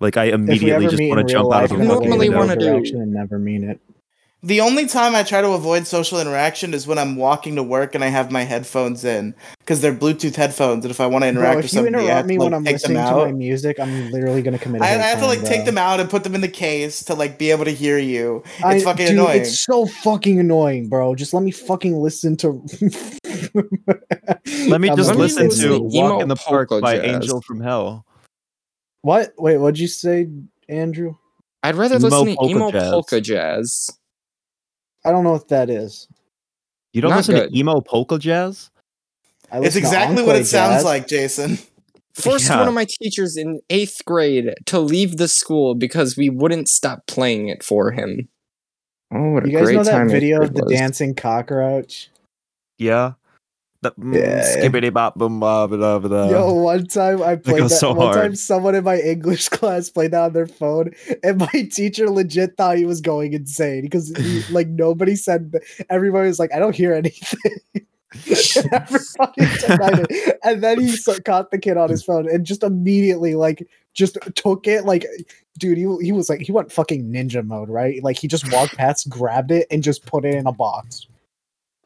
Speaker 4: Like I
Speaker 5: If we
Speaker 4: immediately
Speaker 5: ever
Speaker 4: just
Speaker 5: meet
Speaker 4: want
Speaker 5: in
Speaker 4: to
Speaker 5: real
Speaker 4: jump out of
Speaker 5: life,
Speaker 4: the
Speaker 5: I'm
Speaker 2: I
Speaker 5: gonna
Speaker 4: fucking
Speaker 5: wave
Speaker 2: normally
Speaker 5: in
Speaker 4: window.
Speaker 5: your
Speaker 2: wanna do-
Speaker 5: direction and never mean it.
Speaker 1: The only time I try to avoid social interaction is when I'm walking to work and I have my headphones in because they're Bluetooth headphones. And if I want to interact
Speaker 5: Bro,
Speaker 1: with
Speaker 5: if you
Speaker 1: somebody, I have to,
Speaker 5: interrupt me
Speaker 1: like,
Speaker 5: when I'm
Speaker 1: take them
Speaker 5: listening to my
Speaker 1: out.
Speaker 5: music, I'm literally gonna commit. a
Speaker 1: I, I
Speaker 5: hate
Speaker 1: have to
Speaker 5: crime,
Speaker 1: like take
Speaker 5: bro.
Speaker 1: them out and put them in the case to like be able to hear you.
Speaker 5: I-
Speaker 1: It's fucking
Speaker 5: dude,
Speaker 1: annoying.
Speaker 5: It's so fucking annoying, bro. Just let me fucking listen to.
Speaker 4: Let me
Speaker 5: I'm
Speaker 4: just listen
Speaker 5: only
Speaker 2: listening
Speaker 4: to
Speaker 2: to
Speaker 4: "Walk
Speaker 2: emo
Speaker 4: in the Park"
Speaker 2: polka
Speaker 4: by
Speaker 2: jazz.
Speaker 4: Angel from Hell.
Speaker 5: What? Wait, what'd you say, Andrew?
Speaker 2: I'd rather
Speaker 4: Emo
Speaker 2: listen to
Speaker 4: polka
Speaker 2: emo
Speaker 4: jazz.
Speaker 2: polka jazz.
Speaker 5: I don't know what that is.
Speaker 4: You don't
Speaker 2: Not
Speaker 4: listen
Speaker 2: good.
Speaker 4: to emo polka jazz?
Speaker 5: I
Speaker 1: It's
Speaker 5: listen to
Speaker 1: exactly
Speaker 5: Encore
Speaker 1: what it sounds
Speaker 5: Jazz.
Speaker 1: like, Jason.
Speaker 2: Forced
Speaker 4: Yeah.
Speaker 2: one of my teachers in eighth grade to leave the school because we wouldn't stop playing it for him. Oh, what a
Speaker 5: You guys
Speaker 2: great
Speaker 5: know that
Speaker 2: time eighth
Speaker 5: video of
Speaker 2: grade
Speaker 5: the
Speaker 2: was.
Speaker 5: dancing cockroach?
Speaker 4: Yeah. The, mm,
Speaker 5: Yeah.
Speaker 4: Skibbity bop boom bop blah,
Speaker 2: Uh,
Speaker 4: blah.
Speaker 5: Yo, one time I played
Speaker 4: goes
Speaker 5: that.
Speaker 4: so
Speaker 5: one time,
Speaker 4: hard.
Speaker 5: someone in my English class played that on their phone, and my teacher legit thought he was going insane because he- like nobody said. Everybody was like, "I don't hear anything." and, everybody denied it. and then he so- caught the kid on his phone and just immediately like just took it like dude he, he was like he went fucking ninja mode right like he just walked past grabbed it and just put it in a box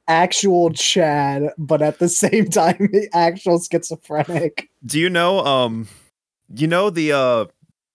Speaker 5: actual chad but at the same time the actual schizophrenic
Speaker 4: Do you know um you know the uh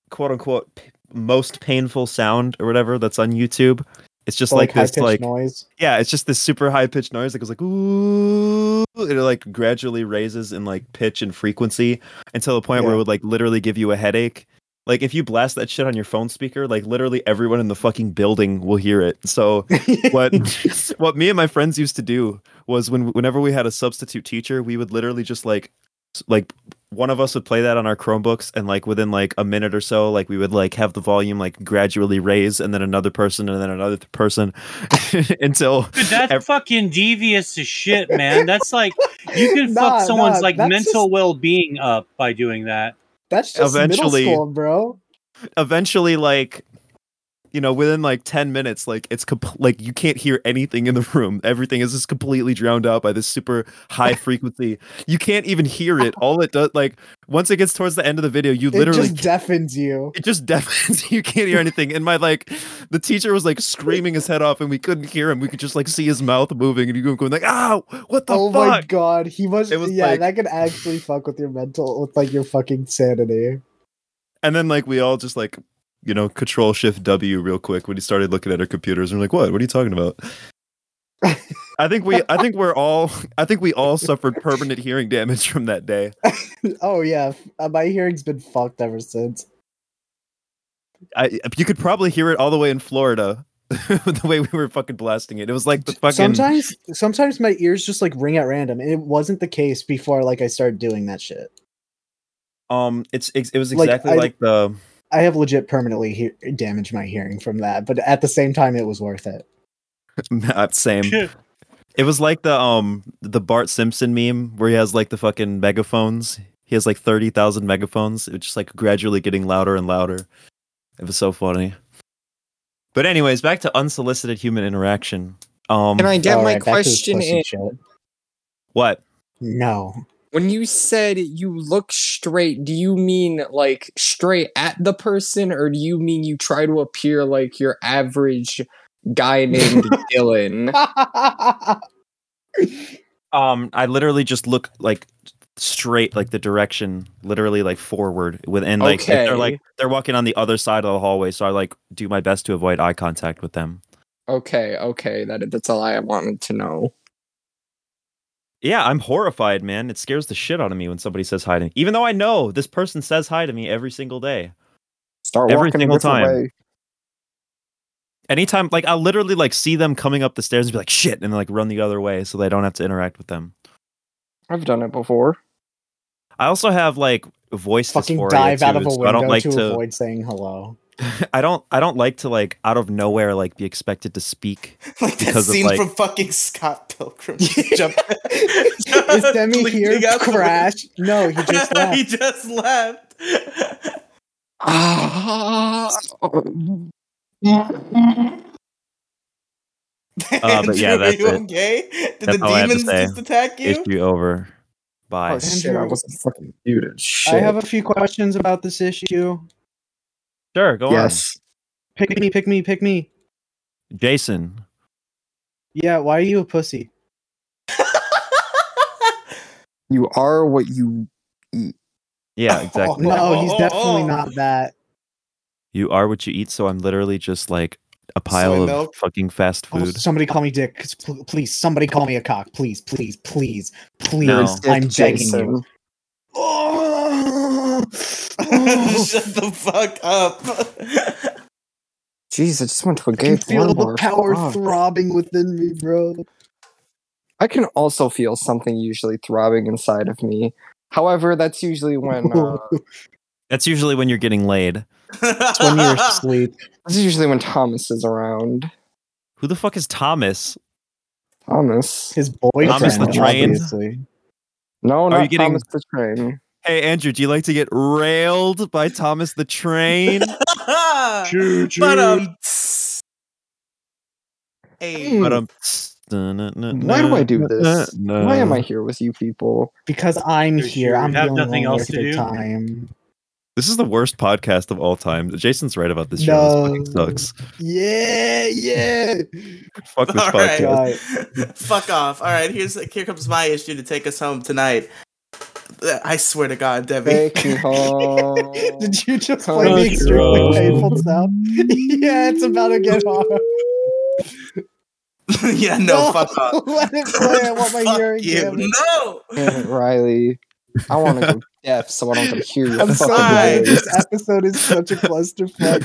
Speaker 4: quote unquote p- most painful sound or whatever that's on YouTube? It's just
Speaker 5: The,
Speaker 4: like, this
Speaker 5: high-pitched
Speaker 4: like
Speaker 5: noise
Speaker 4: yeah, it's just this super high pitched noise that goes like ooh and it like gradually raises in like pitch and frequency until the point where
Speaker 5: Yeah.
Speaker 4: it would like literally give you a headache. Like if you blast that shit on your phone speaker, like literally everyone in the fucking building will hear it. So what what me and my friends used to do was when whenever we had a substitute teacher, we would literally just like s- like one of us would play that on our Chromebooks and like within like a minute or so, like we would like have the volume like gradually raise and then another person and then another th- person until
Speaker 3: Dude, that's
Speaker 4: ev-
Speaker 3: fucking devious as shit, man. That's like you can
Speaker 5: Nah,
Speaker 3: fuck someone's
Speaker 5: nah,
Speaker 3: like
Speaker 5: that's
Speaker 3: mental
Speaker 5: just-
Speaker 3: well being up by doing that.
Speaker 5: that's just
Speaker 4: Eventually-
Speaker 5: middle school bro
Speaker 4: eventually like you know within like 10 minutes like it's comp- like you can't hear anything in the room everything is just completely drowned out by this super high frequency you can't even hear it all it does like once it gets towards the end of the video you
Speaker 5: it
Speaker 4: literally
Speaker 5: just deafens you
Speaker 4: it just deafens you can't hear anything and my like the teacher was like screaming his head off and we couldn't hear him we could just like see his mouth moving and you going like ow what the
Speaker 5: oh my
Speaker 4: fuck
Speaker 5: god he must
Speaker 4: It was
Speaker 5: yeah
Speaker 4: like-
Speaker 5: that could actually fuck with your mental with like your fucking sanity
Speaker 4: and then like we all just like you know control shift w real quick when he started looking at our computers and we're like what what are you talking about i think we i think we're all i think we all suffered permanent hearing damage from that day
Speaker 5: oh yeah f- uh, my hearing's been fucked ever since
Speaker 4: i you could probably hear it all the way in florida the way we were fucking blasting it it was like the fucking
Speaker 5: sometimes sometimes my ears just like ring at random and it wasn't the case before like i started doing that shit
Speaker 4: um it's it was
Speaker 5: Like,
Speaker 4: exactly
Speaker 5: I-
Speaker 4: like, the
Speaker 5: i have legit permanently he- damaged my hearing from that but at the same time it was worth it
Speaker 4: same It was like the um the Bart Simpson meme where he has like the fucking megaphones. He has like thirty thousand megaphones. It was just like gradually getting louder and louder. It was so funny. But anyways, back to unsolicited human interaction. Um,
Speaker 2: Can I get
Speaker 5: All
Speaker 2: my
Speaker 5: right, Oh, back to this
Speaker 2: question in?
Speaker 5: shit.
Speaker 4: what?
Speaker 5: no
Speaker 2: When you said you look straight, do you mean like straight at the person, or do you mean you try to appear like your average guy named Dylan?
Speaker 4: Um, I literally just look like straight, like the direction, literally like forward. Within like if
Speaker 2: Okay.
Speaker 4: they're like they're walking on the other side of the hallway, so I like do my best to avoid eye contact with them.
Speaker 2: Okay, okay, that that's all I wanted to know.
Speaker 4: Yeah, I'm horrified, man. It scares the shit out of me when somebody says hi to me. Even though I know this person says hi to me every single day.
Speaker 2: Start
Speaker 4: Every
Speaker 2: walking a
Speaker 4: single
Speaker 2: different
Speaker 4: time.
Speaker 2: way.
Speaker 4: Anytime like I'll literally like see them coming up the stairs and be like shit and then like run the other way so that I don't have to interact with them.
Speaker 2: I've done it before.
Speaker 4: I also have like voice
Speaker 5: fucking
Speaker 4: dysphoria,
Speaker 5: dive out of
Speaker 4: too,
Speaker 5: a
Speaker 4: so
Speaker 5: window
Speaker 4: I don't like
Speaker 5: to,
Speaker 4: to
Speaker 5: avoid saying hello
Speaker 4: I don't I don't like to like out of nowhere like be expected to speak.
Speaker 1: Like that
Speaker 4: Because of,
Speaker 1: scene
Speaker 4: like-
Speaker 1: from fucking Scott Pilgrim.
Speaker 5: Yeah.
Speaker 1: Jump.
Speaker 5: is demi here
Speaker 1: leaping out the
Speaker 5: crash no he just
Speaker 1: window. he
Speaker 5: left
Speaker 1: just left.
Speaker 2: Ah.
Speaker 4: Uh, but yeah,
Speaker 1: Andrew,
Speaker 4: that's
Speaker 1: are you
Speaker 4: it.
Speaker 1: okay? Did
Speaker 4: That's
Speaker 1: the
Speaker 4: all I have to
Speaker 1: demons
Speaker 4: say.
Speaker 1: just attack you?
Speaker 4: Issue over. Bye.
Speaker 2: Oh, shit, I
Speaker 5: Andrew.
Speaker 2: wasn't fucking muted. Shit.
Speaker 5: i have a few questions about this issue
Speaker 4: Sure, go
Speaker 2: yes.
Speaker 5: pick me pick me pick me
Speaker 4: on. Jason.
Speaker 5: yeah why are you a pussy
Speaker 2: You are what you eat.
Speaker 4: Yeah, exactly.
Speaker 5: no he's
Speaker 1: Oh, oh,
Speaker 5: definitely
Speaker 1: oh.
Speaker 5: not that
Speaker 4: You are what you eat, so I'm literally just like a pile of
Speaker 1: milk?
Speaker 4: fucking fast
Speaker 5: Oh,
Speaker 4: food.
Speaker 5: somebody call me dick. 'cause pl- Please, somebody call me a cock. Please, please, please, please.
Speaker 4: No.
Speaker 5: I'm begging
Speaker 2: Jason.
Speaker 5: you. Oh,
Speaker 1: Shut the fuck up.
Speaker 2: Jeez, I just went to a
Speaker 5: I can
Speaker 2: gay
Speaker 5: feel
Speaker 2: porn
Speaker 5: the
Speaker 2: bar.
Speaker 5: power
Speaker 2: Fuck.
Speaker 5: throbbing within me, bro.
Speaker 2: I can also feel something usually throbbing inside of me. However, that's usually when uh,
Speaker 4: That's usually when you're getting laid.
Speaker 7: It's when you're asleep.
Speaker 2: that's usually when Thomas is around.
Speaker 4: Who the fuck is Thomas?
Speaker 2: Thomas.
Speaker 5: His boyfriend,
Speaker 4: Thomas the Train.
Speaker 5: obviously.
Speaker 2: No,
Speaker 4: you
Speaker 2: not
Speaker 4: getting-
Speaker 2: Thomas the train.
Speaker 4: Hey Andrew, do you like to get railed by Thomas the Train?
Speaker 1: but um. Hey.
Speaker 2: Hmm.
Speaker 4: but um, why
Speaker 5: Uh,
Speaker 2: Why do I do this? Why am I here with you people?
Speaker 7: Because I'm
Speaker 3: Because
Speaker 7: here.
Speaker 3: you
Speaker 7: I'm
Speaker 3: have
Speaker 7: the only
Speaker 3: nothing
Speaker 7: one
Speaker 3: else
Speaker 7: with
Speaker 3: to
Speaker 7: the
Speaker 3: do?
Speaker 7: time.
Speaker 4: This is the worst podcast of all time. Jason's right about this show. This
Speaker 7: No.
Speaker 4: fucking sucks.
Speaker 5: Yeah, yeah.
Speaker 4: Fuck this
Speaker 1: All right.
Speaker 4: podcast.
Speaker 7: Right.
Speaker 1: Fuck off. All right, here's here comes my issue to take us home tonight. I swear to God, Debbie.
Speaker 2: Take me home.
Speaker 1: Oh.
Speaker 5: Did you just
Speaker 2: Come
Speaker 5: play
Speaker 2: on,
Speaker 5: the extremely
Speaker 3: Jerome.
Speaker 5: painful sound? yeah, it's about to get hard.
Speaker 1: yeah, no, fuck off.
Speaker 5: Let it play. I want my
Speaker 1: Fuck
Speaker 5: hearing
Speaker 1: you.
Speaker 5: damage.
Speaker 1: No.
Speaker 2: Damn it, Riley. I want to go deaf so I don't have to hear your
Speaker 5: I'm
Speaker 2: fucking
Speaker 5: sorry.
Speaker 1: sorry.
Speaker 2: voice.
Speaker 5: This episode is such a clusterfuck.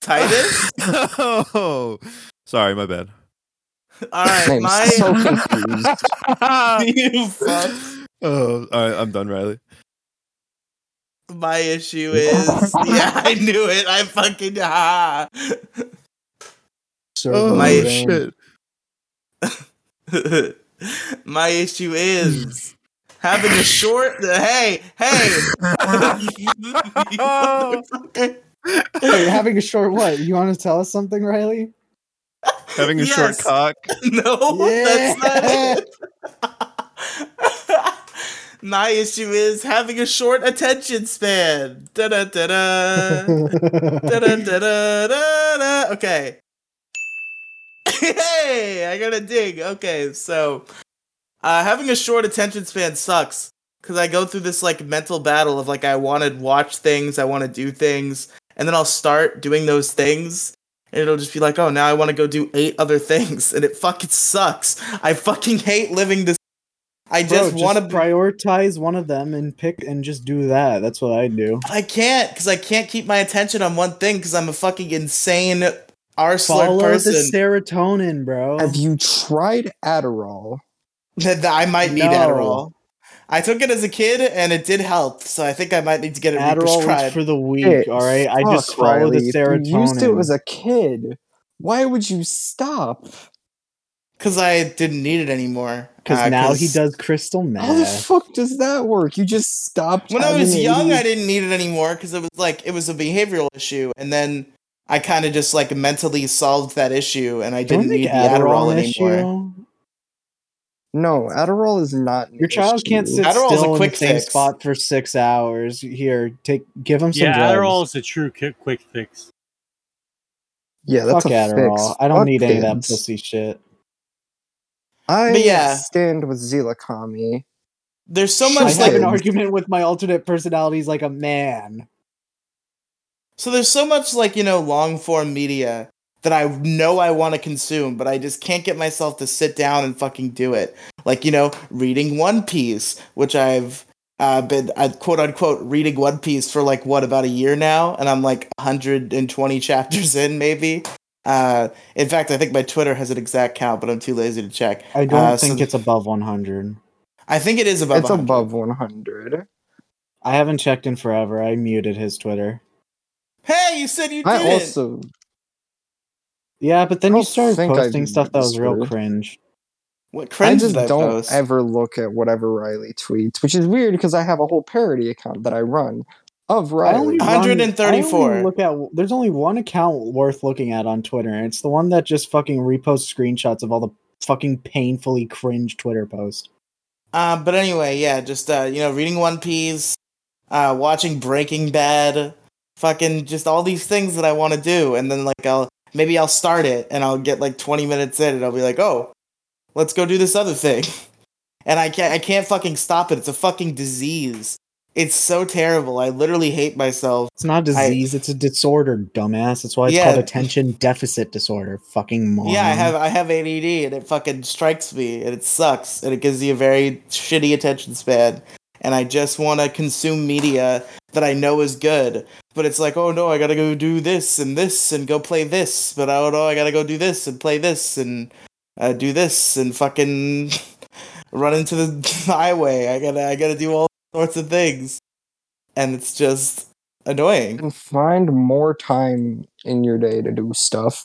Speaker 1: Titus.
Speaker 4: oh. Sorry, my bad.
Speaker 1: All right,
Speaker 2: I'm
Speaker 1: my
Speaker 2: so confused.
Speaker 1: you fuck.
Speaker 4: Oh, all right, I'm done, Riley.
Speaker 1: My issue is yeah, I knew it. I fucking ah.
Speaker 7: So
Speaker 5: Oh,
Speaker 1: my-
Speaker 7: then-
Speaker 1: my issue is having a short. Hey, hey.
Speaker 5: Wait, having a short what? You want to tell us something, Riley?
Speaker 4: Having a short
Speaker 1: Yes.
Speaker 4: cock.
Speaker 1: No,
Speaker 5: Yeah.
Speaker 1: that's not. My issue is having a short attention span. Da da da da. Da da da da da da. Okay. hey, I got a dig. Okay, so uh, having a short attention span sucks because I go through this like mental battle of like I want to watch things, I want to do things, and then I'll start doing those things, and it'll just be like, oh, now I want to go do eight other things, and it fucking sucks. I fucking hate living this. I
Speaker 5: Bro,
Speaker 1: just want to.
Speaker 5: prioritize one of them and pick and just do that. That's what I do.
Speaker 1: I can't because I can't keep my attention on one thing because I'm a fucking insane arsler
Speaker 5: Follow
Speaker 1: person.
Speaker 5: the serotonin, bro.
Speaker 2: have you tried Adderall?
Speaker 1: That, that I might need
Speaker 5: No.
Speaker 1: Adderall. I took it as a kid and it did help, so I think I might need to get it
Speaker 5: Adderall
Speaker 1: represcribed.
Speaker 5: was for the weak.
Speaker 2: Hey,
Speaker 5: all right, I just
Speaker 2: fuck,
Speaker 5: follow
Speaker 2: Riley.
Speaker 5: the
Speaker 2: If You used
Speaker 5: serotonin.
Speaker 2: it as a kid. Why would you stop?
Speaker 1: because I didn't need it anymore.
Speaker 5: because
Speaker 2: Ah,
Speaker 1: Uh,
Speaker 5: now
Speaker 1: 'cause
Speaker 5: he does crystal
Speaker 2: How the
Speaker 5: meth.
Speaker 2: fuck does that work? You just stopped.
Speaker 1: When I
Speaker 2: having
Speaker 1: was
Speaker 2: it.
Speaker 1: young, I didn't need it anymore because it was like it was a behavioral issue, and then I kind of just like mentally solved that issue, and I
Speaker 5: Don't
Speaker 1: didn't
Speaker 5: make
Speaker 1: need the
Speaker 5: Adderall
Speaker 1: Adderall
Speaker 5: an
Speaker 1: anymore.
Speaker 5: issue.
Speaker 2: No, Adderall is not. an
Speaker 5: Your child can't
Speaker 2: issue.
Speaker 5: sit
Speaker 1: Adderall's a
Speaker 5: still in
Speaker 1: quick
Speaker 5: the same
Speaker 1: fix.
Speaker 5: spot for six hours. Here, take give him some
Speaker 3: yeah,
Speaker 5: drugs.
Speaker 3: Adderall is a true ki- quick fix.
Speaker 2: Yeah, that's
Speaker 5: Fuck
Speaker 2: a
Speaker 5: Adderall.
Speaker 2: fix.
Speaker 5: I don't
Speaker 2: Fuck
Speaker 5: need any of that
Speaker 2: kids.
Speaker 5: pussy shit.
Speaker 2: I
Speaker 1: But yeah.
Speaker 2: stand with Zilakami.
Speaker 1: There's so
Speaker 5: I
Speaker 1: much
Speaker 5: have
Speaker 1: like
Speaker 5: an
Speaker 2: Shit.
Speaker 5: argument with my alternate personalities like a man.
Speaker 1: so there's so much like you know long form media that I know I want to consume, but I just can't get myself to sit down and fucking do it. Like you know, reading One Piece, which I've uh, been uh, quote unquote reading One Piece for like what about a year now, and I'm like 120 chapters in maybe. Uh, in fact, I think my Twitter has an exact count, but I'm too lazy to check.
Speaker 5: I don't
Speaker 1: Uh, so
Speaker 5: think
Speaker 1: th-
Speaker 5: it's above 100.
Speaker 1: I think it is above.
Speaker 2: It's
Speaker 1: 100.
Speaker 2: above 100.
Speaker 5: I haven't checked in forever. I muted his Twitter.
Speaker 1: Hey, you said you did.
Speaker 2: I
Speaker 1: not
Speaker 2: also
Speaker 5: Yeah, but
Speaker 2: I
Speaker 5: then you
Speaker 2: don't
Speaker 5: started
Speaker 2: think I
Speaker 5: posting stuff that was real
Speaker 2: muted his
Speaker 5: cringe.
Speaker 1: what
Speaker 2: I
Speaker 1: cringe
Speaker 2: just
Speaker 1: did I
Speaker 2: don't
Speaker 1: post?
Speaker 2: ever look at whatever Riley tweets, which is weird because I have a whole parody account that I run of
Speaker 5: I
Speaker 2: Riley.
Speaker 5: only run-
Speaker 1: 134.
Speaker 5: I only look at there's only one account worth looking at on Twitter, and it's the one that just fucking reposts screenshots of all the fucking painfully cringe Twitter posts.
Speaker 1: Uh, but anyway, yeah, just uh, you know, reading One Piece, uh, watching Breaking Bad, fucking just all these things that I want to do, and then like I'll maybe I'll start it and I'll get like 20 minutes in and I'll be like, oh, let's go do this other thing, and I can't I can't fucking stop it. It's a fucking disease. It's so terrible. I literally hate myself.
Speaker 5: It's not a disease, it's a disorder, dumbass. That's why it's
Speaker 1: Yeah.
Speaker 5: called attention deficit disorder. Fucking mom.
Speaker 1: Yeah, I have I have ADD and it fucking strikes me and it sucks and it gives you a very shitty attention span and I just want to consume media that I know is good. But it's like, oh no, I gotta go do this and this and go play this. But oh no, I gotta go do this and play this and uh, do this and fucking run into the highway. I gotta I gotta do all sorts of things, and it's just annoying.
Speaker 2: And find more time in your day to do stuff.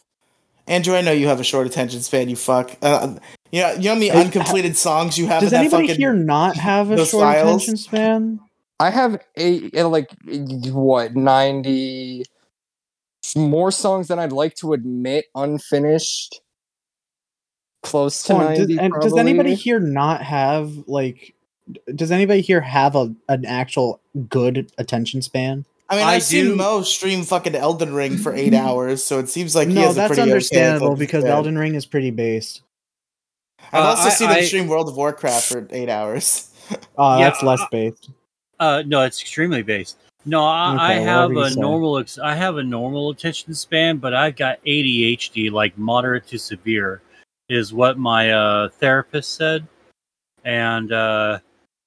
Speaker 1: Andrew, I know you have a short attention span. You fuck. Uh, you know, you know how many
Speaker 5: Is-
Speaker 1: uncompleted songs you have.
Speaker 5: Does
Speaker 1: in that
Speaker 5: anybody
Speaker 1: fucking...
Speaker 5: here not have a
Speaker 1: those
Speaker 5: short
Speaker 1: files?
Speaker 5: attention span?
Speaker 2: I have eight, uh, like what ninety more songs than I'd like to admit unfinished. Close to
Speaker 5: Hold on,
Speaker 2: ninety.
Speaker 5: does, and does
Speaker 2: probably.
Speaker 5: anybody here not have like d- does anybody here have a an actual good attention span?
Speaker 1: I mean,
Speaker 3: I
Speaker 1: I've seen
Speaker 3: do-
Speaker 1: Mo stream fucking Elden Ring for eight hours, so it seems like he
Speaker 5: no,
Speaker 1: has a
Speaker 5: that's
Speaker 1: pretty okay
Speaker 5: understandable
Speaker 1: attention
Speaker 5: because
Speaker 1: span.
Speaker 5: Elden Ring is pretty based.
Speaker 1: I've
Speaker 3: Uh,
Speaker 1: also
Speaker 3: I-
Speaker 1: seen him
Speaker 3: I-
Speaker 1: stream World of Warcraft for eight hours.
Speaker 5: Oh,
Speaker 3: Yeah,
Speaker 5: that's less based.
Speaker 3: Uh, no, it's extremely based. No, I, I
Speaker 5: Okay,
Speaker 3: have
Speaker 5: whatever you
Speaker 3: a
Speaker 5: say.
Speaker 3: normal. Ex- I have a normal attention span, but I've got ADHD, like moderate to severe, is what my uh, therapist said. And uh,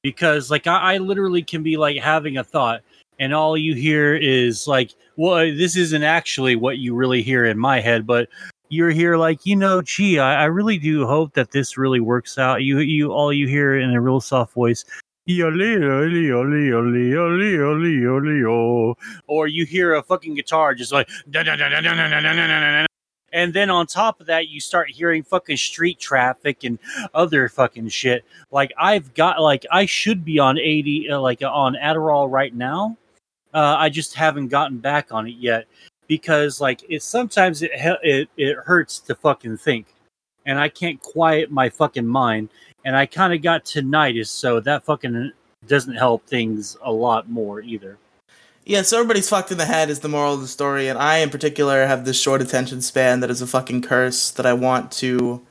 Speaker 3: because, like, I, I literally can be like having a thought, and all you hear is like, "Well, this isn't actually what you really hear in my head," but you're here like, you know, gee, I, I really do hope that this really works out. You, you, all you hear in a real soft voice Yoli, yoli, yoli, yoli, yoli, yoli, yoli, yo. or you hear a fucking guitar just like da, da, da, da, da, da, da, da, da, da, da. and then on top of that you start hearing fucking street traffic and other fucking shit like i've got like i should be on 80 uh, like on adderall right now uh, i just haven't gotten back on it yet because like it sometimes it, he- it it hurts to fucking think and i can't quiet my fucking mind and I kind of got tinnitus, so that fucking doesn't help things a lot more either.
Speaker 1: Yeah, so everybody's fucked in the head is the moral of the story, and I in particular have this short attention span that is a fucking curse that I want to
Speaker 2: You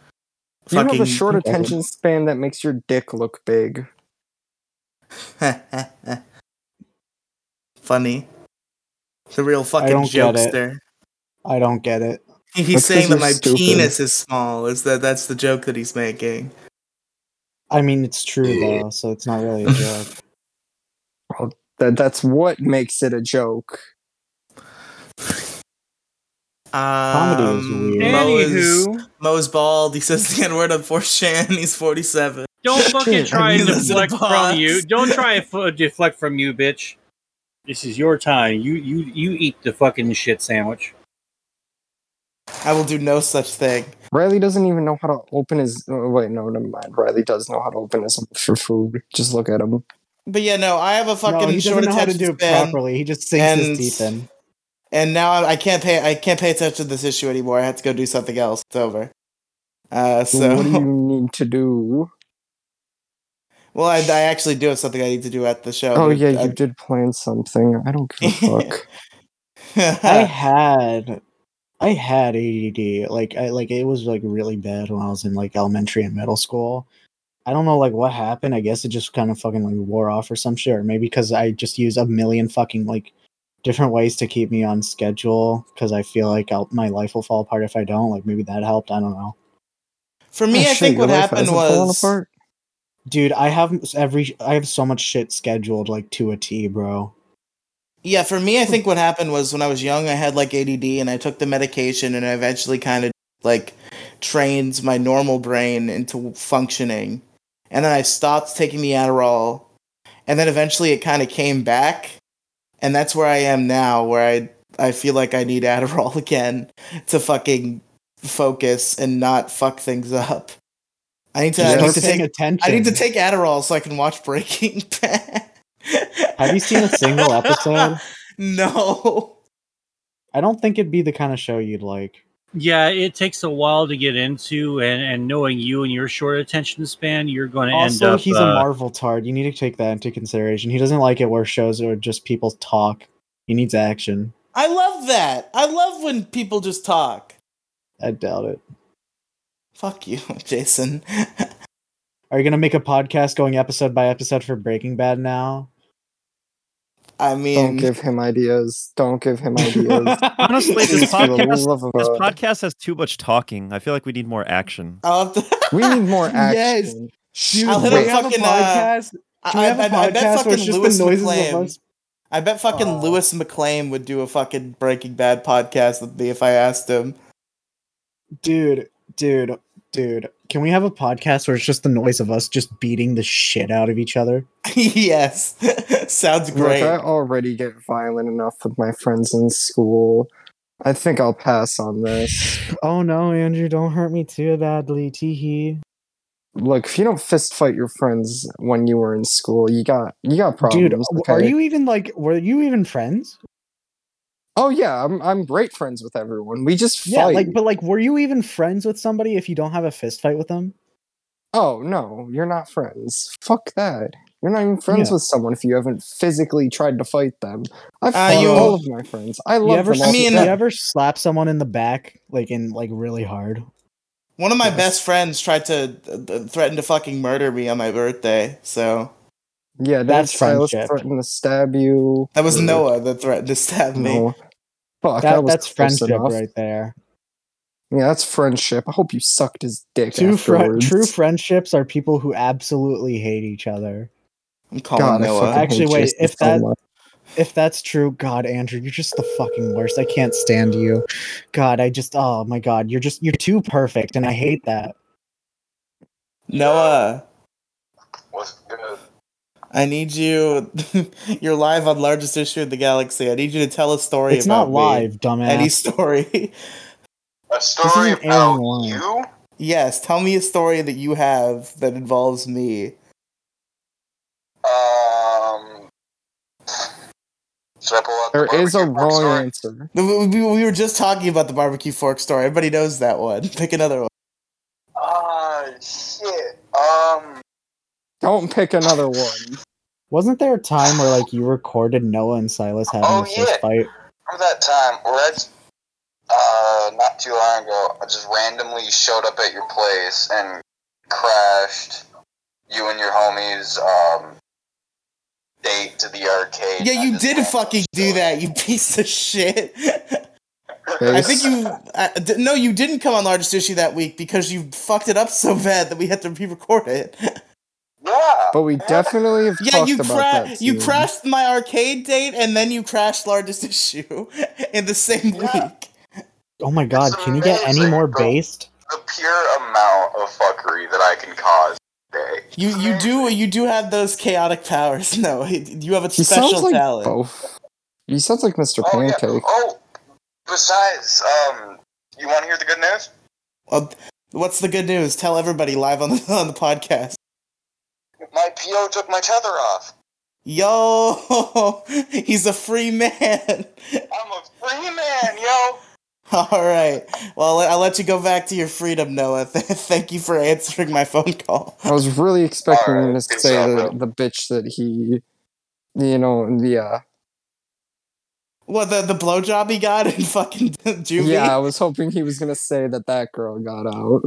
Speaker 1: fucking
Speaker 2: have a short attention span that makes your dick look big.
Speaker 1: Funny. The real fucking
Speaker 5: don't get it.
Speaker 1: jokester.
Speaker 5: I don't get it.
Speaker 1: He's
Speaker 2: That's 'cause
Speaker 1: saying that
Speaker 2: you're
Speaker 1: my
Speaker 2: stupid.
Speaker 1: penis is small. Is that that's the joke that he's making?
Speaker 5: I mean, it's true though, so it's not really a joke.
Speaker 2: That that's what makes it a joke.
Speaker 5: Comedy is
Speaker 1: Um,
Speaker 5: weird.
Speaker 1: Mo is-
Speaker 3: Anywho,
Speaker 1: Mo's bald. He says the N word on 4chan. He's 47.
Speaker 3: don't fucking try and
Speaker 1: He lives in a
Speaker 3: deflect
Speaker 1: box.
Speaker 3: from you. Don't try and f- deflect from you, bitch. This is your time. You you you eat the fucking shit sandwich.
Speaker 1: I will do no such thing.
Speaker 2: Riley doesn't even know how to open his. Oh, wait, no, never mind. Riley does know how to open his mouth for food. Just look at him.
Speaker 1: But yeah, no, I have a fucking
Speaker 5: no, he
Speaker 1: short
Speaker 5: doesn't know how to
Speaker 1: attention
Speaker 5: do it
Speaker 1: span,
Speaker 5: properly. He just sinks
Speaker 1: and-
Speaker 5: his teeth in.
Speaker 1: and now I, I can't pay. I can't pay attention to this issue anymore. I have to go do something else. It's over. Uh, so
Speaker 2: what do you need to do?
Speaker 1: well, I, I actually do have something I need to do at the show.
Speaker 2: Oh
Speaker 1: but
Speaker 2: yeah,
Speaker 1: I-
Speaker 2: you did plan something. I don't give a fuck.
Speaker 5: I had I had ADD. Like I like it was like really bad when I was in like elementary and middle school. I don't know like what happened. I guess it just kind of fucking like wore off or some shit, or maybe because I just use a million fucking like different ways to keep me on schedule because I feel like I'll, my life will fall apart if I don't. Like maybe that helped. I don't know,
Speaker 1: For me,
Speaker 2: Oh,
Speaker 1: I
Speaker 2: shit,
Speaker 1: think
Speaker 2: your
Speaker 1: what
Speaker 2: life
Speaker 1: happened
Speaker 2: hasn't fallen
Speaker 1: was
Speaker 2: apart?
Speaker 5: dude. I have s- every I have so much shit scheduled like to a T, bro.
Speaker 1: Yeah, for
Speaker 5: Hmm.
Speaker 1: me, I think what happened was when I was young, I had like ADD, and I took the medication, and I eventually kind of like trained my normal brain into functioning, and then I stopped taking the Adderall, and then eventually it kind of came back, and that's where I am now, where I I feel like I need Adderall again to fucking focus and not fuck things up. I need to, I
Speaker 5: Start
Speaker 1: need to
Speaker 5: paying
Speaker 1: take
Speaker 5: attention.
Speaker 1: I need to take Adderall so I can watch Breaking Bad.
Speaker 5: Have you seen a single episode?
Speaker 1: No.
Speaker 5: I don't think it'd be the kind of show you'd like.
Speaker 3: Yeah, it takes a while to get into, and and knowing you and your short attention span, you're going to end
Speaker 5: Also,
Speaker 3: up.
Speaker 5: he's
Speaker 3: uh,
Speaker 5: a Marvel tard. You need to take that into consideration. He doesn't like it where shows are just people talk. He needs action.
Speaker 1: I love that. I love when people just talk.
Speaker 5: I doubt it.
Speaker 1: Fuck you, Jason.
Speaker 5: Are you gonna make a podcast going episode by episode for Breaking Bad now?
Speaker 1: I
Speaker 2: Don't
Speaker 1: mean,
Speaker 2: give him ideas. Don't give him ideas.
Speaker 4: Honestly, this
Speaker 2: Please, for the
Speaker 4: podcast-
Speaker 2: love of
Speaker 4: This
Speaker 2: God.
Speaker 4: podcast has too much talking. I feel like we need more action.
Speaker 1: I'll have to.
Speaker 2: We need more
Speaker 5: Yes.
Speaker 2: action.
Speaker 5: Dude,
Speaker 1: I'll hit
Speaker 5: do
Speaker 1: a
Speaker 5: we have
Speaker 1: fucking, uh,
Speaker 5: podcast? Do we
Speaker 1: I,
Speaker 5: have a
Speaker 1: I, I bet
Speaker 5: podcast where it's
Speaker 1: fucking
Speaker 5: just
Speaker 1: Lewis
Speaker 5: the noises of
Speaker 1: McClain.
Speaker 5: us?
Speaker 1: I bet fucking
Speaker 5: Aw.
Speaker 1: Lewis McClain would do a fucking Breaking Bad podcast with me if I asked him.
Speaker 5: Dude, dude, dude. Can we have a podcast where it's just the noise of us just beating the shit out of each other?
Speaker 1: yes, sounds
Speaker 2: Look,
Speaker 1: great.
Speaker 2: I already get violent enough with my friends in school. I think I'll pass on this.
Speaker 5: Oh no, Andrew, don't hurt me too badly. Tee hee.
Speaker 2: Look, if you don't fist fight your friends when you were in school, you got you got problems.
Speaker 5: Dude, w-
Speaker 2: okay?
Speaker 5: are you even like were you even friends?
Speaker 2: Oh yeah, I'm I'm great friends with everyone. We just fight.
Speaker 5: Yeah, like but like were you even friends with somebody if you don't have a fist fight with them?
Speaker 2: oh no, you're not friends. Fuck that. You're not even friends
Speaker 5: Yeah. Ah,
Speaker 2: with someone if you haven't physically tried to fight them. I fought
Speaker 1: you-
Speaker 2: all of my friends. I love
Speaker 5: you ever
Speaker 2: them.
Speaker 1: I
Speaker 2: all to
Speaker 1: mean-
Speaker 5: you
Speaker 2: death.
Speaker 5: ever slap someone in the back like in like really hard?
Speaker 1: One of my
Speaker 2: Yes.
Speaker 1: best friends tried to uh, threaten to fucking murder me on my birthday, so
Speaker 2: yeah,
Speaker 5: that's
Speaker 2: that's Silas
Speaker 5: friendship. Mm.
Speaker 2: threatened to stab you.
Speaker 1: that was
Speaker 2: Or-
Speaker 1: Noah that threatened to stab me.
Speaker 2: No. Fuck,
Speaker 5: That,
Speaker 2: that was
Speaker 5: that's
Speaker 2: close
Speaker 5: friendship
Speaker 2: enough.
Speaker 5: right there.
Speaker 2: Yeah, that's friendship. I hope you sucked his dick
Speaker 5: True, fri-
Speaker 2: afterwards.
Speaker 5: true friendships are people who absolutely hate each other.
Speaker 1: I'm calling
Speaker 2: God, I
Speaker 1: Noah.
Speaker 2: fucking hate
Speaker 5: Actually, wait,
Speaker 2: Jason
Speaker 5: if
Speaker 2: so
Speaker 5: that-
Speaker 2: much.
Speaker 5: If that's true, God, Andrew, you're just the fucking worst. I can't stand you. God, I just, oh my God, you're just, you're too perfect, and I hate that.
Speaker 1: Noah,
Speaker 8: What's good?
Speaker 1: I need you. You're live on largest issue of the galaxy. I need you to tell a story.
Speaker 5: it's
Speaker 1: about
Speaker 5: not
Speaker 1: me.
Speaker 5: live, dumbass.
Speaker 1: Any story?
Speaker 8: A story
Speaker 5: isn't
Speaker 8: about
Speaker 5: airing live.
Speaker 8: you?
Speaker 1: yes. Tell me a story that you have that involves me.
Speaker 8: Um. Should I pull out the
Speaker 2: There is a
Speaker 8: barbecue pork
Speaker 2: wrong
Speaker 8: story?
Speaker 2: answer.
Speaker 1: We, we- we were just talking about the barbecue fork story. Everybody knows that one. Pick another one.
Speaker 8: Ah, shit. Um.
Speaker 2: Don't pick another one.
Speaker 5: Wasn't there a time where like you recorded Noah and Silas having
Speaker 8: Oh,
Speaker 5: a fist
Speaker 8: yeah.
Speaker 5: fight?
Speaker 8: Remember that time where I, j- uh, not too long ago, I just randomly showed up at your place and crashed you and your homies, um, date to the arcade.
Speaker 1: Yeah,
Speaker 8: I
Speaker 1: you
Speaker 8: just
Speaker 1: did
Speaker 8: randomly
Speaker 1: fucking do
Speaker 8: showed
Speaker 1: that. You piece of shit.
Speaker 2: Base.
Speaker 1: I think you. I, d- no, you didn't come on largest issue that week because you fucked it up so bad that we had to re-record it.
Speaker 8: Yeah.
Speaker 2: But we definitely have
Speaker 1: Yeah,
Speaker 2: talked
Speaker 1: you
Speaker 2: about
Speaker 1: cra-
Speaker 2: that.
Speaker 1: you
Speaker 2: scene.
Speaker 1: crashed my arcade date and then you crashed largest issue in the same
Speaker 8: Yeah.
Speaker 1: week.
Speaker 5: Oh my God, can you get any
Speaker 8: amazing,
Speaker 5: more
Speaker 8: bro.
Speaker 5: based?
Speaker 8: the pure amount of fuckery that I can cause today.
Speaker 1: You you do you do have those chaotic powers. No, you have a
Speaker 2: He sounds
Speaker 1: special
Speaker 2: like
Speaker 1: talent.
Speaker 2: both. He sounds like Mr.
Speaker 8: Oh, yeah.
Speaker 2: Pancake.
Speaker 8: oh, besides, um, you want to hear the good news?
Speaker 1: Well, what's the good news? Tell everybody live on the on the podcast.
Speaker 8: My PO took my tether off.
Speaker 1: Yo, he's a free man.
Speaker 8: I'm a free man, yo.
Speaker 1: All right. Well, I'll let you go back to your freedom, Noah. Thank you for answering my phone call.
Speaker 2: I was really expecting him to
Speaker 8: Alright,
Speaker 2: say
Speaker 8: peace out,
Speaker 2: the, the bitch that he, you know, the uh,
Speaker 1: What the the blowjob he got in fucking juvie?
Speaker 2: yeah. I was hoping he was gonna say that that girl got out.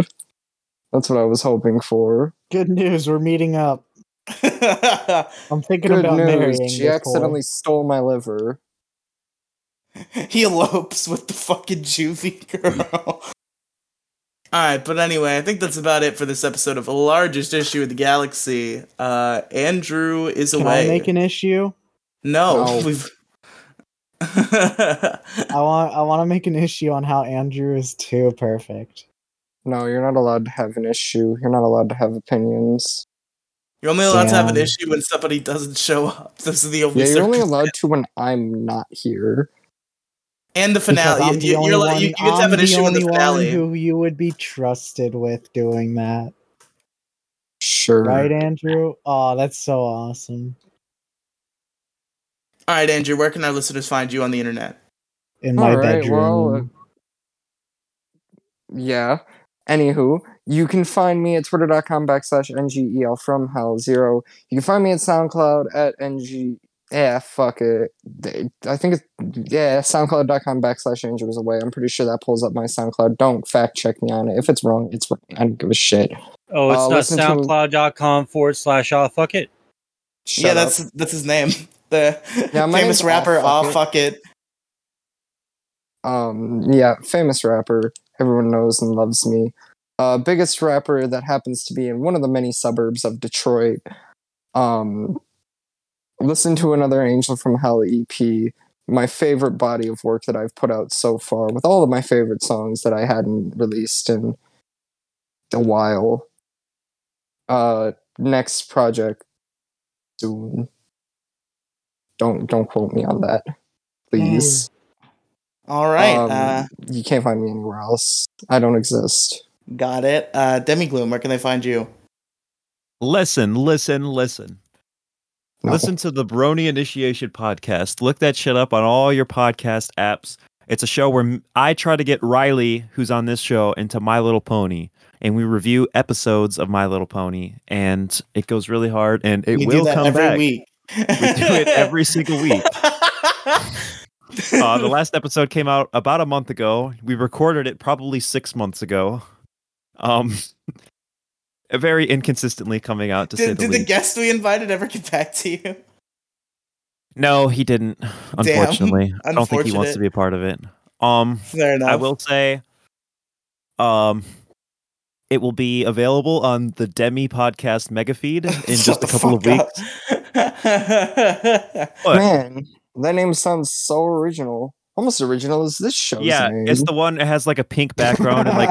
Speaker 2: That's what I was hoping for.
Speaker 5: Good news, we're meeting up. I'm thinking
Speaker 2: Good
Speaker 5: about
Speaker 2: news.
Speaker 5: marrying.
Speaker 2: She
Speaker 5: this
Speaker 2: accidentally
Speaker 5: boy.
Speaker 2: stole my liver.
Speaker 1: he elopes with the fucking juvie girl. Alright, but anyway, I think that's about it for this episode of Largest Issue of the Galaxy. Uh Andrew is
Speaker 5: Can
Speaker 1: away.
Speaker 5: I make an issue?
Speaker 1: no,
Speaker 2: No.
Speaker 1: we've
Speaker 5: I want I want to make an issue on how Andrew is too perfect.
Speaker 2: No, you're not allowed to have an issue. You're not allowed to have opinions.
Speaker 1: You're only allowed to have an
Speaker 5: Damn.
Speaker 1: issue when somebody doesn't show up. Those are the only
Speaker 2: Yeah, you're only
Speaker 1: circum-
Speaker 2: allowed to when I'm not here.
Speaker 1: and the
Speaker 5: Because
Speaker 1: finale.
Speaker 5: I'm
Speaker 1: You-
Speaker 5: the
Speaker 1: you,
Speaker 5: only
Speaker 1: you're allowed- you-
Speaker 5: one-
Speaker 1: you get to
Speaker 5: I'm
Speaker 1: have an
Speaker 5: the
Speaker 1: issue in the
Speaker 5: only one
Speaker 1: finale.
Speaker 5: Who you would be trusted with doing that,
Speaker 2: Sure.
Speaker 5: right, Andrew? Oh, that's so awesome.
Speaker 1: All right, Andrew, where can our listeners find you on the internet?
Speaker 5: In my
Speaker 2: All right,
Speaker 5: bedroom.
Speaker 2: well, uh, yeah. Anywho, you can find me at twitter.com backslash ngel from hell zero. You can find me at SoundCloud at ng. Yeah, fuck it. They- I think it's yeah, soundcloud.com backslash angel was away. I'm pretty sure that pulls up my SoundCloud. Don't fact check me on it. If it's wrong, it's wrong. I don't give a shit.
Speaker 3: Oh,
Speaker 2: Uh,
Speaker 3: it's
Speaker 2: listen to-
Speaker 3: not soundcloud.com forward slash ah fuck it.
Speaker 2: Shut
Speaker 1: yeah,
Speaker 2: up.
Speaker 1: that's that's his name. the
Speaker 2: Yeah, my
Speaker 1: famous
Speaker 2: name's
Speaker 1: rapper.
Speaker 2: Aw
Speaker 1: Aw,
Speaker 2: Fuck It.
Speaker 1: fuck it.
Speaker 2: Um, yeah, famous rapper. Everyone knows and loves me. Uh, biggest rapper that happens to be in one of the many suburbs of Detroit. Um, listen to another Angel from Hell EP. My favorite body of work that I've put out so far, with all of my favorite songs that I hadn't released in a while. Uh, next project soon. Don't don't quote me on that, please.
Speaker 1: All right,
Speaker 2: Um,
Speaker 1: uh,
Speaker 2: you can't find me anywhere else. I don't exist.
Speaker 1: got it. Uh, Demigloom, where can they find you?
Speaker 4: Listen, listen, listen.
Speaker 2: No.
Speaker 4: Listen to the Brony Initiation podcast. Look that shit up on all your podcast apps. It's a show where m- I try to get Riley, who's on this show, into My Little Pony, and we review episodes of My Little Pony, and it goes really hard, and it
Speaker 1: we
Speaker 4: will
Speaker 1: do that
Speaker 4: come
Speaker 1: every
Speaker 4: back.
Speaker 1: week. We do
Speaker 4: We do it every single week. Uh, the last episode came out about a month ago. We recorded it probably six months ago. Um, very inconsistently coming out to say
Speaker 1: did
Speaker 4: the
Speaker 1: did
Speaker 4: least.
Speaker 1: the guest we invited ever get back to you?
Speaker 4: No, he didn't. Unfortunately, I don't think he wants
Speaker 1: Unfortunate.
Speaker 4: to be a part of it. Um,
Speaker 1: Fair enough.
Speaker 4: I will say, um, it will be available on the Demi podcast mega feed in just a couple of weeks.
Speaker 1: weeks.
Speaker 4: But-
Speaker 2: Man, that name sounds so original. Almost original as this show's
Speaker 4: Yeah,
Speaker 2: name.
Speaker 4: it's the one that has like a pink background and like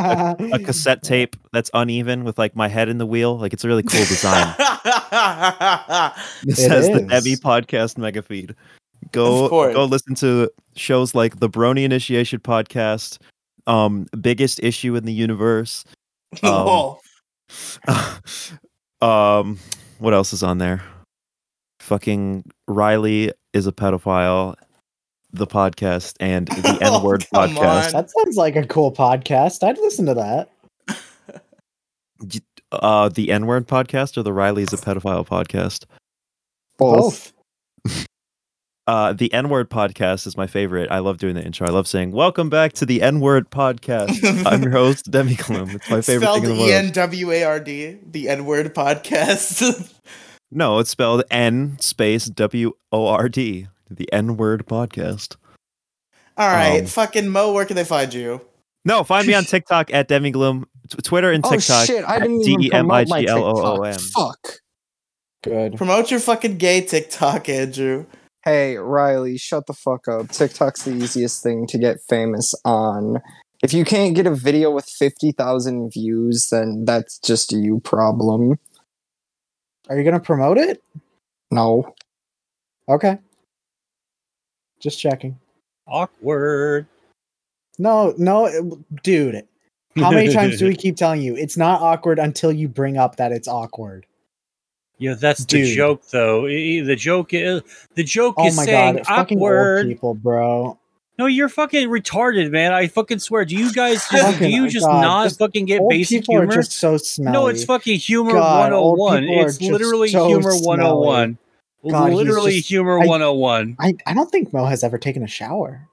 Speaker 4: a, a cassette tape that's uneven with like my head in the wheel. Like it's a really cool design. It
Speaker 5: It
Speaker 4: says the
Speaker 5: is.
Speaker 4: Demi podcast mega feed.
Speaker 1: Of
Speaker 4: Go
Speaker 1: course.
Speaker 4: go listen to shows like the Brony Initiation podcast, um, biggest issue in the universe, Um,
Speaker 1: Whoa.
Speaker 4: um, what else is on there? Fucking Riley is a pedophile. The podcast and the
Speaker 1: Oh,
Speaker 4: N word
Speaker 1: come
Speaker 4: podcast.
Speaker 1: on.
Speaker 5: That sounds like a cool podcast. I'd listen to that.
Speaker 4: Uh, the N word podcast or the Riley is a pedophile podcast.
Speaker 5: Both.
Speaker 4: Uh, the N word podcast is my favorite. I love doing the intro. I love saying "Welcome back to the N word podcast." I'm your host, Demi Gloom. It's my favorite
Speaker 1: Spelled
Speaker 4: thing in the world.
Speaker 1: E N W A R D, the N word podcast.
Speaker 4: No, it's spelled N space W O R D. The N word podcast.
Speaker 1: All right,
Speaker 4: Um,
Speaker 1: fucking Mo, where can they find you?
Speaker 4: No, find me on TikTok at Demigloom, t- Twitter and
Speaker 2: oh
Speaker 4: TikTok. E
Speaker 2: shit! I
Speaker 4: at
Speaker 2: didn't even promote my TikTok.
Speaker 4: DEMIGLOOM.
Speaker 2: Fuck.
Speaker 7: Good.
Speaker 1: Promote your fucking gay TikTok, Andrew.
Speaker 2: Hey Riley, shut the fuck up. TikTok's the easiest thing to get famous on. If you can't get a video with fifty thousand views, then that's just a you problem.
Speaker 5: Are you gonna promote it?
Speaker 2: No.
Speaker 5: Okay. Just checking.
Speaker 3: Awkward.
Speaker 5: No, no, it- dude. How many times do we keep telling you it's not awkward until you bring up that it's awkward?
Speaker 3: Yeah, that's the
Speaker 5: Dude.
Speaker 3: joke, though. I- I- The joke is the joke
Speaker 5: Oh
Speaker 3: is
Speaker 5: my
Speaker 3: saying
Speaker 5: god, it's fucking old
Speaker 3: awkward.
Speaker 5: people, bro.
Speaker 3: No, you're fucking retarded, man. I fucking swear. Do you guys just, do
Speaker 5: Fucking
Speaker 3: you just
Speaker 5: God,
Speaker 3: not
Speaker 5: just
Speaker 3: fucking get
Speaker 5: old
Speaker 3: basic
Speaker 5: people
Speaker 3: humor?
Speaker 5: are just so smelly.
Speaker 3: No, it's fucking humor
Speaker 5: God, old
Speaker 3: 101.
Speaker 5: people are
Speaker 3: It's
Speaker 5: just
Speaker 3: literally
Speaker 5: so
Speaker 3: humor
Speaker 5: smelly.
Speaker 3: 101.
Speaker 5: God, he's
Speaker 3: literally
Speaker 5: just-
Speaker 3: humor
Speaker 5: I-
Speaker 3: 101.
Speaker 5: I, I don't think Mo has ever taken a shower.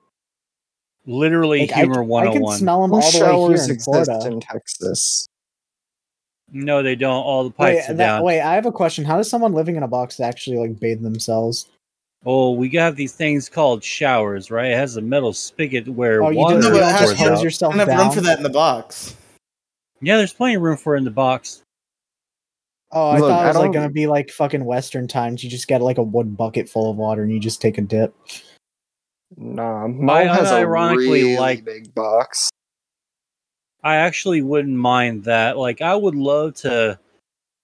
Speaker 3: Literally
Speaker 5: Like, I,
Speaker 3: humor
Speaker 5: I can
Speaker 3: 101.
Speaker 5: smell him
Speaker 2: Who
Speaker 5: all the way
Speaker 2: showers
Speaker 5: here in
Speaker 2: exist
Speaker 5: Florida.
Speaker 2: in Texas?
Speaker 3: no, they don't. All the
Speaker 5: Wait,
Speaker 3: pipes are
Speaker 5: that-
Speaker 3: down.
Speaker 5: wait, I have a question. How does someone living in a box actually like bathe themselves?
Speaker 3: Oh, we have these things called showers, right? It has a metal spigot where
Speaker 5: Oh, you
Speaker 3: water
Speaker 5: just,
Speaker 1: No,
Speaker 5: you
Speaker 1: but
Speaker 5: don't
Speaker 1: how-
Speaker 5: just
Speaker 3: pours
Speaker 5: hose
Speaker 3: out.
Speaker 5: yourself
Speaker 1: I don't have
Speaker 5: down.
Speaker 1: room for that in the box.
Speaker 3: Yeah, there's plenty of room for it in the box.
Speaker 5: Oh, I
Speaker 2: Look,
Speaker 5: thought
Speaker 2: I
Speaker 5: it was like
Speaker 2: don't-
Speaker 5: gonna be like fucking Western times. You just get like a wood bucket full of water and you just take a dip.
Speaker 2: Nah, Mo
Speaker 3: I
Speaker 2: has a
Speaker 3: unironically
Speaker 2: really
Speaker 3: like-
Speaker 2: big box.
Speaker 3: I actually wouldn't mind that. Like, I would love to.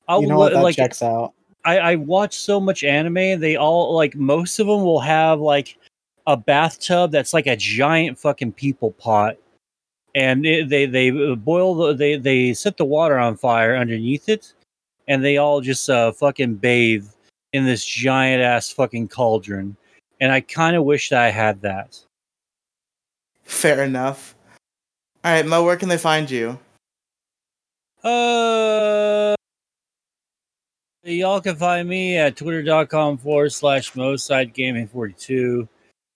Speaker 3: I
Speaker 5: you
Speaker 3: would
Speaker 5: know
Speaker 3: lo-
Speaker 5: what? That
Speaker 3: Oh, like.
Speaker 5: checks out.
Speaker 3: I, I watch so much anime. and They all like most of them will have like a bathtub that's like a giant fucking people pot, and it, they they uh, boil the they they set the water on fire underneath it, and they all just uh, fucking bathe in this giant ass fucking cauldron. And I kind of wish that I had that.
Speaker 1: Fair enough. All right, Mo, where can they find you?
Speaker 3: Uh, y'all can find me at twitter.com forward slash moside gaming 42.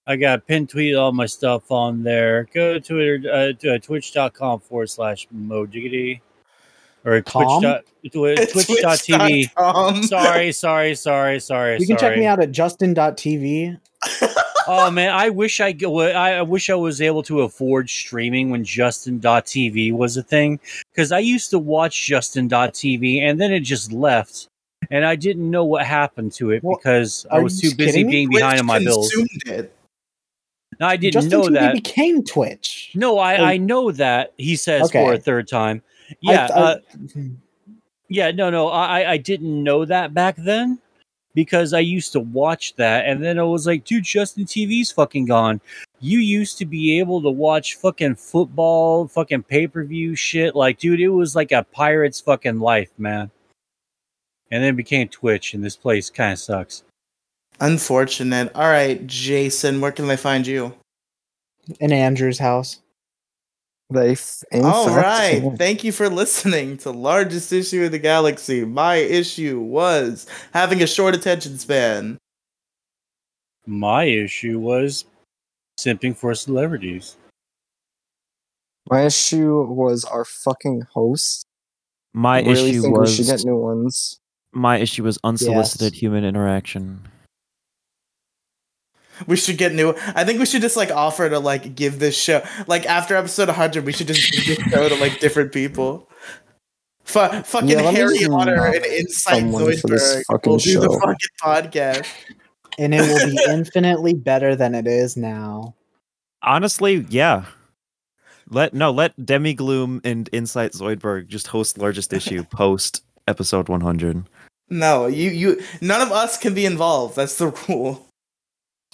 Speaker 3: I got pin tweet all my stuff on there. Go to Twitter, uh, to, uh, twitch.com forward slash modiggity. or Twitch
Speaker 5: Tom?
Speaker 3: dot, Twitch, Twitch.tv.
Speaker 1: Twitch.com.
Speaker 3: Sorry, sorry, sorry, sorry.
Speaker 5: You can
Speaker 3: sorry.
Speaker 5: check me out at justin.tv.
Speaker 3: Oh man, I wish I g- wa- I I wish I was able to afford streaming when Justin.tv was a thing because I used to watch Justin.tv and then it just left and I didn't know what happened to it
Speaker 5: Well,
Speaker 3: because I
Speaker 5: are
Speaker 3: was
Speaker 5: you
Speaker 3: too busy
Speaker 5: kidding me?
Speaker 3: being behind on my bills.
Speaker 1: consumed it.
Speaker 3: No, I didn't
Speaker 5: Justin
Speaker 3: know
Speaker 5: TV
Speaker 3: that.
Speaker 5: became Twitch.
Speaker 3: No,
Speaker 5: Oh.
Speaker 3: I I know that he says for
Speaker 5: Okay.
Speaker 3: a third time.
Speaker 5: I-
Speaker 3: Yeah,
Speaker 5: I-
Speaker 3: uh, yeah, no, no, I I- I didn't know that back then because I used to watch that, and then I was like, dude, Justin TV's fucking gone. You used to be able to watch fucking football, fucking pay per view shit. Like, dude, it was like a pirate's fucking life, man. And then it became Twitch, and this place kind of sucks.
Speaker 1: Unfortunate. All right, Jason, where can they find you?
Speaker 5: in Andrew's house.
Speaker 2: They f- in
Speaker 3: Oh,
Speaker 1: All
Speaker 2: fact-
Speaker 1: right. Thank you for listening to Largest Issue of the Galaxy. My issue was having a short attention span.
Speaker 3: My issue was simping for celebrities.
Speaker 2: My issue was our fucking host.
Speaker 4: My
Speaker 2: I really
Speaker 4: issue
Speaker 2: think we should get
Speaker 4: was
Speaker 2: new ones.
Speaker 4: my issue was unsolicited
Speaker 5: Yes.
Speaker 4: human interaction.
Speaker 1: We should get new. I think we should just like offer to like give this show like after episode 100, we should just give this show to like different people. Fu- fucking
Speaker 2: Yeah, let me
Speaker 1: Harry
Speaker 2: just
Speaker 1: Potter
Speaker 2: nominate
Speaker 1: and Insight
Speaker 2: someone for this
Speaker 1: Zoidberg
Speaker 2: fucking
Speaker 1: will do the
Speaker 2: show.
Speaker 1: fucking podcast.
Speaker 5: And it will be infinitely better than it is now.
Speaker 4: Honestly, yeah. Let no let Demi Gloom and Insight Zoidberg just host largest issue post episode 100.
Speaker 1: No, you you none of us can be involved. That's the rule.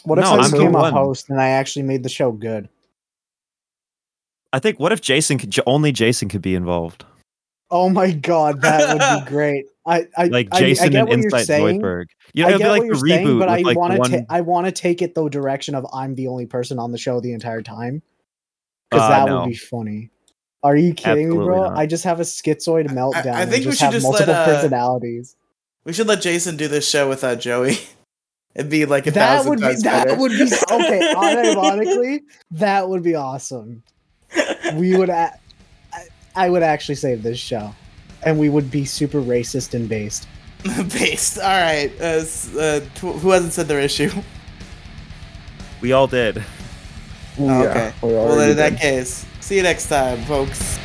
Speaker 5: What if
Speaker 4: No,
Speaker 5: I
Speaker 4: I'm the
Speaker 5: became a
Speaker 4: one.
Speaker 5: host and I actually made the show good?
Speaker 4: I think what if Jason could j- only Jason could be involved,
Speaker 5: Oh my god, that would be great. I, I
Speaker 4: like
Speaker 5: I- I
Speaker 4: Jason
Speaker 5: get
Speaker 4: and
Speaker 5: what you're
Speaker 4: Insight
Speaker 5: saying.
Speaker 4: Zoidberg. You
Speaker 5: I
Speaker 4: know, it'd
Speaker 5: get
Speaker 4: be like
Speaker 5: what you're
Speaker 4: the reboot,
Speaker 5: saying,
Speaker 4: with
Speaker 5: but I
Speaker 4: like
Speaker 5: want
Speaker 4: the
Speaker 5: to
Speaker 4: one.
Speaker 5: ta- I want to take it the direction of I'm the only person on the show the entire time because
Speaker 4: Uh,
Speaker 5: that
Speaker 4: no.
Speaker 5: would be funny. Are you kidding
Speaker 4: Absolutely
Speaker 5: me, bro?
Speaker 4: not.
Speaker 5: I just have a schizoid
Speaker 1: I- I
Speaker 5: meltdown. I,
Speaker 1: think we
Speaker 5: and just
Speaker 1: should
Speaker 5: have
Speaker 1: just let,
Speaker 5: multiple
Speaker 1: uh,
Speaker 5: personalities.
Speaker 1: We should let Jason do this show without Joey. It'd be like a
Speaker 5: That
Speaker 1: thousand
Speaker 5: would be
Speaker 1: times
Speaker 5: that
Speaker 1: better.
Speaker 5: would be okay. Unironically, that would be awesome. We would. A- I, I would actually save this show, and we would be super racist and based.
Speaker 1: Based. All right. Uh, s- uh, tw- who hasn't said their issue?
Speaker 4: We all did.
Speaker 1: Oh, okay.
Speaker 2: we
Speaker 1: Well,
Speaker 2: already
Speaker 3: Oh,
Speaker 1: in
Speaker 2: did.
Speaker 1: that case, see you next time, folks.